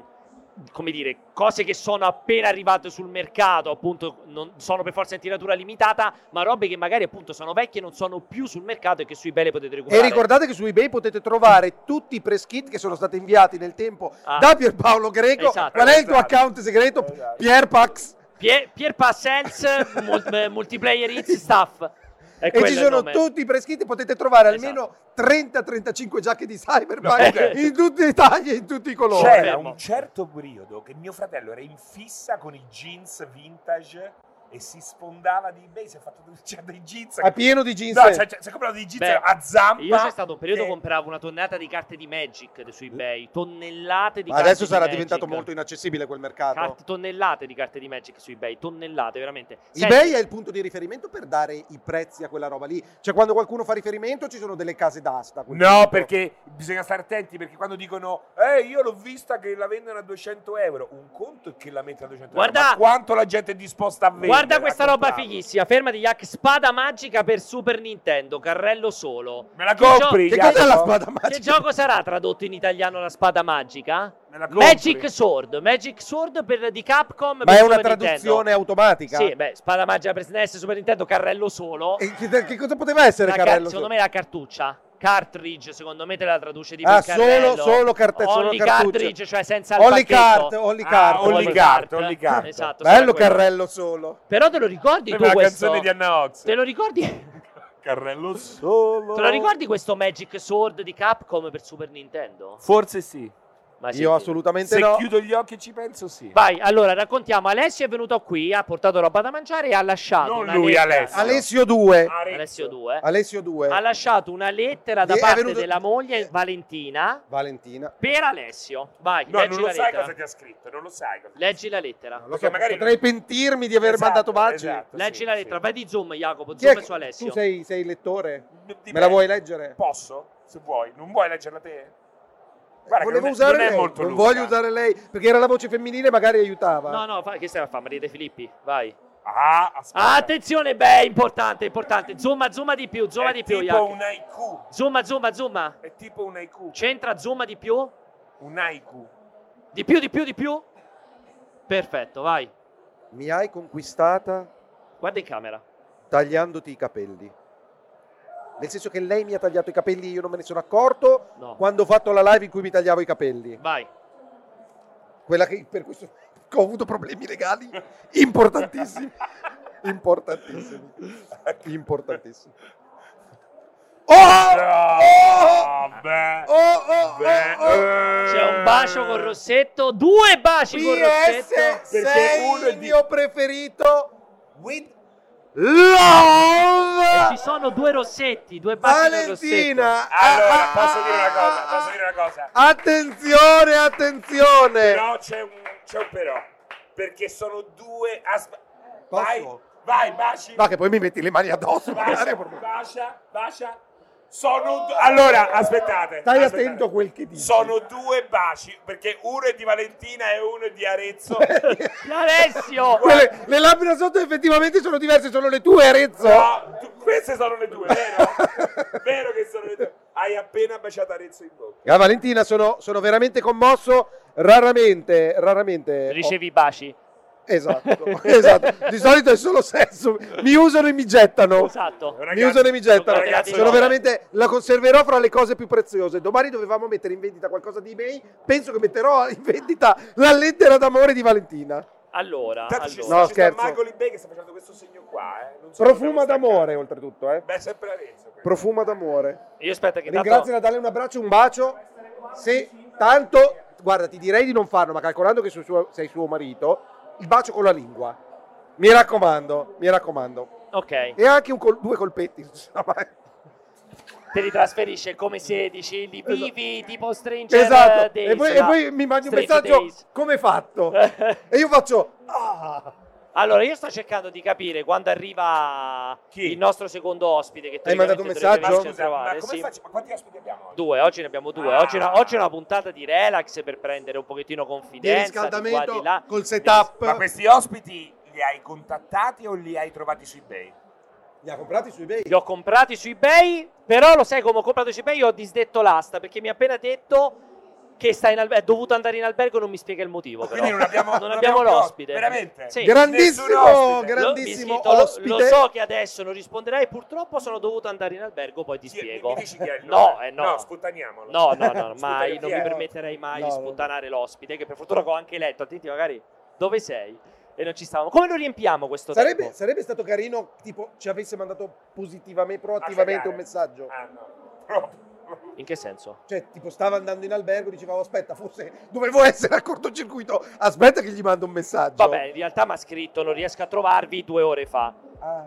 A: come dire, cose che sono appena arrivate sul mercato, appunto, non sono per forza in tiratura limitata, ma robe che magari appunto sono vecchie, non sono più sul mercato e che su eBay le potete
B: E
A: recuperare.
B: ricordate che su eBay potete trovare tutti i press kit che sono stati inviati nel tempo
A: Ah.
B: da Pierpaolo Greco.
A: Esatto.
B: Qual è il tuo
C: Esatto.
B: account segreto?
C: Esatto.
B: Pierpax.
A: Pier, Pier Passels, mul- eh, multiplayer hits staff. È
B: E
A: quello
B: ci
A: il
B: sono
A: nome.
B: tutti i press kit, potete trovare
A: Esatto.
B: almeno 30-35 giacche di Cyberpunk
A: No, ok.
B: in tutti i tagli e in tutti i colori.
A: C'è-
C: C'era
A: fermo.
C: un certo periodo che mio fratello era in fissa con i jeans vintage e si sfondava di eBay, si è fatto c'è dei jeans.
B: È pieno di jeans.
C: No, cioè, cioè, si è comprato dei jeans
A: Beh,
C: a zampa.
A: Io c'è stato un periodo
C: che-
A: che compravo una tonnellata di carte di Magic de- su eBay, tonnellate di
B: Eh. Ma
A: carte
B: adesso
A: di
B: sarà
A: Magic.
B: diventato molto inaccessibile quel mercato.
A: Carte- tonnellate di carte di Magic su eBay, tonnellate veramente. Senti,
B: eBay è il punto di riferimento per dare i prezzi a quella roba lì. Cioè, quando qualcuno fa riferimento, ci sono delle case d'asta. a quel
C: No,
B: punto.
C: perché bisogna stare attenti perché quando dicono "Eh, io l'ho vista che la vendono a 200 euro", un conto è che la mette a 200
A: Guarda-
C: euro, ma quanto la gente è disposta a vendere?
A: Guarda questa roba
C: comprarlo.
A: fighissima. Fermati, Yak. Spada magica per Super Nintendo. Carrello solo.
C: Me la
A: Che gio-
C: compri?
B: Che
C: Jacopo?
B: cos'è la spada
A: Che
B: magica?
A: gioco sarà tradotto in italiano la spada magica?
C: Me la compri?
A: Magic Sword. Magic Sword per, di Capcom.
B: Ma
A: per
B: è una
A: Super
B: traduzione
A: Nintendo.
B: automatica?
A: Sì, beh, spada magica per SNES, Super Nintendo, carrello solo.
B: E che, che cosa poteva essere
A: La car-
B: Carrello?
A: secondo me la cartuccia. Cartridge, secondo me te la traduce di più
B: Ah,
A: carrello.
B: solo, solo carte- solo
A: Only
B: cartucce.
A: cartridge, cioè senza il
B: Only
A: pacchetto.
B: cart, only
C: Ah,
B: cart.
C: only
A: Only
C: cart,
A: cart.
C: only cart.
A: Esatto,
B: Bello
A: sarà quello.
B: Carrello solo.
A: Però te lo ricordi tu
C: Sembra la
A: questo?
C: canzone di Anna Ox.
A: Te lo ricordi?
C: Carrello solo.
A: Te lo ricordi questo Magic Sword di Capcom per Super Nintendo?
C: Forse sì.
A: Ma sì,
B: Io
A: sì.
B: assolutamente
C: Se
B: no.
C: chiudo gli occhi e ci penso, sì.
A: Vai, allora raccontiamo. Alessio è venuto qui, ha portato roba da mangiare e ha lasciato.
C: Non
A: una
C: lui,
A: lettera-
C: Alessio.
B: Alessio 2.
A: Ah. Alessio 2.
B: Alessio 2.
A: Ha lasciato una lettera da
B: È
A: parte
B: venuto-
A: della moglie Valentina
B: Valentina.
A: per Alessio. Vai,
C: No,
A: leggi
C: non
A: la
C: lo sai
A: lettera.
C: cosa ti ha scritto, non lo sai. Cosa...
A: Leggi la lettera.
B: Lo
C: Perché
B: so,
C: Ah, magari-
B: potrei pentirmi di aver
C: Esatto,
B: mandato baci.
C: esatto,
A: Leggi
C: sì,
A: la
C: sì.
A: lettera. Vai di zoom, Jacopo.
B: Chi è
A: Zoom
B: che-
A: su Alessio.
B: Tu sei, sei lettore?
C: Dipende.
B: Me la vuoi leggere?
C: Posso? Se vuoi. Non vuoi leggerla te? Guarda,
B: Volevo
C: che non è-
B: usare
C: non è
B: lei,
C: molto
B: non
C: lunga.
B: voglio usare lei perché era la voce femminile, magari aiutava.
A: No, no, fa- che stai a fare? Maria De Filippi, vai.
C: Ah,
A: Ah,
C: aspetta.
A: attenzione, beh, importante, importante. Zooma, zooma di più, zooma
C: è
A: di più,
C: tipo
A: Jacopo.
C: un IQ.
A: Zooma, zooma, zooma.
C: È tipo un IQ.
A: C'entra, zooma di più.
C: Un IQ.
A: Di più, di più, di più. Perfetto, vai.
B: Mi hai conquistata
A: Guarda in camera.
B: tagliandoti i capelli. Nel senso che lei mi ha tagliato i capelli, io non me ne sono accorto
A: No.
B: quando ho fatto la live in cui mi tagliavo i capelli.
A: Vai.
B: Quella che per questo ho avuto problemi legali importantissimi. importantissimi.
C: Ecco.
B: importantissimi. Oh!
C: No, vabbè.
B: Oh, oh,
C: Beh, eh,
B: oh, oh.
A: C'è un bacio con Rossetto, due baci con Rossetto.
B: PS sei
C: uno è
B: il
C: di-
B: mio preferito with love
A: E
C: Eh,
A: ci sono due Rossetti, due baci con Rossetto.
B: Valentina
C: Allora,
B: ah,
C: posso dire una
B: ah,
C: cosa? Posso dire una cosa?
B: attenzione attenzione
C: Però c'è un, c'è un però. Perché sono due. asp-
B: Posso?
C: Vai, vai, baci.
B: ma che poi mi metti le mani addosso magari è
C: Bacia,
B: proprio-
C: bacia, bacia. Sono du- allora, aspettate.
B: stai
C: aspettate.
B: attento a quel che dici
C: Sono due baci, perché uno è di Valentina e uno è di Arezzo.
A: Alessio!
B: Quelle- le labbra sotto effettivamente sono diverse sono le tue Arezzo
C: No, tu- queste sono le due, vero? vero che sono le due. Hai appena baciato Arezzo in bocca.
B: Ah, Valentina sono, sono veramente commosso raramente raramente ho-
A: Ricevi i baci.
B: Esatto, esatto. Di solito è solo sesso. Mi usano e mi
C: Oh.
B: gettano.
A: Esatto.
B: mi usano e mi
A: sono
B: gettano.
C: Ragazzi,
B: Sono
A: no.
B: veramente. La conserverò fra le cose più preziose. Domani dovevamo mettere in vendita qualcosa di eBay. Penso che metterò in vendita la lettera d'amore di Valentina.
A: Allora,
C: Tanto ci,
A: Ah, allora.
B: No,
C: ci sta
B: scherzo.
C: Michael Ibey che sta facendo questo segno qua. Eh. Non so
B: Profuma
C: quando stiamo
B: d'amore,
C: staccando.
B: oltretutto, eh.
C: Beh, sempre Arezzo. questo.
B: Profuma d'amore.
A: io aspetta che
B: Ringrazio
A: tanto...
B: Natale, un abbraccio, un bacio. Se tanto. Guarda, ti direi di non farlo, ma calcolando che sei suo- sei suo marito, il bacio con la lingua. Mi raccomando, mi raccomando.
A: Ok,
B: E anche un col- due colpetti. non si sa mai.
A: te li trasferisce come se dici li vivi tipo Stranger
B: Esatto.
A: Days.
B: e, poi, e
A: là.
B: poi mi mandi un
A: Stranger
B: messaggio
A: Days. Eh.
B: come fatto. e io faccio ah.
A: Allora, io sto cercando di capire quando arriva
C: Chi?
A: il nostro secondo ospite. Che
B: Hai mandato un
A: teoricamente
B: messaggio?
A: dovrebbe esserci
C: Ma scusa, ma
A: trovare,
C: come
A: sì.
C: faccio? Ma quanti ospiti abbiamo oggi?
A: Due, oggi ne abbiamo due.
C: Ah.
A: Oggi, è una, oggi è una puntata di relax per prendere un pochettino
B: Di
A: confidenza.
B: riscaldamento
A: di qua, di là.
B: col setup.
C: Ma questi ospiti li hai contattati o li hai trovati su eBay?
B: Li ha comprati su eBay.
A: Li ho comprati su eBay, però lo sai come ho comprato su eBay? Io ho disdetto l'asta perché mi ha appena detto che sta in albergo, è dovuto andare in albergo e non mi spiega il motivo. Però.
C: Quindi non abbiamo-
A: Non
C: non
A: abbiamo
C: abbiamo più
A: l'ospite.
C: ospite, veramente?
A: Sì.
C: Gra-
B: Grandissimo,
C: Nessun ospite.
A: Lo- mi
B: grandissimo
A: è scritto, lo-
B: ospite.
A: Lo, so che adesso non risponderai, purtroppo sono dovuto andare in albergo, poi ti
C: Chi-
A: spiego.
C: Mi dici chi è il
A: no,
C: nome?
A: eh, no.
C: No, sputtaniamolo.
A: No, no, no,
C: Sputtaniamolo.
A: mai, non
C: Chi è?
A: mi permetterei mai
B: No,
A: di
B: no.
A: sputtanare l'ospite, che per fortuna ho anche letto, attenti magari, dove sei? E non ci stavamo. Come lo riempiamo questo
B: Sarebbe,
A: tempo?
B: sarebbe stato carino, tipo, ci avesse mandato positivamente,
C: A
B: proattivamente
C: cagare.
B: un messaggio.
C: Ah, no. Proprio.
A: In che senso?
B: Cioè, tipo, stava andando in albergo, diceva, "Oh, aspetta, forse dovevo essere a cortocircuito, aspetta che gli mando un messaggio.
A: Vabbè, in realtà mi ha scritto, non riesco a trovarvi due ore fa.
B: Ah.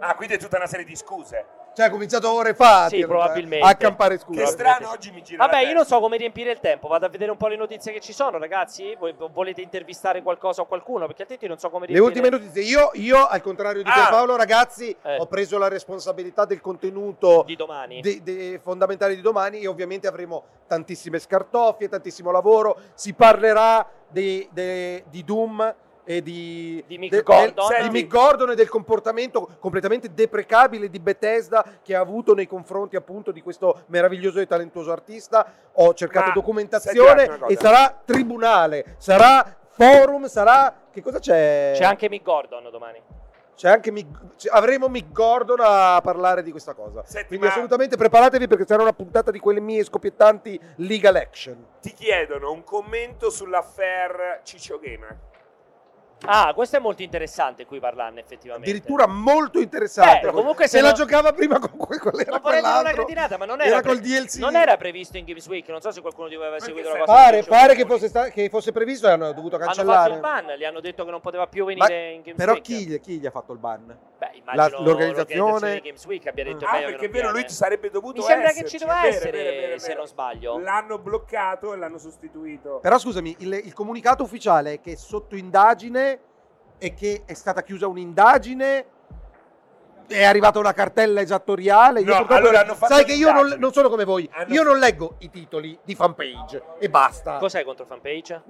C: Ah, quindi è tutta una serie di scuse.
B: Cioè, ha cominciato ore fa a
A: Sì,
B: dire-
A: probabilmente.
B: a campare
C: Che
B: scuro.
A: Probabilmente
C: strano,
A: sì.
C: oggi mi gira
A: Vabbè,
C: la
A: io non
C: testa.
A: so come riempire il tempo. Vado a vedere un po' le notizie che ci sono, ragazzi. Voi volete intervistare qualcosa o qualcuno? Perché altrimenti non so come
B: Le
A: riempire
B: ultime notizie, io, io al contrario di
C: Ah.
B: Pierpaolo, ragazzi,
A: Eh.
B: ho preso la responsabilità del contenuto
A: di domani.
B: de- de- fondamentale di domani e ovviamente avremo tantissime scartoffie, tantissimo lavoro, si parlerà di, de- di Doom, e di,
A: Di Mick
B: del-
A: Gordon.
B: del- di
A: Senti.
B: Mick Gordon e del comportamento completamente deprecabile di Bethesda che ha avuto nei confronti appunto di questo meraviglioso e talentuoso artista. Ho cercato
C: Ma,
B: documentazione
C: senti una cosa.
B: e sarà tribunale, sarà forum, sarà... Che cosa c'è?
A: C'è anche Mick Gordon domani.
B: C'è anche Mick- c- avremo Mick Gordon a parlare di questa cosa.
C: Senti,
B: Quindi
C: ma-
B: assolutamente preparatevi perché sarà una puntata di quelle mie scoppiettanti legal action.
C: Ti chiedono un commento sull'affair Ciccio Gamer.
A: Ah, questo è molto interessante qui parlarne effettivamente.
B: Addirittura molto interessante.
A: Beh, Eh, comunque
B: se
A: se
B: la
A: no-
B: giocava prima con que- quella era
A: Non vorrei dire una
B: quell'altro.
A: cretinata, ma non
B: Era
A: era, pre-
B: col DLC.
A: non era previsto in Games Week. Non so se qualcuno di voi aveva
C: Ma
A: seguito
C: che
A: la
C: se-
A: cosa.
B: Pare,
A: di
B: pare
A: Ciccio
B: che
A: Gamer.
B: fosse, sta- che fosse previsto e hanno dovuto
A: Hanno fatto
B: cancellare.
A: il ban, gli hanno detto che non poteva più venire in Games
B: Però
A: Week.
B: chi, gli- chi gli ha fatto il ban?
A: Beh, immagino
B: La- l'organizzazione-
A: l'organizzazione di Games Week abbia detto
C: Ah,
A: Cioè, meglio
C: perché
A: che
C: è
A: non
C: vero, lui
A: viene.
C: ci sarebbe dovuto
A: Mi sembra che
C: esserci,
A: ci doveva
C: è cioè, vero, è
A: essere,
C: vero, è vero, è
A: se
C: vero.
A: non sbaglio.
C: L'hanno bloccato e l'hanno sostituito.
B: Però scusami, il, il comunicato ufficiale è che è sotto indagine e che è stata chiusa un'indagine. È arrivata una cartella esattoriale. Io
C: No,
B: purtroppo-
C: allora hanno fatto
B: sai che io non,
C: un'indagine.
B: non sono come voi.
C: Hanno-
B: Io non leggo i titoli di fanpage e basta.
A: Cos'è contro fanpage?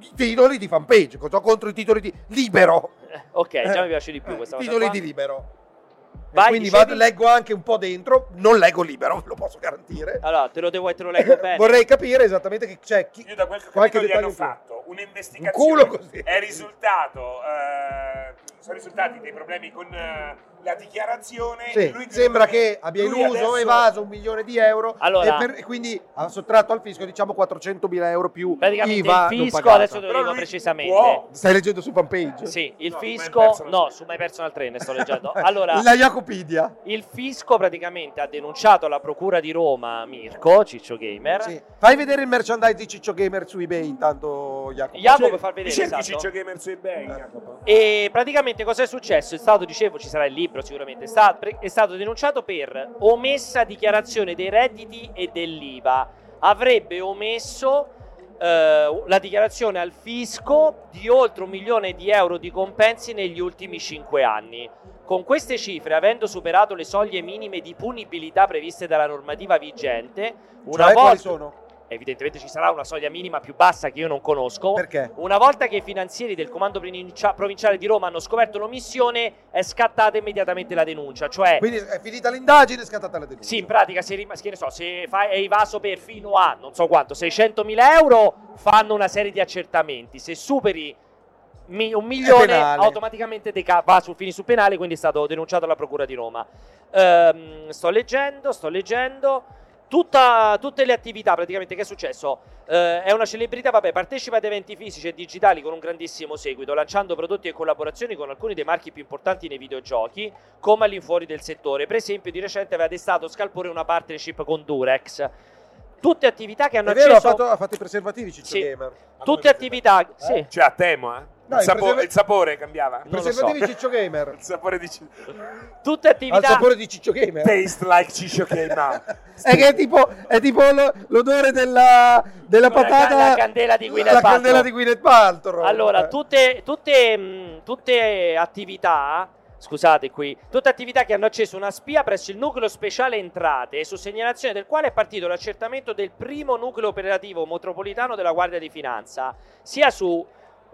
B: I titoli di fanpage. Cosa ho contro i titoli di libero?
A: Eh, Ok, già
B: Eh,
A: mi piace di più
B: eh,
A: questa
B: i
A: cosa.
B: titoli
A: qua.
B: di libero. E
A: Vai,
B: quindi
A: dicevi?
B: vado- leggo anche un po' dentro. Non leggo libero, ve lo posso garantire.
A: Allora, te lo devo e te lo Ah, leggo bene.
B: Vorrei capire esattamente che c'è chi.
C: Io da quel che ho
B: Qualche
C: capito gli hanno
B: dettaglio in più.
C: fatto
B: Un
C: un'investigazione.
B: culo così.
C: È risultato, eh, sono risultati dei problemi con eh, la dichiarazione.
B: Sì,
C: e lui-
B: sembra che abbia
C: lui
B: illuso,
C: adesso-
B: evaso un milione di euro
A: Allora-
B: e, per- e quindi ha sottratto al fisco diciamo 400 mila euro più
A: Praticamente
B: IVA
A: il
B: non
A: fisco,
B: pagata.
A: adesso te lo
C: Però
A: dico
C: lui
A: precisamente.
C: può.
B: Stai leggendo su fanpage?
A: Sì, il
C: No, su My
A: fisco,
C: Personal
A: no,
C: Trainer.
A: su My Personal Trainer sto leggendo. Allora,
B: La Jacopidia.
A: il fisco praticamente ha denunciato alla procura di Roma Mirko, Ciccio Gamer.
B: Sì. Fai vedere il merchandise di Ciccio Gamer su eBay intanto Jacopo.
A: Jacopo
C: Cioè,
A: far vedere,
C: cerchi
A: esatto.
C: Ciccio Gamer su
B: Eh.
C: eBay.
A: E praticamente cosa è successo? È stato, dicevo, ci sarà il libro sicuramente, è sta- pre- è stato denunciato per omessa dichiarazione dei redditi e dell'IVA. Avrebbe omesso eh, la dichiarazione al fisco di oltre un milione di euro di compensi negli ultimi cinque anni. Con queste cifre, avendo superato le soglie minime di punibilità previste dalla normativa vigente, una
B: Cioè, quali
A: volta...
B: sono?
A: Evidentemente ci sarà una soglia minima più bassa che io non conosco.
B: Perché?
A: Una volta che i finanzieri del comando provincia- provinciale di Roma hanno scoperto l'omissione, è scattata immediatamente la denuncia. Cioè,
B: Quindi è finita l'indagine, è scattata la denuncia.
A: sì, in pratica, se, rim- che ne so, se fa- è evaso per fino a non so quanto, 600.000 euro, fanno una serie di accertamenti. Se superi mi- un milione,
B: penale.
A: automaticamente deca- va su, fini su penale. Quindi è stato denunciato alla Procura di Roma. Ehm, sto leggendo, sto leggendo. Tutta- tutte le attività praticamente che è successo Eh, è una celebrità vabbè partecipa ad eventi fisici e digitali con un grandissimo seguito lanciando prodotti e collaborazioni con alcuni dei marchi più importanti nei videogiochi come all'infuori del settore per esempio di recente aveva destato scalpore una partnership con Durex tutte attività che hanno
B: È vero, ha
A: acceso
B: fatto, ha fatto i preservativi Ciccio
A: Sì.
B: Gamer.
A: tutte attività sì
C: Cioè, a temo, eh?
B: No,
C: il,
B: il
C: sapo-
B: preserva-
C: il sapore cambiava?
A: Non lo so.
B: Preservativi Ciccio Gamer.
C: Il sapore di Ciccio.
A: tutte
B: Al
A: attività
B: sapore di Ciccio Gamer.
C: Taste like Ciccio Gamer.
B: Eh. È che è tipo, è tipo lo- l'odore della, della
A: La-
B: patata.
A: la candela di Gwyneth
B: La
A: Paltrow.
B: candela di Gwyneth Paltrow.
A: Allora,
B: Eh.
A: tutte, tutte, mh, tutte attività. Scusate qui, tutte attività che hanno acceso una spia presso il nucleo speciale entrate, su segnalazione del quale è partito l'accertamento del primo nucleo operativo metropolitano della Guardia di Finanza, sia su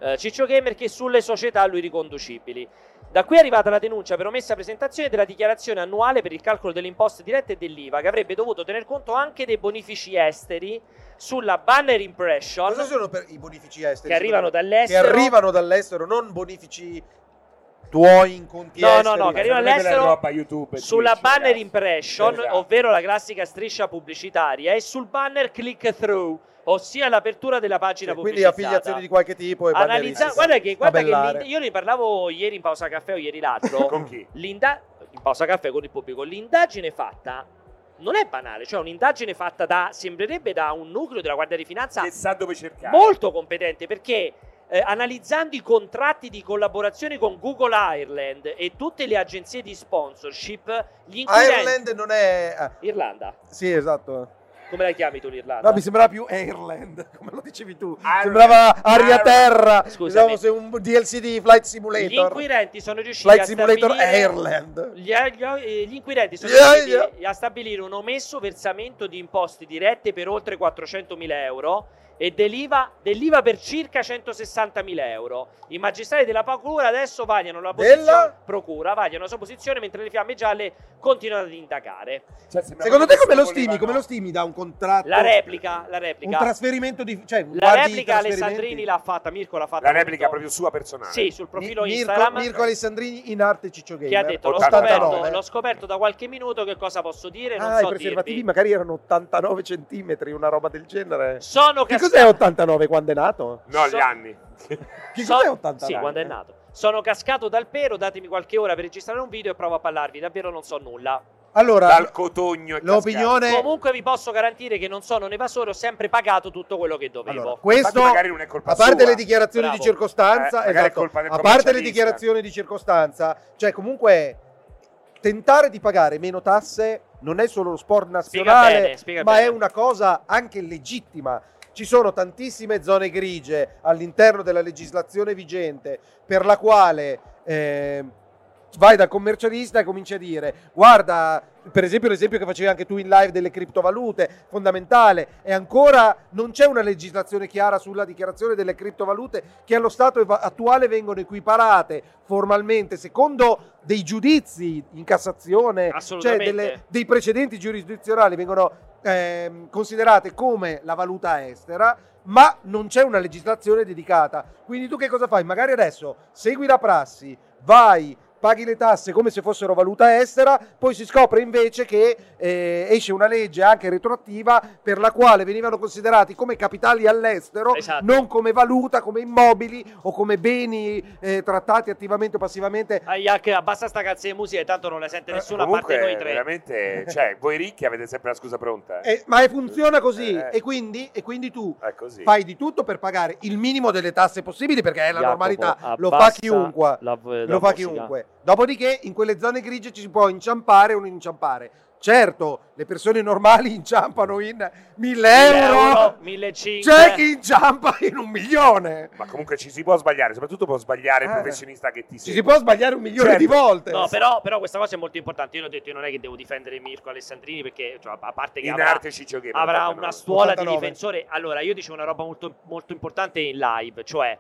A: eh, Ciccio Gamer che sulle società a lui riconducibili. Da qui è arrivata la denuncia per omessa presentazione della dichiarazione annuale per il calcolo delle imposte dirette e dell'IVA, che avrebbe dovuto tener conto anche dei bonifici esteri sulla banner impression
B: Cosa sono per i bonifici esteri?
A: che arrivano
B: secondo me?
A: dall'estero.
B: Che arrivano dall'estero, non bonifici tuoi in conti
A: No,
B: esteri.
A: no, no, che arrivano all'estero
C: roba YouTube. e eh,
A: sulla
C: Twitch,
A: banner
C: ragazzi.
A: impression,
C: Esatto.
A: ovvero la classica striscia pubblicitaria, e sul banner click through, ossia l'apertura della pagina
B: Cioè, quindi
A: pubblicizzata.
B: affiliazioni di qualche tipo e
A: Analizza-
B: banneristica.
A: guarda che, guarda che
B: Tabellare.
A: l'inde- io ne parlavo ieri in pausa caffè o ieri l'altro.
C: Con chi?
A: L'inda- in pausa caffè con il pubblico, l'indagine fatta non è banale, cioè un'indagine fatta da sembrerebbe da un nucleo della Guardia di Finanza
C: Che sa dove cercare.
A: molto competente perché eh, analizzando i contratti di collaborazione con Google Ireland e tutte le agenzie di sponsorship, gli inquirenti
B: Ireland non è... ah,
A: Irlanda,
B: sì, esatto.
A: come la chiami tu l'Irlanda?
B: No, mi sembrava più Ireland, come lo dicevi tu.
C: Ireland.
B: Sembrava aria
C: Ireland.
B: terra.
A: Scusami.
B: Diciamo se un DLC di Flight Simulator.
A: gli inquirenti sono riusciti
B: Flight
A: a
B: Simulator
A: stabilire
B: Ireland.
A: Gli, eh, gli- gli inquirenti sono
B: Yeah,
A: riusciti a stabilire un omesso versamento di imposte dirette per oltre 400.000 euro e dell'IVA, dell'IVA per circa 160.000 euro. I magistrati della Procura adesso vagliano la
B: Della?
A: posizione, procura, vagliano la sua posizione mentre le fiamme gialle continuano ad indagare.
C: Cioè, sembrava
B: Secondo te
C: che
B: come lo
C: volevano-
B: stimi? Come lo stimi da un contratto?
A: La replica, la
B: Oh. Un
A: replica.
B: trasferimento di... Cioè,
A: la
B: guardi i
A: replica
B: trasferimenti?
A: Alessandrini l'ha fatta, Mirko l'ha fatta.
C: La replica
A: molto-
C: proprio sua personale.
A: Sì, sul profilo
B: Mi- Mirko,
A: Instagram.
B: Mirko Alessandrini in arte Ciccio Gamer.
A: che ha detto l'ho
C: 89.
A: scoperto, l'ho scoperto da qualche minuto che cosa posso dire non
B: Ah, i
A: so
B: preservativi
A: dirvi
B: magari erano 89 centimetri, una roba del genere.
A: sono
B: Che
A: cas-
B: cos'è 89 quando è nato?
C: No,
A: So-
C: gli anni.
B: Che
A: so-
B: cos'è 89?
A: sì, quando è nato sono cascato dal pero datemi qualche ora per registrare un video e provo a parlarvi davvero non so nulla
B: Allora,
C: Dal cotogno. è
B: l'opinione...
A: comunque vi posso garantire che non sono un evasore ho sempre pagato tutto quello che dovevo
B: Allora,
C: Infatti
B: questo,
C: magari non è colpa
B: a parte
C: sua.
B: le dichiarazioni
A: Bravo.
B: di circostanza,
C: Eh, magari è
B: esatto,
C: colpa del
B: a parte le
C: commercialista.
B: dichiarazioni di circostanza, cioè comunque tentare di pagare meno tasse non è solo lo sport
A: Spiega
B: nazionale,
A: bene, spiega
B: ma
A: bene.
B: è una cosa anche legittima. Ci sono tantissime zone grigie all'interno della legislazione vigente per la quale eh, vai dal commercialista e cominci a dire guarda, per esempio l'esempio che facevi anche tu in live delle criptovalute, fondamentale, e ancora non c'è una legislazione chiara sulla dichiarazione delle criptovalute che allo stato eva- attuale vengono equiparate formalmente secondo dei giudizi in Cassazione, cioè
A: Assolutamente.
B: delle- dei precedenti giurisdizionali vengono ehm, considerate come la valuta estera, ma non c'è una legislazione dedicata. Quindi tu che cosa fai? Magari adesso segui la prassi, vai, paghi le tasse come se fossero valuta estera, poi si scopre invece che eh, esce una legge anche retroattiva per la quale venivano considerati come capitali all'estero,
A: Esatto.
B: non come valuta, come immobili o come beni eh, trattati attivamente o passivamente.
A: Ah, Iac, abbassa sta cazzo di musica tanto non le
B: Eh,
A: sente nessuno a parte
C: Comunque,
A: noi tre
C: veramente, cioè, voi ricchi avete sempre la scusa pronta. eh.
B: Eh, ma eh, funziona così
C: Eh, eh.
B: e, quindi, e quindi tu
C: È così.
B: fai di tutto per pagare il minimo delle tasse possibili perché è la
A: Jacopo,
B: normalità, lo fa
A: abbassa
B: chiunque.
A: la- la
B: lo fa
A: musica.
B: chiunque. Dopodiché in quelle zone grigie ci si può inciampare o non inciampare. Certo, le persone normali inciampano in 1000
A: 1000
B: euro,
A: euro 1500
B: c'è chi inciampa in un milione.
C: Ma comunque ci si può sbagliare, soprattutto può sbagliare il
B: Eh.
C: professionista che ti
B: Ci
C: segue.
B: si può sbagliare un milione
C: Certo.
B: di volte.
A: No, però, però questa cosa è molto importante. Io l'ho detto, io non è che devo difendere Mirko Alessandrini perché, cioè, a parte che
C: In
A: avrà,
C: arte Ciccio Gamer.
A: avrà
C: tanto no.
A: una stuola di
B: 89.
A: difensore. Allora, io dicevo una roba molto, molto importante in live, cioè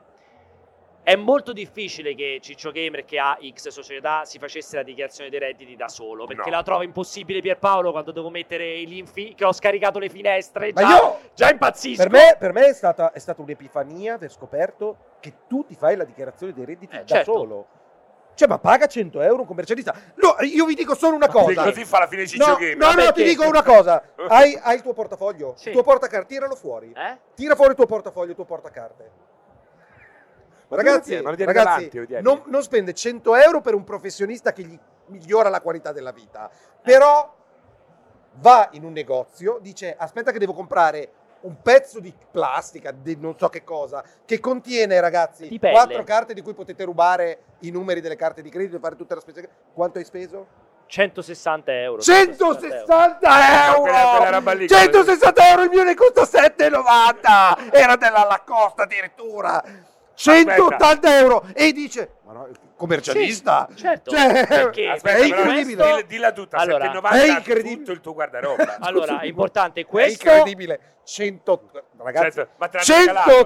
A: è molto difficile che Ciccio Gamer che ha X società si facesse la dichiarazione dei redditi da solo, perché
C: No.
A: la trovo impossibile Pierpaolo quando devo mettere l'infi che ho scaricato le finestre,
B: Ma
A: già,
B: io-
A: già impazzisco.
B: Per me, per me è, stata, è stata un'epifania aver scoperto che tu ti fai la dichiarazione dei redditi
A: Eh,
B: da
A: certo.
B: solo. Cioè, ma paga 100 euro un commercialista. No, io vi dico solo una
C: Sì,
B: cosa.
C: Così fa la fine Ciccio
B: No,
C: Gamer.
B: no, no,
A: Perché?
B: ti dico una cosa. Hai, hai il tuo portafoglio,
A: Sì.
B: il tuo portacar- tiralo fuori.
A: Eh?
B: Tira fuori il tuo portafoglio, il tuo portacarte.
C: Ma
B: ragazzi,
C: non lo tieni davanti, lo
B: ragazzi
C: tieni.
B: non, non spende 100 euro per un professionista che gli migliora la qualità della vita. Però va in un negozio, dice aspetta che devo comprare un pezzo di plastica, di non so che cosa, che contiene, ragazzi,
A: Di pelle.
B: quattro carte di cui potete rubare i numeri delle carte di credito e fare tutta la spesa. Quanto hai speso?
A: 160 euro.
B: 160
C: euro!
B: euro!
C: Quella- quella roba lì,
B: 160 euro il mio ne costa 7,90! Era della Lacosta addirittura! 180 euro! E dice, ma no, commercialista!
A: Sì, certo.
B: Cioè,
A: Perché?
C: Aspetta,
B: è
C: però,
B: incredibile!
C: dilla- Dilla tutta,
A: Allora,
C: 7,90
B: è
C: incredibile.
B: incredibile.
C: tutto il tuo guardaroba.
A: Allora, è importante
B: È
A: questo.
B: incredibile! 100, ragazzi,
C: Certo, ma te l'hanno regalato.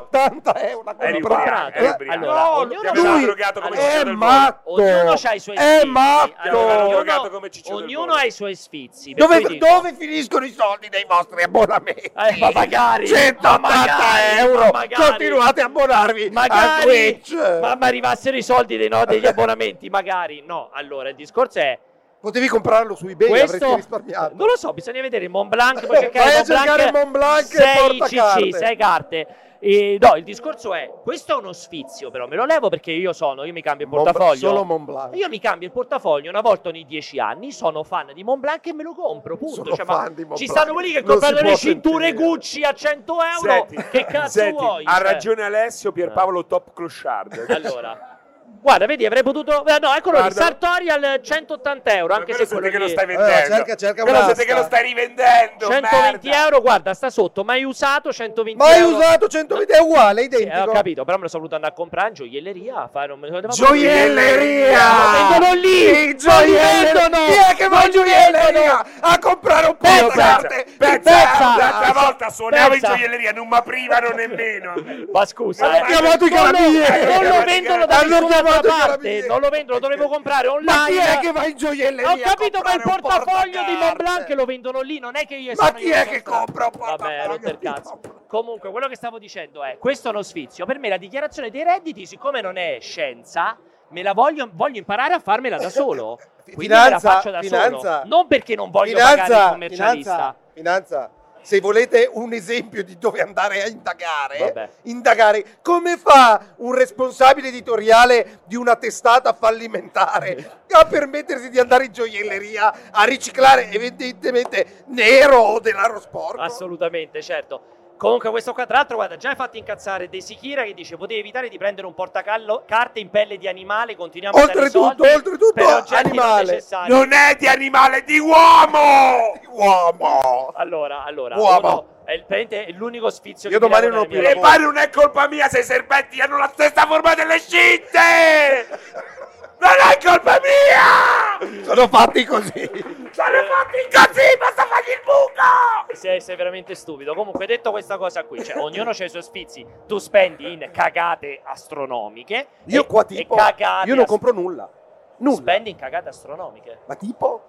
B: 180 euro da
C: Eri
B: comprare!
C: ubriaco, eri ubriaco.
A: Allora,
B: No,
A: ognuno-
B: lui
A: Ti avevano
C: drogato come
B: è
C: Ciccio del Mondo.
B: matto!
A: Ognuno ha i suoi sfizi.
B: È
C: Ti avevano
B: matto!
C: drogato come Ciccio del
A: ognuno
C: Mondo.
A: ha i suoi sfizi. per
B: Dove,
A: cui dico-
B: dove finiscono i soldi dei vostri abbonamenti?
A: Eh, ma magari,
B: 180
A: ma magari,
B: euro!
A: ma magari.
B: Continuate a abbonarvi a
A: magari
B: Twitch!
A: ma ma arrivassero i soldi dei no, degli abbonamenti, magari no. Allora, il discorso è
B: Potevi comprarlo su eBay,
A: questo
B: avresti risparmiato.
A: non lo so, bisogna vedere Mont Blanc, poi cercare
B: Esatto. Vai a
A: Mont Blanc,
B: cercare Mont Blanc e
A: sei
B: porta
A: CC,
B: carte.
A: sei carte. E, no, il discorso è questo è uno sfizio, però me lo levo perché io sono, io mi cambio il
B: Mont-
A: portafoglio.
B: Solo Montblanc.
A: Io mi cambio il portafoglio una volta ogni dieci anni, sono fan di Montblanc e me lo compro, punto.
B: Sono
A: Cioè, ma
B: fan di Mont
A: ci
B: Blanc.
A: stanno quelli che
B: Non si
A: comprano
B: può
A: le cinture
B: sentire.
A: Gucci a 100 euro.
C: Senti,
A: che cazzo
C: senti,
A: vuoi?
C: Ha
A: Cioè,
C: ragione Alessio Pierpaolo Top Clochard.
A: Allora, Guarda, vedi, avrei potuto. eh, No, eccolo lì.
C: Guarda.
A: Sartori al 180 euro. Anche se quello
C: siete che
A: lì-
C: lo stai
B: Allora,
C: vendendo.
B: cerca- cerca
C: Quello
B: un'asta.
C: siete che lo stai rivendendo.
A: 120
C: merda.
A: euro, guarda, sta sotto. Mai usato 120
B: Ma hai
A: euro.
B: usato 120 è uguale, è
A: Sì, eh, ho
B: identico.
A: capito, però me lo sono voluto andare a comprare in gioielleria. a Fare, non me lo potevamo-
C: Gioielleria!
A: Lo vendono lì!
C: Sì, gioielleria!
A: Lo vendono!
C: Chi è che va in gioielleria a comprare un po'
A: Pezza,
C: di carte?
A: pezza,
C: Pezza!
A: pezza.
C: L'altra volta suonavo in
A: Pezza.
C: gioielleria, non mi aprivano nemmeno.
A: Ma scusa,
C: Ma
A: eh.
C: hanno chiamato
B: i
A: Non lo-
B: carabinieri.
A: Non lo vendono da
B: Hanno
A: nessuna
B: chiamato i
A: parte.
B: carabinieri.
A: Non lo vendono, lo dovevo comprare online.
B: Ma chi è che va in gioielleria?
A: Ho capito, ma il
C: comprare un
A: portafoglio di Montblanc
C: portacarte?
A: lo vendono lì, non è che io
C: Ma
A: sono
C: chi
A: io
C: è
A: sono
C: che
A: stato.
C: compra un portafoglio
A: Vabbè, rotto il
C: di
A: cazzo.
C: Montblanc?
A: Comunque, quello che stavo dicendo è, questo è uno sfizio. Per me la dichiarazione dei redditi, siccome non è scienza, me la voglio, voglio imparare a farmela da solo. Quindi me la
B: Finanza,
A: faccio da
B: finanza.
A: solo. Non perché non voglio pagare il
B: finanza,
A: commercialista.
B: finanza, finanza. Se volete un esempio di dove andare a indagare,
A: Vabbè.
B: indagare come fa un responsabile editoriale di una testata fallimentare a permettersi di andare in gioielleria a riciclare evidentemente nero o denaro sporco?
A: Assolutamente, certo. Comunque questo qua, tra l'altro, guarda, già hai fatto incazzare De Sichira che dice potevi evitare di prendere un portacarte in pelle di animale, continuiamo a
B: Oltretutto,
A: dare soldi per
B: oltretutto,
A: oggetti non
B: animale.
A: necessari.
C: Non è di animale, è di uomo!
B: Uomo.
A: Allora, allora,
B: Uovo.
A: uno è, il- praticamente è l'unico sfizio
B: Io
A: che mi
B: domani
A: levo
B: non ho
A: dalla
B: più
A: mia
C: E
A: vita.
B: lavoro.
C: pare non è colpa mia se i serpenti hanno la stessa forma delle scitte! Non è colpa mia!
B: Sono fatti così.
C: Sono fatti così, basta fargli il buco!
A: sei, sei veramente stupido. Comunque, detto questa cosa qui, cioè, ognuno ha i suoi sfizi. Tu spendi in cagate astronomiche.
B: Io
A: e-
B: qua
A: e
B: tipo,
A: cagate
B: io non
A: ast-
B: compro nulla. Nulla.
A: Spendi in cagate astronomiche.
B: Ma tipo?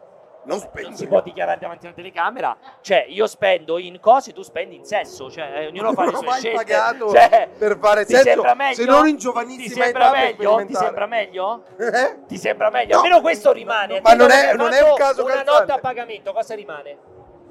A: non
B: Non
A: si può
B: spendo.
A: dichiarare davanti alla telecamera. Cioè, io spendo in cose, tu spendi in sesso. Cioè, eh, ognuno fa le
B: Non ho
A: sue
B: mai
A: scelte.
B: pagato
A: Cioè,
B: per fare
A: ti
B: sesso,
A: sembra meglio?
B: se non in
A: Ti
B: giovanissima
A: sembra
B: età per
A: meglio? Ti
B: sperimentare.
A: sembra meglio?
B: Eh?
A: Ti sembra meglio?
B: No.
A: Almeno questo rimane.
B: Ma
A: A te
B: non è-
A: avete
B: non è
A: fatto
B: un caso
A: Una
B: calzante.
A: notte a pagamento, cosa rimane?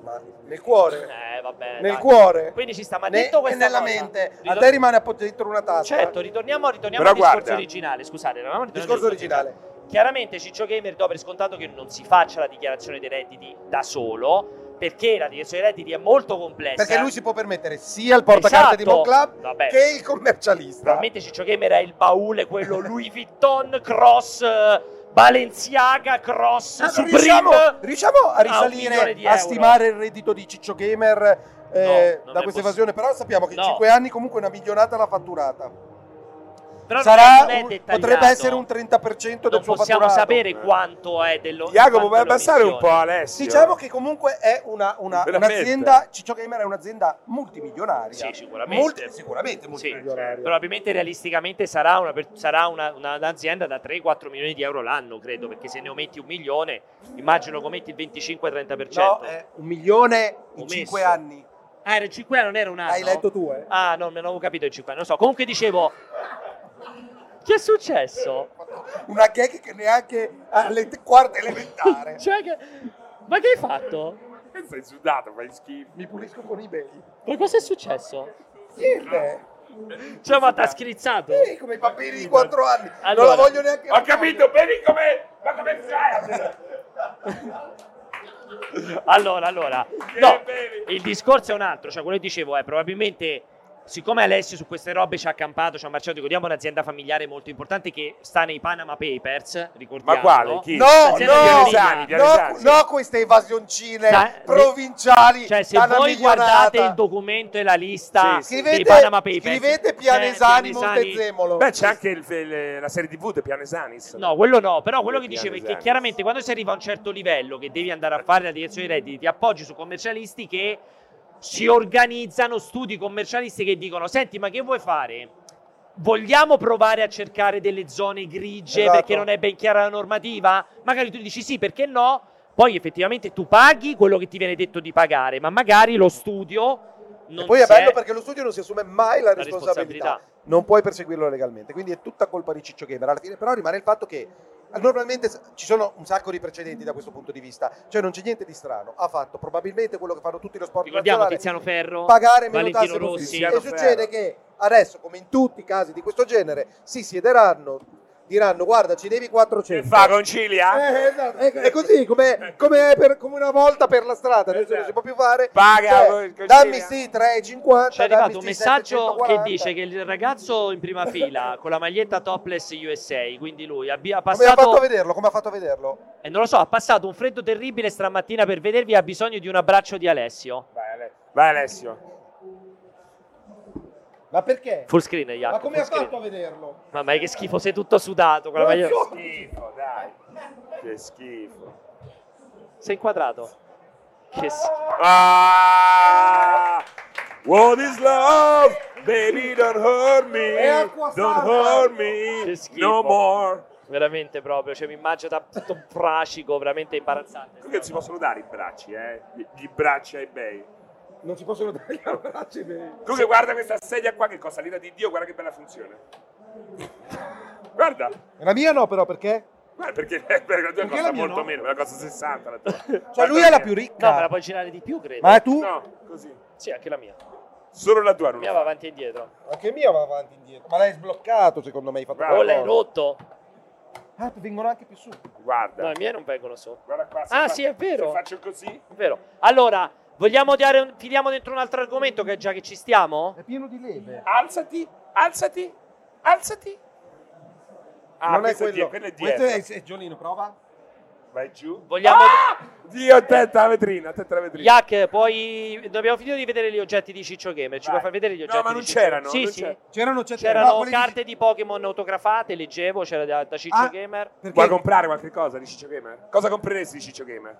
B: Ma nel cuore.
A: Eh, vabbè.
B: Nel
A: dai.
B: cuore.
A: Quindi ci sta, ma
B: Ne-
A: detto
B: e
A: questa
B: nella
A: cosa,
B: mente. A
A: ritor-
B: te rimane appoggiato dentro una tazza.
A: Certo, ritorniamo, ritorniamo
C: Però
A: al discorso
C: guarda.
A: originale. Scusate, eravamo ritornati al
B: Discorso originale.
A: Chiaramente Ciccio Gamer do per scontato che non si faccia la dichiarazione dei redditi da solo, perché la dichiarazione dei redditi è molto complessa.
B: Perché lui si può permettere sia il portacarte di
A: Esatto.
B: Mon Club
A: Vabbè.
B: che il commercialista.
A: Probabilmente Ciccio Gamer è il baule, quello Louis Vuitton, Cross, eh, Balenciaga, Cross,
B: Ah,
A: Supreme.
B: riusciamo, riusciamo a
A: milione
B: risalire,
A: di
B: a,
A: euro.
B: stimare il reddito di Ciccio Gamer eh,
A: No, non
B: da
A: è
B: questa
A: possi-
B: evasione, però sappiamo che in
A: No.
B: 5 anni comunque una milionata l'ha fatturata.
A: Però non è-
B: Sarà
A: non è
B: un-
A: dettagliato.
B: potrebbe essere un 30% del
A: Non
B: suo
A: possiamo
B: fatturato.
A: sapere quanto è dello
C: Jacopo,
A: quanto
C: puoi
A: è
C: abbassare un po'
A: l'omissione.
C: Alessio?
B: Diciamo che comunque è una, una-
C: Veramente.
B: un'azienda, Ciccio Gamer è un'azienda multimilionaria.
A: Sì, sicuramente.
B: eh. Molti- sicuramente
A: Sì, certo.
B: multimilionaria.
A: probabilmente realisticamente sarà, una per- sarà una- una- un'azienda da 3-4 milioni di euro l'anno, credo, perché se ne ometti un milione, immagino che ometti il 25-30%.
B: No, eh. è un milione in
A: certo. Omesso.
B: 5 anni.
A: Ah, era 5 non era un anno?
B: Hai letto tu, eh?
A: Ah, no, non avevo capito il 5 non lo so. Comunque dicevo... Che è successo?
B: Una gag che neanche alle te- quarte elementare.
A: Cioè, che- Ma che hai fatto?
C: Sei sudato, fai schifo.
B: Mi pulisco con i belli.
A: Ma cosa è successo?
B: Niente.
A: Cioè, ma t'ha schrizzato?
B: Sì, come i bambini di 4 anni.
A: Allora.
B: non la voglio neanche
C: Ho capito bene come... Ma come fai a
A: Allora, allora, no, il discorso è un altro, cioè quello che dicevo è probabilmente, siccome Alessio su queste robe ci ha accampato, ci ha marciato, ricordiamo un'azienda familiare molto importante che sta nei Panama Papers, ricordiamo.
C: Ma quale? Chi?
B: No,
A: Azienda di
B: no,
A: Aresani,
C: di
B: no,
C: Aresani.
B: no, queste evasioncine
A: Dai,
B: provinciali.
A: Cioè, se
B: da una
A: voi
B: milionata.
A: guardate il documento e la lista
C: Sì, sì.
A: dei
B: Scrivete,
A: Panama Papers,
B: scrivete
A: cioè,
B: Pianesani
A: Pianesani-
B: Montezemolo.
C: Beh, c'è anche il- il- la serie TV The Pianesanis.
B: Esatto.
A: No, quello no, però quello che
C: Piano
A: dicevo è che
C: esatto.
A: chiaramente quando si arriva a un certo livello che devi andare a fare la direzione dei redditi, ti appoggi su commercialisti che si organizzano studi commercialisti che dicono "Senti, ma che vuoi fare? Vogliamo provare a cercare delle zone grigie
B: Esatto.
A: perché non è ben chiara la normativa?" Magari tu dici "Sì, perché no?" Poi effettivamente tu paghi quello che ti viene detto di pagare, ma magari lo studio non
B: E poi è
A: si
B: bello perché lo studio non si assume mai
A: La
B: la, responsabilità.
A: responsabilità.
B: Non puoi perseguirlo legalmente, quindi è tutta colpa di Ciccio Gamer. Alla fine però rimane il fatto che normalmente s- ci sono un sacco di precedenti da questo punto di vista, cioè non c'è niente di strano. Ha fatto probabilmente quello che fanno tutti lo sport
A: Ricordiamo
B: nazionale,
A: Tiziano Ferro,
B: pagare meno
A: Valentino
B: tasse possibili.
A: Rossi.
C: Tiziano
B: E succede
C: Ferro.
B: che adesso, come in tutti i casi di questo genere, si siederanno diranno guarda ci devi 400.
C: Che fa Eh. concilia?
B: Eh, esatto, è, è così come, come è per- come una volta per la strada, adesso non si può più fare.
C: Paga,
B: Cioè,
C: concilia.
B: dammi sì 3,50.
A: Ci è Cioè, arrivato un
B: dammi sì
A: messaggio che
B: 740.
A: dice che il ragazzo in prima fila con la maglietta topless USA, quindi lui abbia
B: Come ha fatto a
A: passato,
B: vederlo? Come ha fatto a vederlo?
A: eh, non lo so, ha passato un freddo terribile stamattina per vedervi ha bisogno di un abbraccio di Alessio.
C: Vai, Ale- vai, Alessio.
B: Ma perché?
A: Full screen, Jacopo.
B: Ma come
A: full
B: ha
A: screen.
B: fatto a vederlo?
A: Mamma mia, che schifo, sei tutto sudato con la
B: Non
A: maglietta.
B: so.
C: Schifo, dai. Che schifo.
A: Sei inquadrato. Che schifo.
C: Ah! What is love? Baby, don't hurt me.
B: È acqua
C: Don't
B: salva.
C: hurt me.
A: Che schifo.
C: No more.
A: Veramente proprio, cioè mi immagino da tutto un fracico, veramente imbarazzante.
C: Qui non si possono dare i bracci, eh. Gli- Gli bracci ai bei.
B: Non si possono dare gli abbracci. beh.
C: Tu che guarda questa sedia qua che costa l'ira di Dio, guarda che bella funzione. Guarda,
B: La mia no, però, perché?
C: guarda perché, perché la tua
B: Perché
C: costa
B: la mia
C: molto
B: no?
C: meno, la costa 60 la tua.
B: Cioè,
C: Guarda
B: lui è la
C: mia.
B: più
A: No, me la
B: ricca.
A: puoi girare di più, credo.
B: Ma tu?
C: No, così.
A: Sì, anche la mia.
C: Solo la tua
A: La
C: non
A: mia
C: lo
A: va
C: fa.
A: avanti e indietro.
B: Anche mia va avanti e indietro. Ma l'hai sbloccato, secondo me. Hai fatto
C: Bravo.
A: Oh,
B: qualcosa.
A: l'hai rotto.
B: Ah, vengono anche più su.
C: Guarda.
A: No, le mie non vengono su.
C: Guarda qua. se
A: Ah,
C: fa-
A: sì, è vero.
C: Se faccio così.
A: È vero. Allora, vogliamo dare un- filiamo dentro un altro argomento che già che ci stiamo?
B: È pieno di leve.
C: Alzati, alzati, alzati. Ah,
B: non è
C: questo
B: quello.
C: di- quello è
B: Questo
C: dietro.
B: è, è Giolino, prova.
C: Vai giù.
A: Vogliamo-
C: Ah! Dio, attenta la vetrina, attenta la vetrina.
A: Yak, poi abbiamo finito di vedere gli oggetti di Ciccio Gamer. Ci
C: Vai.
A: puoi far vedere gli
C: No,
A: oggetti
C: ma
A: di
C: non
A: Ciccio
C: c'erano,
A: Sì,
C: non
A: sì.
C: c'erano.
B: C'erano, c'erano,
A: C'erano
B: Cioè, no, quelli
A: carte di Pokémon autografate, leggevo, c'era da, da Ciccio
B: Ah.
A: Gamer.
B: di-
C: Vuoi
B: perché
C: comprare qualche cosa di Ciccio Gamer? Cosa compreresti di Ciccio Gamer?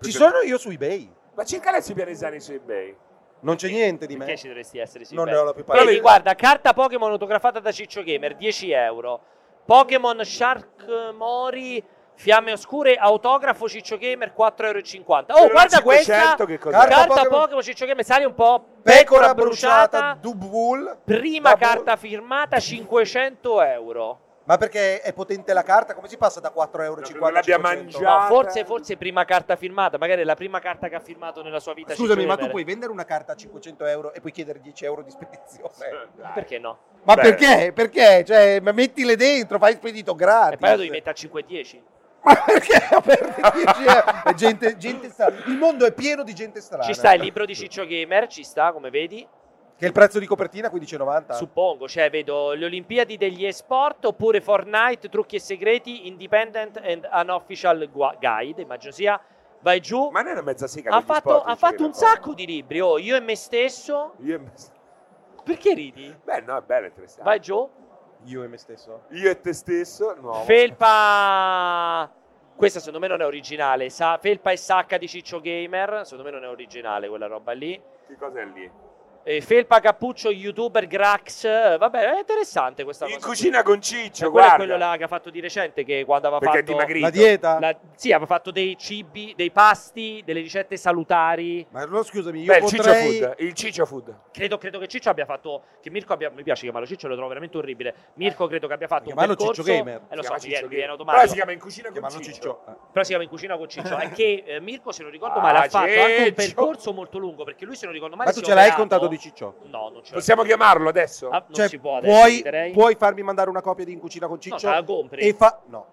B: ci sono io su eBay.
C: Ma cerca Alessio Pianesani su eBay.
B: Non c'è niente di
A: Perché
B: me.
A: ci dovresti essere? Sì,
B: Non
A: beh.
B: ne ho la più
A: Vedi,
B: pallida.
A: guarda, carta Pokémon autografata da Ciccio Gamer, 10 euro. Pokémon Shark Mori, Fiamme Oscure, autografo Ciccio Gamer, 4,50 euro.
C: Però
A: Oh, guarda
C: 500
A: questa!
C: che cos'è?
A: Carta,
B: Carta
A: Pokémon.
B: Pokémon-
A: Ciccio Gamer, sali un po'.
B: Pecora bruciata, Dubwool.
A: prima
B: Double-
A: carta firmata, 500 euro.
B: Ma perché è potente la carta? Come si passa da 4,50 euro?
C: No, non l'abbia mangiata.
A: No, forse, forse prima carta firmata, magari è la prima carta che ha firmato nella sua vita.
B: Scusami,
A: Ciccio
B: ma tu
A: Gamer.
B: puoi vendere una carta a 500 euro e puoi chiedere 10 euro di
C: Eh,
B: spedizione?
A: Perché no?
B: Ma
C: Beh.
B: perché? Perché? Cioè, ma mettile dentro, fai il spedito gratis.
A: E poi la devi mettere a 5,10.
B: Ma perché aperti 10 euro? È eh, gente, gente strana. Il mondo è pieno di gente strana.
A: Ci sta il libro di Ciccio Gamer, ci sta, come vedi.
B: Che il prezzo di copertina 15,90.
A: Suppongo, cioè vedo le Olimpiadi degli esport oppure Fortnite, trucchi e segreti, independent and unofficial gua- guide, immagino sia. Vai giù.
C: Ma non è una mezza sega
A: ha
C: con gli
A: fatto,
C: sport,
A: ha
C: dice
A: fatto
C: che
A: un
C: la
A: sacco di libri, oh, io e me stesso.
C: fa. Io e me stesso.
A: Perché ridi?
C: Beh, no, è bello, interessante.
A: Vai giù.
B: Io e me stesso.
C: Io e te stesso, nuovo.
A: Felpa. Questa secondo me non è originale. Sa- Felpa e sacca di Ciccio Gamer. Secondo me non è originale quella roba lì.
C: che cosa è lì?
A: Eh, Felpa Cappuccio, youtuber Grax. Eh, Vabbè, è interessante questa
C: In
A: cosa.
C: cucina con
A: Cioè,
C: Ciccio,
A: quello è
C: guarda.
A: quello là che ha fatto di recente che quando aveva
C: Perché è
A: fatto
C: dimagrito.
B: La dieta?
A: la- sì, aveva fatto dei cibi, dei pasti, delle ricette salutari.
B: Ma allora scusami, io
C: Beh, il Ciccio
B: potrei...
C: Food. Il Ciccio Food.
A: Credo, credo che Ciccio abbia fatto. Che Mirko abbia. Mi piace chiamarlo Ciccio, lo trovo veramente orribile. Mirko credo che abbia fatto.
B: Chiamarlo
A: un percorso,
B: Ciccio Gamer.
A: Eh, lo
C: Si
A: so,
C: chiama
A: mi viene, mi
C: Ciccio
A: viene
C: Eh, Gamer.
A: automatico.
C: Però si chiama in cucina con
B: Chiamarlo
C: Ciccio.
B: Ciccio.
A: Però si chiama in cucina con Ciccio. È che eh, Mirko, se non ricordo male,
C: Ah,
A: ha fatto anche un
C: Ciccio.
A: percorso molto lungo. Perché lui, se non ricordo male,
B: Ma
A: si
B: tu
A: è
B: ce l'hai
A: operato-
B: contato di Ciccio?
A: No, non ce l'ho.
C: Cioè, Possiamo chiamarlo adesso?
A: Ah, non
B: Cioè,
A: si può adesso.
B: puoi,
A: direi.
B: puoi farmi mandare una copia di In Cucina con
A: No,
B: Ciccio?
A: te la compri.
B: e fa... No.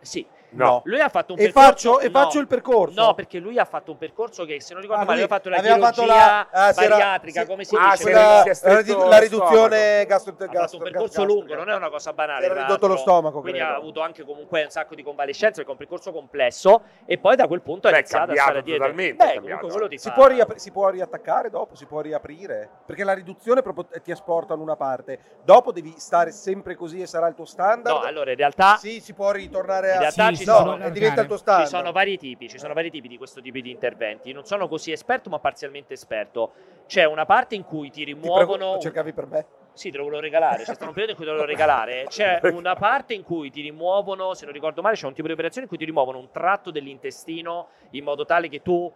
A: sì.
B: No.
A: Lui ha fatto un
B: E
A: percorso.
B: faccio- e faccio il percorso?
A: No, perché lui ha fatto un percorso che, se non ricordo
B: Ah,
A: male,
B: lui
A: aveva fatto la
B: aveva fatto
A: chirurgia
B: la- ah, si era-
A: bariatrica,
B: si-
A: come si
C: ah,
A: dice.
C: si era-
B: Quella-
C: si è stretto
B: la,
C: lo
B: riduzione gastro...
A: ha fatto un percorso lungo, non è una cosa banale.
B: Si era
A: tra
B: ridotto lo
A: l'altro.
B: stomaco,
A: Quindi
B: credo.
A: ha avuto anche comunque un sacco di convalescenze perché è un percorso complesso. E poi da quel punto ha
C: Beh, è
A: iniziato a
C: cambiato
A: stare dietro.
C: totalmente, è
A: Beh,
C: cambiato.
A: comunque quello ti
B: Si
A: fa-
B: può, riap- si può riattaccare dopo, si può riaprire, perché la riduzione proprio ti asporta in una parte, dopo devi stare sempre così e sarà il tuo standard.
A: No, allora in realtà
B: Sì, si può ritornare
A: In
B: a...
A: realtà
B: Sì,
A: ci
B: no,
A: sono-
B: e diventa il tuo standard.
A: Ci sono vari tipi, ci sono vari tipi di questo tipo di interventi. Non sono così esperto, ma parzialmente esperto. C'è una parte in cui ti
B: Ti cioè prego,
A: rimuovono.
B: lo cercavi per me?
A: Sì, te lo volevo regalare. C'è stato un periodo in cui te lo volevo regalare. C'è
B: Ecco.
A: una parte in cui ti rimuovono, se non ricordo male, c'è un tipo di operazione in cui ti rimuovono un tratto dell'intestino in modo tale che tu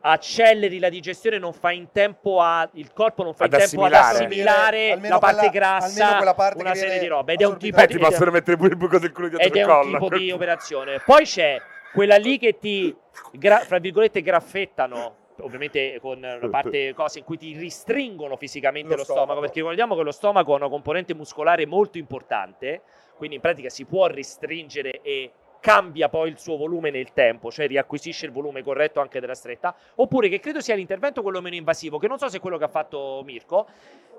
A: acceleri la digestione, non fai in tempo a. il corpo non fa
C: Ad
A: in tempo ad
C: assimilare.
A: assimilare
B: Almeno
A: la parte
B: quella-
A: grassa,
B: almeno quella parte
A: una
B: che
A: serie
B: viene
A: di robe. Ed è un tipo
B: assorbita.
C: Eh,
A: di.
C: ti possono mettere pure il buco del culo dietro
A: Ed è
C: il
A: un
C: collo.
A: tipo di operazione. Poi c'è quella lì che ti, gra- fra virgolette, graffettano. Ovviamente con una parte cose in cui ti ristringono fisicamente lo,
B: Lo
A: stomaco,
B: stomaco.
A: perché ricordiamo che lo stomaco è una componente muscolare molto importante, quindi in pratica si può restringere e cambia poi il suo volume nel tempo, cioè riacquisisce il volume corretto anche della stretta, oppure che credo sia l'intervento quello meno invasivo, che non so se è quello che ha fatto Mirko,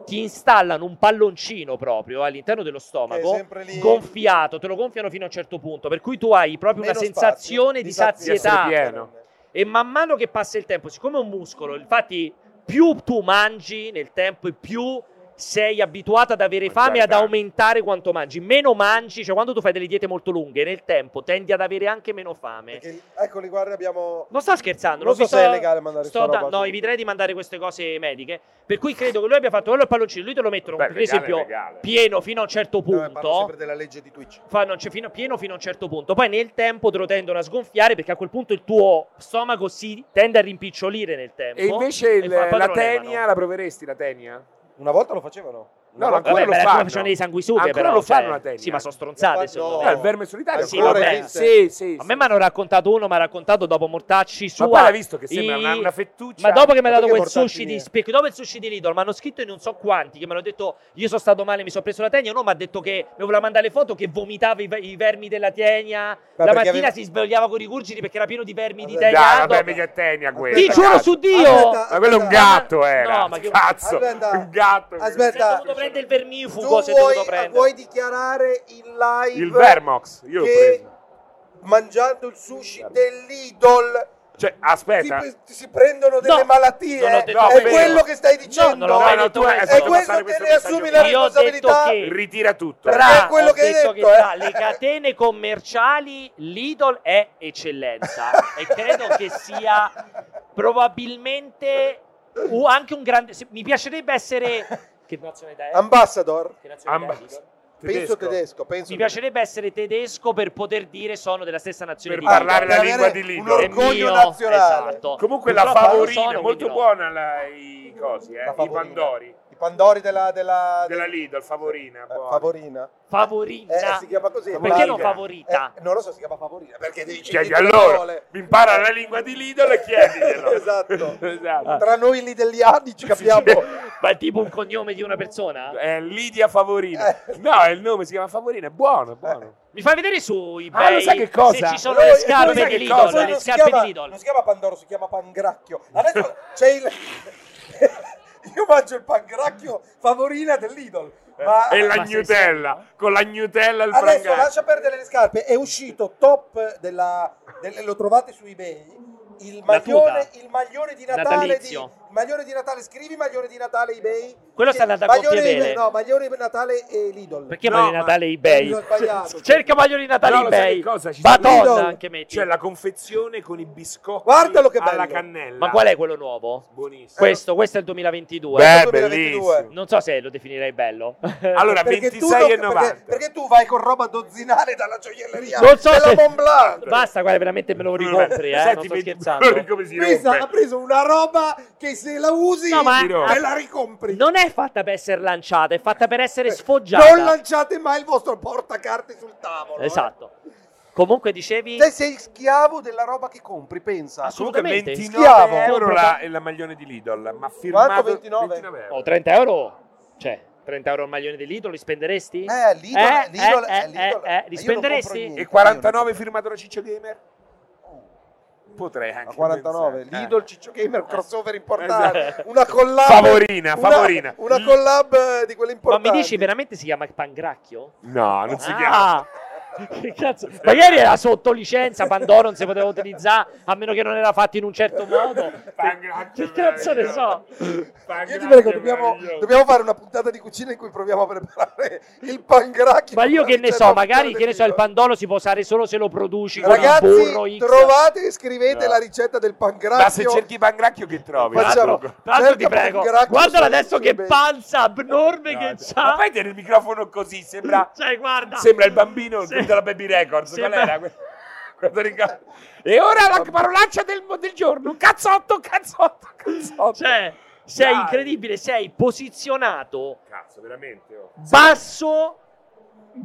A: ti installano un palloncino proprio all'interno dello stomaco, gonfiato, te lo gonfiano fino a un certo punto, per cui tu hai proprio
B: Meno
A: una sensazione di
B: spazio, disazio-
A: sazietà.
C: Di essere pieno.
A: E man mano che passa il tempo, siccome è un muscolo, infatti più tu mangi nel tempo e più sei abituato ad avere
C: Mangiare
A: fame e ad
C: tanto.
A: aumentare quanto mangi. Meno mangi, cioè quando tu fai delle diete molto lunghe, nel tempo tendi ad avere anche meno fame.
B: Perché- eccoli, Ecco, guarda, abbiamo.
A: Non sto scherzando,
B: Non
A: vi
B: so
A: sto-
B: se è legale mandare
A: sto
B: sta
A: da-
B: roba
A: No,
B: su-
A: eviterei di mandare queste cose mediche. Per cui credo che lui abbia fatto quello al palloncino. Lui te lo mettono,
C: Beh,
A: per
C: legale,
A: esempio,
C: legale.
A: pieno fino a un certo
B: No, eh,
A: punto
B: parlo sempre della legge di Twitch.
A: fanno c'è fino, pieno fino a un certo punto. Poi nel tempo te lo tendono a sgonfiare perché a quel punto il tuo stomaco si tende a rimpicciolire nel tempo.
C: E invece il-
A: fa- poi te
C: la
A: lo
C: tenia,
A: levano.
C: la proveresti la tenia?
B: Una volta lo facevano. Una
C: No,
B: volta-
A: Vabbè,
C: ancora lo
A: ma era
C: fanno.
A: come facevano dei sanguisughe
C: Ancora
A: però,
C: lo fanno
A: cioè,
C: la tenia.
A: Sì, ma sono stronzate
B: No,
A: secondo
C: Eh,
A: me.
C: il verme solitario
B: Ancora
C: ancora
A: Ah, vabbè.
C: esiste. Sì, sì,
A: A
C: sì.
A: me mi hanno raccontato uno, mi ha raccontato dopo Mortacci sua.
C: Ma poi l'hai visto che sembra
A: i-
C: una, una fettuccia.
A: Ma dopo che mi ha
B: Ma
A: dato
B: perché
A: quel
B: Mortacci
A: sushi di
B: viene?
A: Spec, dopo il sushi di Lidl, mi hanno scritto in non so quanti che mi hanno detto io sono stato male, mi sono preso la tenia, uno mi ha detto che mi voleva mandare le foto che vomitava i, ve- i vermi della tenia, la
B: perché
A: mattina
B: aveva-
A: si svegliava con i gurgiti perché era pieno di vermi di
B: Vabbè,
A: tenia.
C: Dai,
A: dopo-
C: vabbè, media tenia quella.
A: Ti giuro
C: cazzo.
A: su Dio!
B: Aspetta,
C: Ma quello è un
B: aspetta.
C: gatto, era.
A: No, ma che-
C: Cazzo,
B: Aspetta.
C: un gatto.
A: Se ho
B: Aspetta.
A: dovuto prendere il
B: Tu
A: vermifugo, se ho
B: vuoi,
A: dovuto prendere.
B: vuoi dichiarare in live
C: Il Vermox, io l'ho
B: che
C: preso.
B: mangiando il sushi dell'idol
C: Cioè,
B: ti,
C: aspetta.
B: pre- ti si prendono delle
A: No,
B: malattie.
A: non ho detto
B: è
C: questo.
B: quello che stai
A: No,
B: dicendo.
A: non l'ho mai
C: No, no,
A: detto
C: tu hai-
A: questo.
B: è
C: Adesso
B: quello
C: passare
B: che
C: questo
B: ne assumi
C: messaggio.
B: la
A: Io ho detto
B: responsabilità.
A: che-
C: Ritira tutto.
B: Tra-
A: Tra,
B: è quello
A: ho
B: che hai
A: detto che
B: detto, eh.
A: tra le catene commerciali l'Idol è eccellenza e credo che sia probabilmente u- anche un grande se- mi piacerebbe essere che nazionalità è?
B: Ambassador,
A: Che nazionalità è
C: Amb-
A: l'Idol?
B: penso tedesco, penso
A: mi piacerebbe essere tedesco per poter dire sono della stessa nazione
C: Per
A: di Lidl.
C: parlare la
B: Per
C: lingua
B: avere
C: di
B: un
C: Lidl.
A: È
B: orgoglio
A: mio,
B: nazionale.
A: esatto.
C: Comunque la
A: Purtroppo non lo
C: favorina,
A: sono, quindi
C: molto
A: no.
C: buona la- i cosi, eh,
B: La
C: i
B: favorina.
C: pandori
B: I Pandori della della,
C: della Lidl, favorina.
B: eh,
C: buoni.
B: Favorina. Eh,
A: favorina
B: si chiama così.
A: perché non
B: Favorina.
A: favorita
B: Eh, non lo so, si chiama Favorina perché devi
C: Chiedi
B: devi
C: a loro,
B: parole.
C: mi impara la lingua di Lidl e chiediglielo.
B: Esatto.
C: Esatto.
B: Tra noi lidelliani ci capiamo.
A: ma è tipo un cognome di una persona
C: È Lidia Favorina.
B: Eh.
C: No, è il nome, si chiama Favorina, è buono, è buono.
A: mi fai vedere su
C: Ah,
A: eBay
C: lo sai che cosa?
A: se ci sono
B: Noi-
A: le
B: noi sai
A: scarpe
B: che
A: di
B: cosa?
A: Lidl
B: Poi
A: le
B: non si
A: scarpe
B: chiama-
A: di Lidl
B: Non si chiama Pandoro, si chiama Pangracchio. Adesso c'è il. Io mangio il pangracchio favorina dell'idol. Ma
C: e Eh, la
A: Ma sei
C: gnutella, con la gnutella al
B: adesso
C: frangato.
B: lascia perdere le scarpe. È uscito top della. del- lo trovate su eBay. Il
A: La
B: maglione,
A: tuta.
B: il maglione di Natale di,
A: Natalizio.
B: il maglione di Natale, scrivi maglione di Natale eBay.
A: Quello
B: Sì,
A: sta andando a
B: maglione
A: gonfie vele.
B: eBay, No, maglione di Natale e Lidl.
A: Perché
C: No,
A: Maglio di
C: ma- cioè.
A: Natale
B: Ho
A: eBay?
B: sbagliato.
A: Cioè, Cerca Maglio di Natale
C: No, lo sai
A: eBay.
C: che cosa? Ci
A: Madonna,
B: sono-
A: anche metti.
C: C'è la confezione con i biscotti
B: Guardalo che
C: alla
B: bello.
C: cannella.
A: Ma qual è quello nuovo?
C: Buonissimo.
A: Questo, questo è il 2022.
C: Eh. Beh,
B: 2022.
C: bellissimo.
A: Non so se lo definirei bello.
C: Allora,
B: Perché tu
C: 26,90.
B: non- Perché, perché tu vai con roba dozzinale dalla gioielleria.
A: non so
B: della
A: se...
B: Mont Blanc.
A: Basta, guarda, veramente me lo ricompri, eh. non
C: Senti,
A: sto
C: vedi-
A: scherzando.
C: come si
B: Presa- ha
C: rompe.
B: preso una roba che se la usi
A: No, ma-
B: e la ricompri.
A: Non è fatta per essere lanciata, è fatta per
C: Eh,
A: essere sfoggiata.
B: Non lanciate mai il vostro portacarte sul tavolo. eh.
A: Esatto. Comunque dicevi...
B: Te sei schiavo della roba che compri,
A: Ah,
B: pensa.
C: Comunque
A: Assolutamente.
C: 29
B: Schiavo.
C: euro
A: Compra-
C: la, la maglione di Lidl, ma firmato
B: 29?
C: 29 euro.
A: Oh, 30 euro? Cioè, 30 euro al maglione dell'Idol li spenderesti?
B: Eh, Lidl,
A: Eh,
B: Lidl,
A: eh,
B: eh, Lidl.
A: eh, eh, li
B: Io non
A: spenderesti?
B: compro niente.
C: E 49 firmato da Ciccio Gamer? Potrei
B: A
C: anche
B: 49,
C: pensare.
B: Lidl,
C: Eh.
B: Ciccio Gamer, crossover importante,
A: Esatto.
B: una collab
C: Favorina,
B: una-
C: favorina.
B: una, collab eh, di quelle
A: Ma
B: importanti.
A: mi dici veramente si chiama Pangracchio?
C: No, non si chiama.
A: Ah! Che cazzo? Ma ieri era sotto licenza, Pandoro non si poteva utilizzare a meno che non era fatto in un certo modo.
C: Pangracchio
A: Che cazzo ne so?
B: Io ti prego, dobbiamo, dobbiamo fare una puntata di cucina in cui proviamo a preparare il pangracchio.
A: Ma io che ne
B: Cioè,
A: so,
B: no,
A: magari
B: no,
A: che ne so,
B: no.
A: il pandoro si può usare solo se lo produci con il burro
B: Ragazzi,
A: X.
B: trovate e scrivete
C: No.
B: la ricetta del pangracchio.
C: Ma se cerchi Pangracchio che trovi?
B: Facciamo-
C: Marco?
A: Tra l'altro ti
B: Cerca
A: prego,
B: Pangracchio
A: guardala
B: su-
A: adesso
B: su
A: che
B: eBay.
A: panza abnorme che
C: Ma
A: c'ha.
C: fai tenere il microfono così, sembra,
A: Cioè, guarda.
C: sembra il bambino
A: Se-
C: della Baby Records. Qual
A: sembra-
C: era? Quando riga- E ora la parolaccia del, del giorno. Cazzotto, cazzotto, cazzotto.
A: Cioè, sei
C: Dai.
A: incredibile, sei posizionato
C: Cazzo, veramente. oh.
A: basso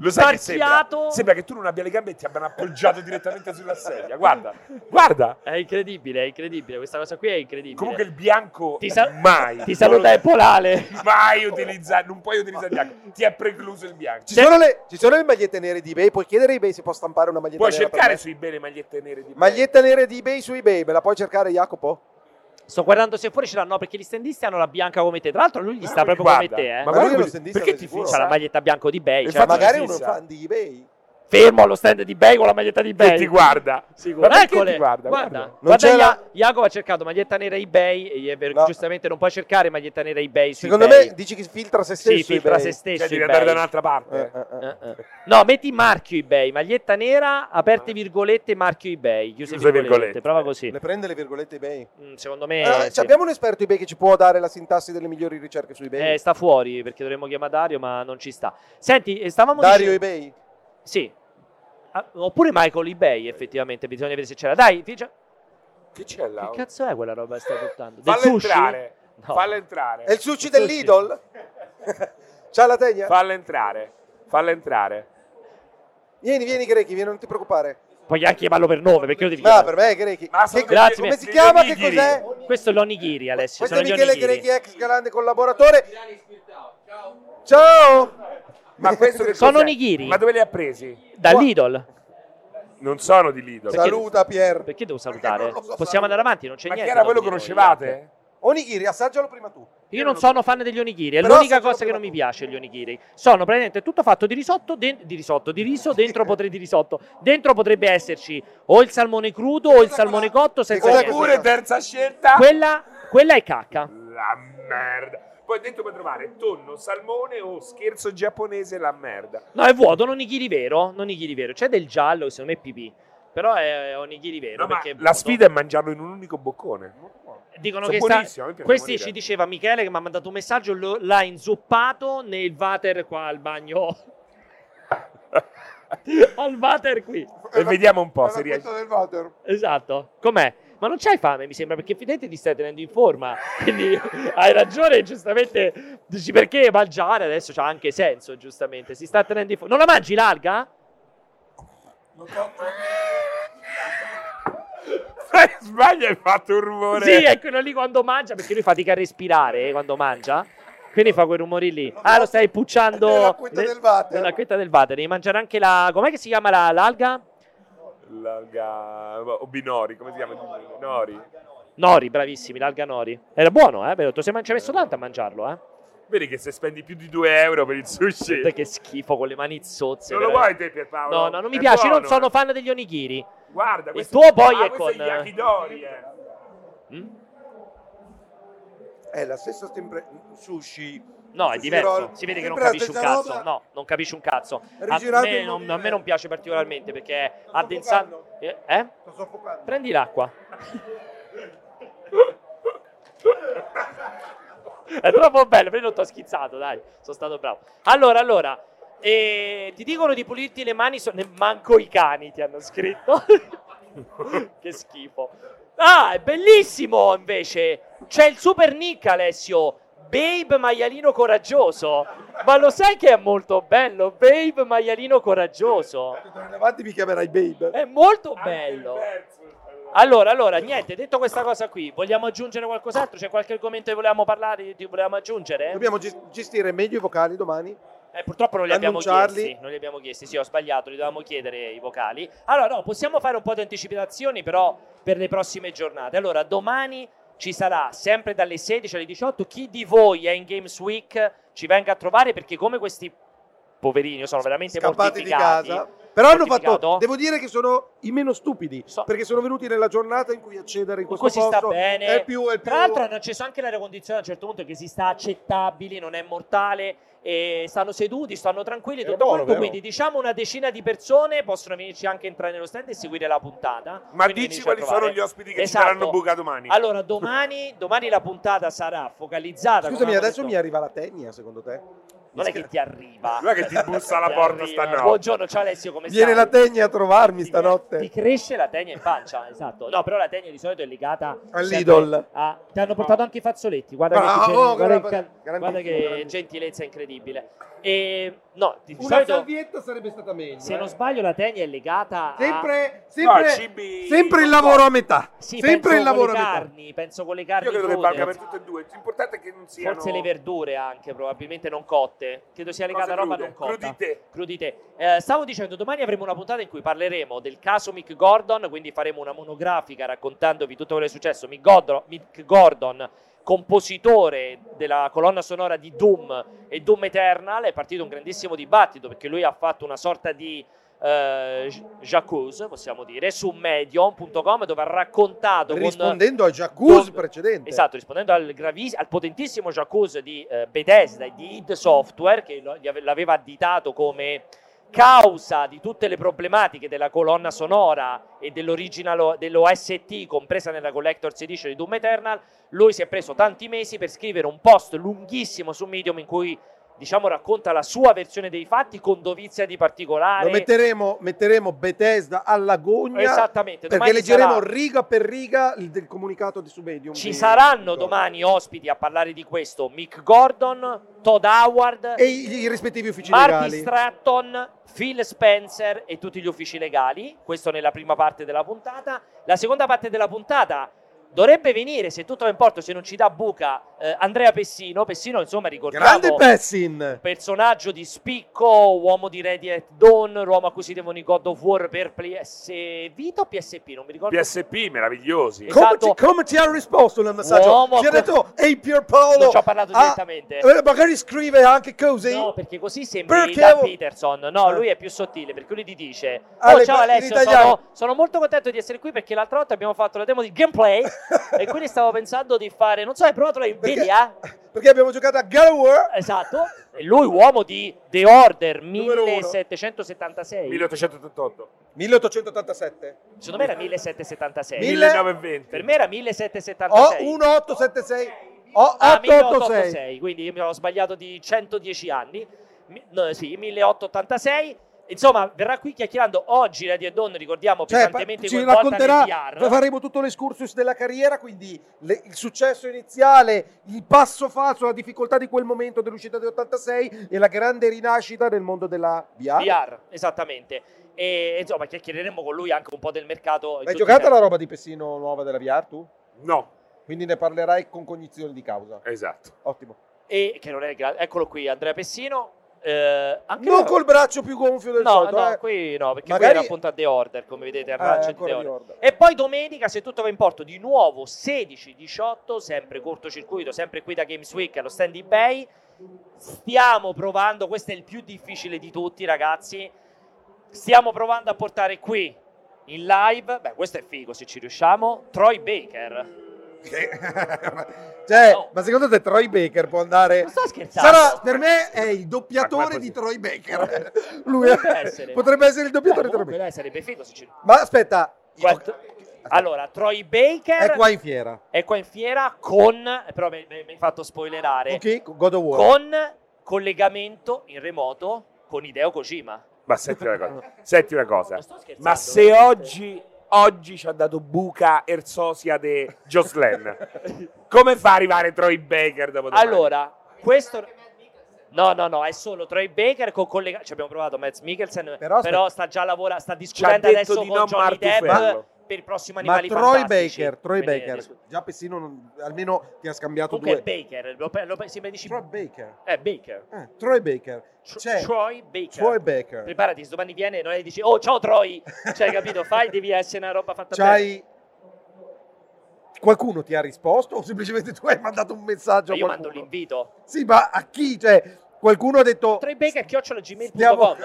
C: Lo sai che
A: Marchiato.
C: sembra? Sembra che tu non abbia le gambe e ti abbiano appoggiato direttamente sulla sedia. Guarda, guarda.
A: È incredibile, è incredibile. Questa cosa qui è incredibile.
C: Comunque il bianco
A: Ti sa-
C: mai.
A: Ti saluta il polale.
C: Mai utilizzare, non puoi utilizzare il bianco. Ti è precluso il bianco.
B: Ci sono, le, ci sono le magliette nere di eBay, puoi chiedere a eBay se può stampare una maglietta
C: Puoi
B: nera. per
C: cercare
B: me.
C: su eBay le magliette nere di
B: Maglietta nera di eBay su eBay, me la puoi cercare Jacopo?
A: Sto guardando se fuori ce l'hanno perché gli standisti hanno la bianca come te. Tra l'altro lui gli
C: Ma
A: sta
C: quelli
A: proprio
C: guarda,
A: come te, eh.
C: Ma
B: Ma
C: guarda
B: io lo
C: quelli-
B: sentista,
C: perché
B: sono
C: ti
B: sicuro.
A: C'ha la
C: fissa?
A: maglietta bianca di Bay.
C: Infatti
B: Eh, Magari
C: ci
B: uno è un
C: sa.
B: fan di eBay.
A: fermo allo stand di Bay con la maglietta di Bay.
C: Che ti guarda.
A: Sicuro.
C: Ma perché
A: Eccole.
C: ti guarda?
A: Guarda, guarda,
C: Guarda.
B: c'è la-
A: Ia- Iago ha cercato maglietta nera eBay e gli è ver-
B: No.
A: giustamente non puoi cercare maglietta nera eBay su
B: Secondo
A: eBay.
B: me dici che filtra se stesso
A: sì, filtra
B: eBay.
A: se stesso
C: Cioè, devi
A: eBay.
C: andare da un'altra parte.
B: Eh, eh, eh.
A: Eh, eh. No, metti marchio eBay, maglietta nera, aperte virgolette, marchio eBay, chiuse
C: Ah. Chiuse
A: virgolette.
C: virgolette. Eh.
A: Prova così.
B: Le prende le virgolette eBay?
A: Mm, secondo me
B: Ah,
A: sì.
B: Abbiamo un esperto eBay che ci può dare la sintassi delle migliori ricerche su eBay?
A: Eh, sta fuori perché dovremmo chiamare Dario, ma non ci sta. Senti, eh, stavamo
B: Dario
A: dicendo-
B: eBay?
A: Sì. Ah, oppure Michael eBay, effettivamente, bisogna vedere se c'era. Dai, ficia-
C: Che c'è là?
A: che cazzo è quella roba che stai portando? Del
C: Falla
A: sushi?
C: entrare.
A: No.
C: Falla entrare.
B: È il sushi
A: Il
B: del
A: sushi.
B: Lidl? C'ha la tegna?
C: Falla entrare. Falla entrare.
B: Vieni, vieni Grechi, vieni, non ti preoccupare.
A: Puoi anche chiamarlo per nome, perché lo devi
B: No,
A: chiamare.
B: per me è Grechi.
C: Ma sono
B: Che-
C: degli-
A: Grazie,
B: come si
C: degli
B: chiama? Che
C: onigiri.
B: cos'è?
A: Questo è l'onigiri, Alessio.
B: Questo è
A: sono gli
B: Michele
A: onigiri.
B: Grechi, ex grande collaboratore. Ciao!
C: Ma questo che
A: Sono
C: cos'è?
A: onigiri.
C: Ma dove li ha presi?
A: Da
B: Qua-
A: Lidl.
C: Non sono di Lidl.
A: Perché-
B: Saluta Pier.
A: Perché devo
B: Perché
A: salutare?
B: non lo so
A: Possiamo
B: salutare.
A: andare avanti, non c'è
C: Ma che
A: niente. da
C: era voi lo
A: dire,
C: conoscevate?
B: Onigiri, assaggialo prima tu.
A: Io non sono fan degli onigiri, è
B: Però
A: l'unica
B: assaggialo
A: cosa che non mi
B: prima
A: piace gli onigiri. Sono praticamente tutto fatto di risotto, den- di risotto, di riso, dentro potrebbe di risotto. Dentro potrebbe esserci o il salmone crudo o il salmone cotto senza
B: cos'è
C: Oppure
A: niente.
B: questa?
C: terza scelta.
A: Quella, quella è cacca.
C: La merda. Poi dentro puoi trovare tonno, salmone o scherzo giapponese, la merda.
A: No, è vuoto, non onigiri vero, non onigiri vero. C'è del giallo, che secondo me è pipì. Però è onigiri vero
C: No,
A: Eh,
C: ma
A: perché è
C: la
A: vuoto.
C: sfida è mangiarlo in un unico boccone.
A: Dicono
C: Sono
A: che sta-
C: buonissimo, mi piace
A: Questi
C: morire.
A: ci diceva Michele che mi ha mandato un messaggio, lo- l'ha inzuppato nel water qua al bagno. al water qui.
B: Eh,
C: E vediamo un po'
F: Alla
C: se riesci.
F: punta del water.
A: Esatto. Com'è? Ma non c'hai fame, mi sembra, perché effettivamente ti stai tenendo in forma. Quindi hai ragione, giustamente. Dici perché mangiare adesso c'ha anche senso, giustamente. Si sta tenendo in forma. Non la mangi l'alga?
C: Se sbagli hai fatto un rumore.
A: Sì, è quello lì quando mangia, perché lui fatica a respirare eh, quando mangia. Quindi fa quel rumore lì. Ah, lo stai pucciando.
B: Nella quetta del water.
A: Nella quetta del water. Devi mangiare anche la. Com'è che si chiama la- l'alga?
C: L'alga- O binori, come si chiama? Binori.
A: Nori, bravissimi, l'alga Nori. Era buono, eh? Ve l'ho detto, se man- ci hai messo tanto a mangiarlo, eh?
C: Vedi che se spendi più di 2 euro per il sushi.
A: Guarda che schifo con le mani zozze.
C: Non lo vuoi
A: veramente.
C: te, Pierpaolo?
A: No, no, non mi
C: È
A: piace, io non
C: buono,
A: sono
C: eh.
A: fan degli onigiri.
C: Guarda,
A: Il
C: questo-
A: tuo poi
C: Ah,
A: è
C: questo
A: con-
C: gli Yakidori, eh.
A: Mm?
B: È la stessa sempre sushi.
A: No, è
B: Sushi
A: diverso.
B: roll.
A: Si vede che non
B: Sembra
A: capisci un
B: artigianosa.
A: cazzo. No, non capisci un cazzo. A
B: Rigirato
A: me,
B: in
A: non,
B: modo
A: a me non piace particolarmente perché addensando. Eh? eh?
B: Sto soffocando.
A: Prendi l'acqua. È troppo bello, però non ti ho schizzato, dai, sono stato bravo. Allora, allora, eh, ti dicono di pulirti le mani, so- ne- manco i cani ti hanno scritto. che schifo. Ah, è bellissimo invece, c'è il super nick Alessio, Babe Maialino Coraggioso. Ma lo sai che è molto bello, Babe Maialino Coraggioso.
B: In avanti mi chiamerai Babe.
A: È molto bello. Allora, allora, niente, detto questa cosa qui, vogliamo aggiungere qualcos'altro? C'è qualche argomento che volevamo parlare, che volevamo aggiungere?
B: Dobbiamo ges- gestire meglio i vocali domani.
A: Eh, purtroppo non li abbiamo
B: annunciarli.
A: chiesti, non li abbiamo chiesti, sì, ho sbagliato, li dovevamo chiedere i vocali. Allora, no, possiamo fare un po' di anticipazioni però per le prossime giornate. Allora, domani ci sarà sempre dalle 16 alle 18 chi di voi è in Games Week ci venga a trovare perché come questi poverini io sono veramente
B: Scappati di
A: mortificati.
B: casa. Però hanno fatto.
A: Mortificato?
B: Devo dire che sono i meno stupidi.
A: So-
B: Perché sono venuti nella giornata in cui accedere in questo
A: Così sta
B: posto
A: bene.
B: è più. È più
A: Tra l'altro hanno acceso anche l'aria condizionata a un certo punto che si sta accettabili, non è mortale. E stanno seduti, stanno tranquilli,
B: È
A: tutto
B: buono,
A: quanto.
B: vero?
A: Quindi, diciamo una decina di persone possono venirci anche a entrare nello stand e seguire la puntata.
C: Ma
A: Quindi venirci
C: dici
A: a
C: quali
A: trovare.
C: sono gli ospiti che
A: Esatto.
C: ci daranno buca domani.
A: Allora, domani, domani la puntata sarà focalizzata. come
B: Scusami,
A: hanno
B: adesso
A: detto-
B: mi arriva la tegna, secondo te?
A: Non è che ti arriva.
C: Non è che ti bussa alla
A: Ti
C: porta
A: arriva.
C: stanotte.
A: Buongiorno, ciao Alessio, come
B: Viene
A: stai?
B: la tegna a trovarmi stanotte.
A: Ti cresce la tegna in pancia, esatto. No, però la tegna di solito è legata
B: Al
A: sempre
B: Lidl. Ah,
A: a- Ti hanno portato anche i fazzoletti. Guarda
B: Bravo,
A: che, ti- guarda
B: gran-
A: che- guarda
B: grandissimo,
A: che
B: grandissimo.
A: gentilezza incredibile. E, no, di
B: Una
A: solito,
B: salvietta sarebbe stata meglio.
A: se
B: eh.
A: non sbaglio, la tenia è legata a-
B: Sempre,
C: No,
B: sempre,
C: cibi-
B: sempre il
C: non so.
B: lavoro a metà.
A: Sì,
B: sempre
A: penso
B: il lavoro
A: con
B: a
A: le
B: metà.
A: carni, penso con le carni
C: Io credo che
A: crude.
C: valga per tutte e due. L'importante è che non siano
A: Forse le verdure anche, probabilmente non cotte. Credo sia
C: cose
A: legata a roba
C: crude.
A: non cotta.
C: Crudite.
A: Crudite. Eh, stavo dicendo, domani avremo una puntata in cui parleremo del caso Mick Gordon, quindi faremo una monografica raccontandovi tutto quello che è successo. Mick Gordon, Mick Gordon, compositore della colonna sonora di Doom e Doom Eternal, è partito un grandissimo dibattito perché lui ha fatto una sorta di eh, j- jacuzzi, possiamo dire, su medium.com dove ha raccontato con...
B: Rispondendo al
A: Con-
B: jacuzzi precedente.
A: Esatto, rispondendo al, gravis- al potentissimo Jacuzzi di eh, Bethesda e di id Software, che lo- gli ave- l'aveva additato come causa di tutte le problematiche della colonna sonora e dell'original dell'OST compresa nella Collector's Edition di Doom Eternal, lui si è preso tanti mesi per scrivere un post lunghissimo su Medium in cui diciamo racconta la sua versione dei fatti con dovizia di particolari.
B: Lo metteremo, metteremo Bethesda alla gogna.
A: Esattamente,
B: Perché
A: Esatto, domani
B: leggeremo
A: sarà-
B: riga per riga il del comunicato di Subedium. Ecco.
A: Ci saranno domani ospiti a parlare di questo Mick Gordon, Todd Howard,
B: E i, i rispettivi uffici
A: Marty
B: legali.
A: Stratton, Phil Spencer e tutti gli uffici legali. Questo nella prima parte della puntata. La seconda parte della puntata dovrebbe venire, se tutto va in porto, se non ci dà buca, eh, Andrea Pessino. Pessino, insomma,
B: Grande
A: ricordiamo...
B: Pessin.
A: Personaggio di spicco, uomo di Ready at Dawn, uomo a cui si devono i God of War per PS Vita o PSP, non mi ricordo.
C: PSP meravigliosi.
A: Co- Esatto.
B: Come, ti, come ti ha risposto nel messaggio?
A: Uomo
B: ti ha
A: a-
B: detto, ehi
A: non
B: Pierpaolo,
A: ci ho parlato
B: ah,
A: direttamente.
B: eh, magari scrive anche cose.
A: No, perché così sembra
B: Perché
A: Dan
B: vo-
A: Peterson. No,
B: Eh.
A: lui è più sottile perché lui ti dice:
B: Ah,
A: Oh,
B: le-
A: ciao
B: in
A: Alessio,
B: italiano."
A: sono, sono molto contento di essere qui perché l'altra volta abbiamo fatto la demo di gameplay e quindi stavo pensando di fare. Non so, hai provato la Nvidia?
B: Eh. Perché abbiamo giocato a God of War.
A: Esatto. E lui, uomo di The Order
B: Numero uno.
A: 1776.
C: 1888.
B: 1887.
A: Secondo me era 1776.
B: Mille-
C: 1920.
A: Per me era
B: Ho
A: 1776.
B: 1876. Ho
A: Ah,
B: 886.
A: 1886, quindi io mi ho sbagliato di 110 anni. Mi- no, sì, 1886. Insomma, verrà qui chiacchierando oggi Radio e Don, ricordiamo
B: Cioè, pa-
A: pesantemente
B: ci
A: coinvolta nel
B: racconterà,
A: VR.
B: fa- faremo tutto l'escursus della carriera, quindi le- il successo iniziale, il passo falso, la difficoltà di quel momento dell'uscita dell'86 e la grande rinascita nel mondo della VR.
A: VR, esattamente. E insomma, chiacchiereremo con lui anche un po' del mercato.
B: Hai giocato la roba di Pessino nuova della VR tu?
C: No,
B: Quindi ne parlerai con cognizione di causa.
C: esatto.
B: Ottimo.
A: E che non è gra- eccolo qui, Andrea Pessino. Eh, anche
B: Non
A: lui-
B: col braccio più gonfio del
A: No,
B: solito,
A: no,
B: eh.
A: qui no, perché
B: Magari-
A: qui era appunto a The Order, come vedete, a
B: Eh,
A: Ratchet The
B: ancora
A: Order.
B: di orda.
A: E poi domenica, se tutto va in porto, di nuovo 16-18, sempre cortocircuito, sempre qui da Games Week allo stand eBay. Stiamo provando, questo è il più difficile di tutti, ragazzi. Stiamo provando a portare qui in live, beh, questo è figo se ci riusciamo, Troy Baker.
B: cioè,
A: No.
B: ma secondo te Troy Baker può andare
A: Non sto scherzando.
B: Sarà, per me è il doppiatore
C: Ma-
B: di Troy Baker. Lui è-
A: Potrebbe essere.
B: potrebbe essere il
A: Beh,
B: doppiatore di
A: comunque,
B: Troy Baker.
A: dai, sarebbe figo se ci
B: Ma aspetta,
A: Quattro- Allora, Troy Baker
B: è qua in fiera.
A: è qua in fiera con, però mi mi- mi hai fatto spoilerare,
B: Ok, God of War.
A: con collegamento in remoto con Ideo Kojima.
B: Esatto.
C: Ma senti una cosa. senti una cosa.
A: Non sto scherzando.
C: Ma se oggi, oggi ci ha dato buca Ersosia de Joslen, come fa a arrivare Troy Baker dopo domani?
A: Allora, questo... No, no, no, è solo Troy Baker con collegamento... Ci abbiamo provato Mads Mikkelsen,
B: Però
A: però,
B: aspetta-
A: sta già lavora, sta
C: ci ha
A: discutendo
C: detto
A: adesso
C: di
A: con
C: no
A: Johnny Depp
C: Martufello.
A: per il prossimo
B: ma
A: Animali
B: Troy
A: Fantastici.
B: Baker, Troy
A: Quindi,
B: Baker,
A: discu-
B: già Pessino non- almeno ti ha scambiato
A: Comunque
B: due.
A: è Baker, lo, pe- lo, pe- se mi dici...
B: Troy Baker.
A: Eh, Baker.
B: Eh, Troy Baker.
A: Tro-
B: C'è
A: Troy Baker.
B: Troy Baker.
A: Preparati, se domani viene e noi dici, oh ciao Troy, cioè capito, fai, devi essere una roba fatta bene.
B: C'hai Qualcuno ti ha risposto o semplicemente tu hai mandato un messaggio
A: Ma
B: a
A: Io mando
B: qualcuno?
A: l'invito.
B: Sì, ma a chi? Cioè, qualcuno ha detto
A: Troy Baker chiocciola gmail.com.
B: Stiamo-
A: Ho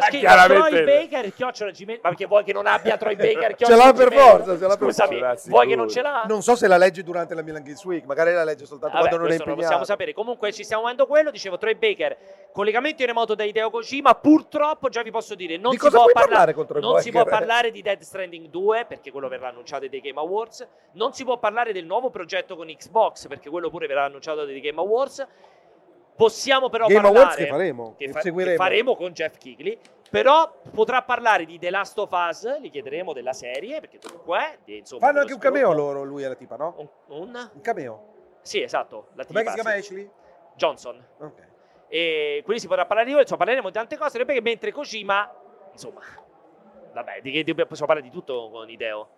A: scritto
C: Chiaramente.
A: Troy Baker chiocciola gmail. Ma perché vuoi che non abbia Troy Baker
B: Ce l'ha
A: chiocciola
B: per
A: gmail?
B: forza, ce l'ha per
A: Scusami,
C: forza, sicuro.
A: vuoi che non ce l'ha?
B: Non so se la legge durante la Milan Games Week, magari la legge soltanto
A: Ah, Vabbè,
B: quando non è
A: questo lo possiamo
B: impegnato.
A: sapere. Comunque ci stiamo muovendo quello. Dicevo Troy Baker, collegamento in remoto da Hideo Kojima. Purtroppo già vi posso dire, non
B: Di
A: si
B: cosa
A: può
B: puoi
A: parlare.
B: parlare contro il
A: Non si può
B: Baker?
A: parlare di Dead Stranding 2 perché quello verrà annunciato dai Game Awards. Non si può parlare del nuovo progetto con Xbox perché quello pure verrà annunciato dai Game Awards. Possiamo però
B: Game
A: parlare
B: Awards che faremo?
A: che,
B: Che
A: fa- che
B: seguiremo.
A: faremo con Jeff Kigley. Però potrà parlare di The Last of Us, gli chiederemo della serie, perché comunque eh, insomma,
B: Fanno
A: dello
B: anche un cameo
A: sviluppo.
B: loro, lui e la tipa, no?
A: Un, un-
B: Un cameo.
A: Sì, esatto, la
B: Com'è
A: tipa,
B: che si chiama
A: sì.
B: Ashley?
A: Johnson.
B: Ok.
A: E quindi si potrà parlare di quello, insomma, parleremo di tante cose, perché mentre Kojima, insomma, vabbè, di che di- possiamo parlare di tutto con Ideo.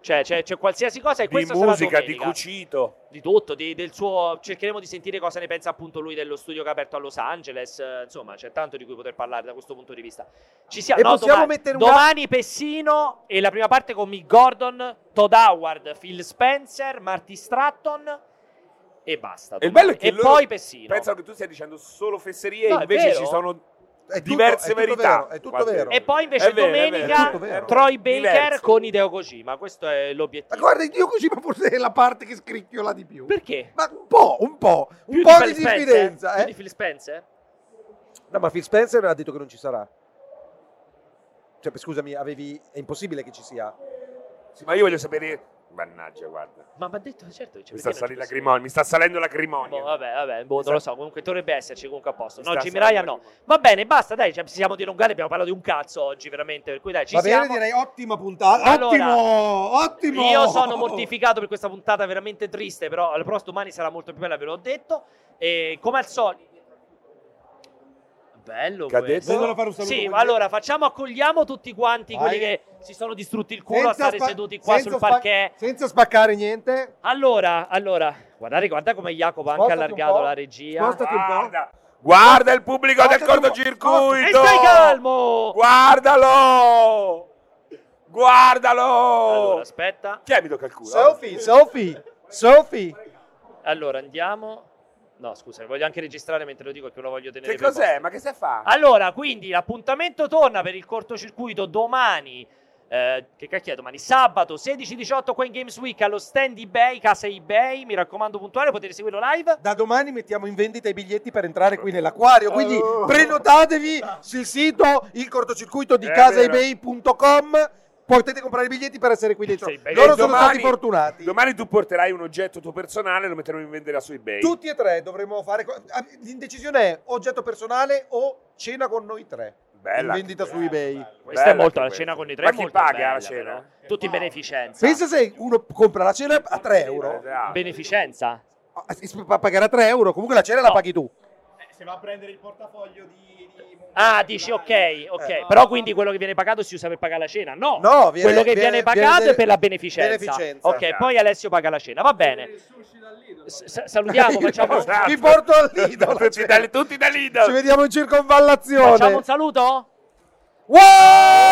A: Cioè, c'è, c'è qualsiasi cosa e
C: Di
A: questo
C: musica,
A: sarà
C: di
A: domenica.
C: cucito.
A: Di tutto, di- del suo... cercheremo di sentire cosa ne pensa appunto lui dello studio che ha aperto a Los Angeles, eh, insomma c'è tanto di cui poter parlare da questo punto di vista. Ci siamo,
D: E
A: no,
D: possiamo
A: domani,
D: mettere un-
A: domani Pessino e la prima parte con Mick Gordon, Todd Howard, Phil Spencer, Marty Stratton e basta.
C: È il
A: domani.
C: bello è che
A: e
C: loro
A: poi Pessino.
C: Pensano che tu stia dicendo solo fesserie,
A: No, è
C: invece
A: vero.
C: ci sono
D: È tutto- è
C: diverse
D: tutto
C: verità.
D: vero, è tutto
C: Guarda.
D: vero.
A: E poi invece
C: È vero, è vero,
A: domenica
D: è tutto vero.
A: Troy Baker
C: Diverso.
A: con Hideo Kojima, questo è
B: Ma
A: l'obiettivo.
B: guarda, io così, ma forse è la parte che scricchiola di più.
A: Perché?
B: Ma un po', un po', un
A: Più
B: po'
A: Phil
B: di
A: Spencer?
B: diffidenza,
A: Più
B: eh.
A: di Phil Spencer?
D: No, ma Phil Spencer ha detto che non ci sarà. Cioè, scusami, avevi... è impossibile che ci sia.
C: Sì, ma io voglio sapere... Mannaggia, guarda.
A: Ma mi ha detto certo che c'è perché
C: Mi sta,
A: non
C: salendo
A: c'è
C: la
A: Pessino?
C: lacrimonia, mi sta salendo lacrimonia.
A: Boh, vabbè, vabbè, boh, non lo so. Comunque dovrebbe esserci comunque a posto.
C: Mi
A: No,
C: sta
A: Jimmy
C: salendo
A: Ryan no.
C: lacrimonia.
A: Va bene, basta, dai, cioè, ci siamo dilungati, abbiamo parlato di un cazzo oggi, veramente. Per cui dai, ci
B: Va
A: siamo.
B: bene, direi ottima puntata.
A: Allora,
B: ottimo, ottimo.
A: Io sono mortificato per questa puntata veramente triste, però la prossima domani sarà molto più bella, ve l'ho detto. E come al solito... Bello
C: Che ha
A: questo.
C: detto? Vogliono
B: fare un saluto
A: Sì,
B: con gli
A: allora facciamo, accogliamo tutti quanti
B: Vai.
A: quelli che si sono distrutti il culo a stare
B: spa-
A: seduti qua
B: senza
A: sul
B: spa-
A: parquet.
B: senza spaccare niente.
A: Allora, allora, guardate, guarda come Jacopo ha anche
B: Spostati un
A: allargato
B: po'.
A: la regia.
B: Spostati un
A: ah,
B: po'.
C: Guarda, guarda il pubblico del
B: Guardate un po'.
A: E
C: cortocircuito!
A: stai calmo!
C: Guardalo! Guardalo!
A: Allora, aspetta.
C: Chi è mi tocca il culo?
B: Sophie, Sophie, Sophie.
A: Allora, andiamo. No, scusa, voglio anche registrare mentre lo dico perché lo voglio tenere
C: Che
A: per
C: cos'è?
A: posto.
C: Ma che stai fa?
A: Allora, quindi l'appuntamento torna per il cortocircuito domani. eh, che cacchio è domani? Sabato 16-18 qua in Games Week allo stand eBay, casa eBay. Mi raccomando, puntuale, potete seguirlo live.
B: Da domani mettiamo in vendita i biglietti per entrare qui nell'acquario, quindi prenotatevi sul sito il cortocircuito di
C: È
B: casaebay.com. Potete comprare i biglietti per essere qui dentro.
A: Sì, beh,
B: Loro
C: E
B: sono
C: domani-
B: stati fortunati.
C: Domani tu porterai un oggetto tuo personale e lo metteremo in vendita su eBay.
B: Tutti e tre dovremmo fare. co- ah, L'indecisione è oggetto personale o cena con noi tre.
C: Bella. Eh.
B: in vendita su eBay.
A: Questa
C: Bella
A: è molto
C: anche
A: la
C: questa.
A: cena con i tre.
C: Ma
A: è
C: chi
A: molto
C: paga
A: bella,
C: la cena?
A: però. Tutti in beneficenza.
B: Pensa se uno compra la cena a 3 euro.
C: Esatto.
A: Beneficenza?
B: Ah, si fa pagare a 3 euro. Comunque la cena
A: No.
B: la paghi tu.
J: se va a prendere il portafoglio di, di
A: Ah, dici ok, ok.
B: Eh.
A: Però quindi quello che viene pagato si usa per pagare la cena? No,
B: No, viene-
A: quello che viene,
B: viene-
A: pagato
B: viene-
A: è per la beneficenza.
B: beneficenza.
A: ok,
C: Esatto.
A: poi Alessio paga la cena, va bene. S- s- salutiamo, facciamo,
C: Esatto.
B: Vi porto al Lido. la
C: Tutti
B: cena.
C: da, tutti da Lidl.
B: Ci vediamo in circonvallazione.
A: facciamo un saluto?
B: Wow!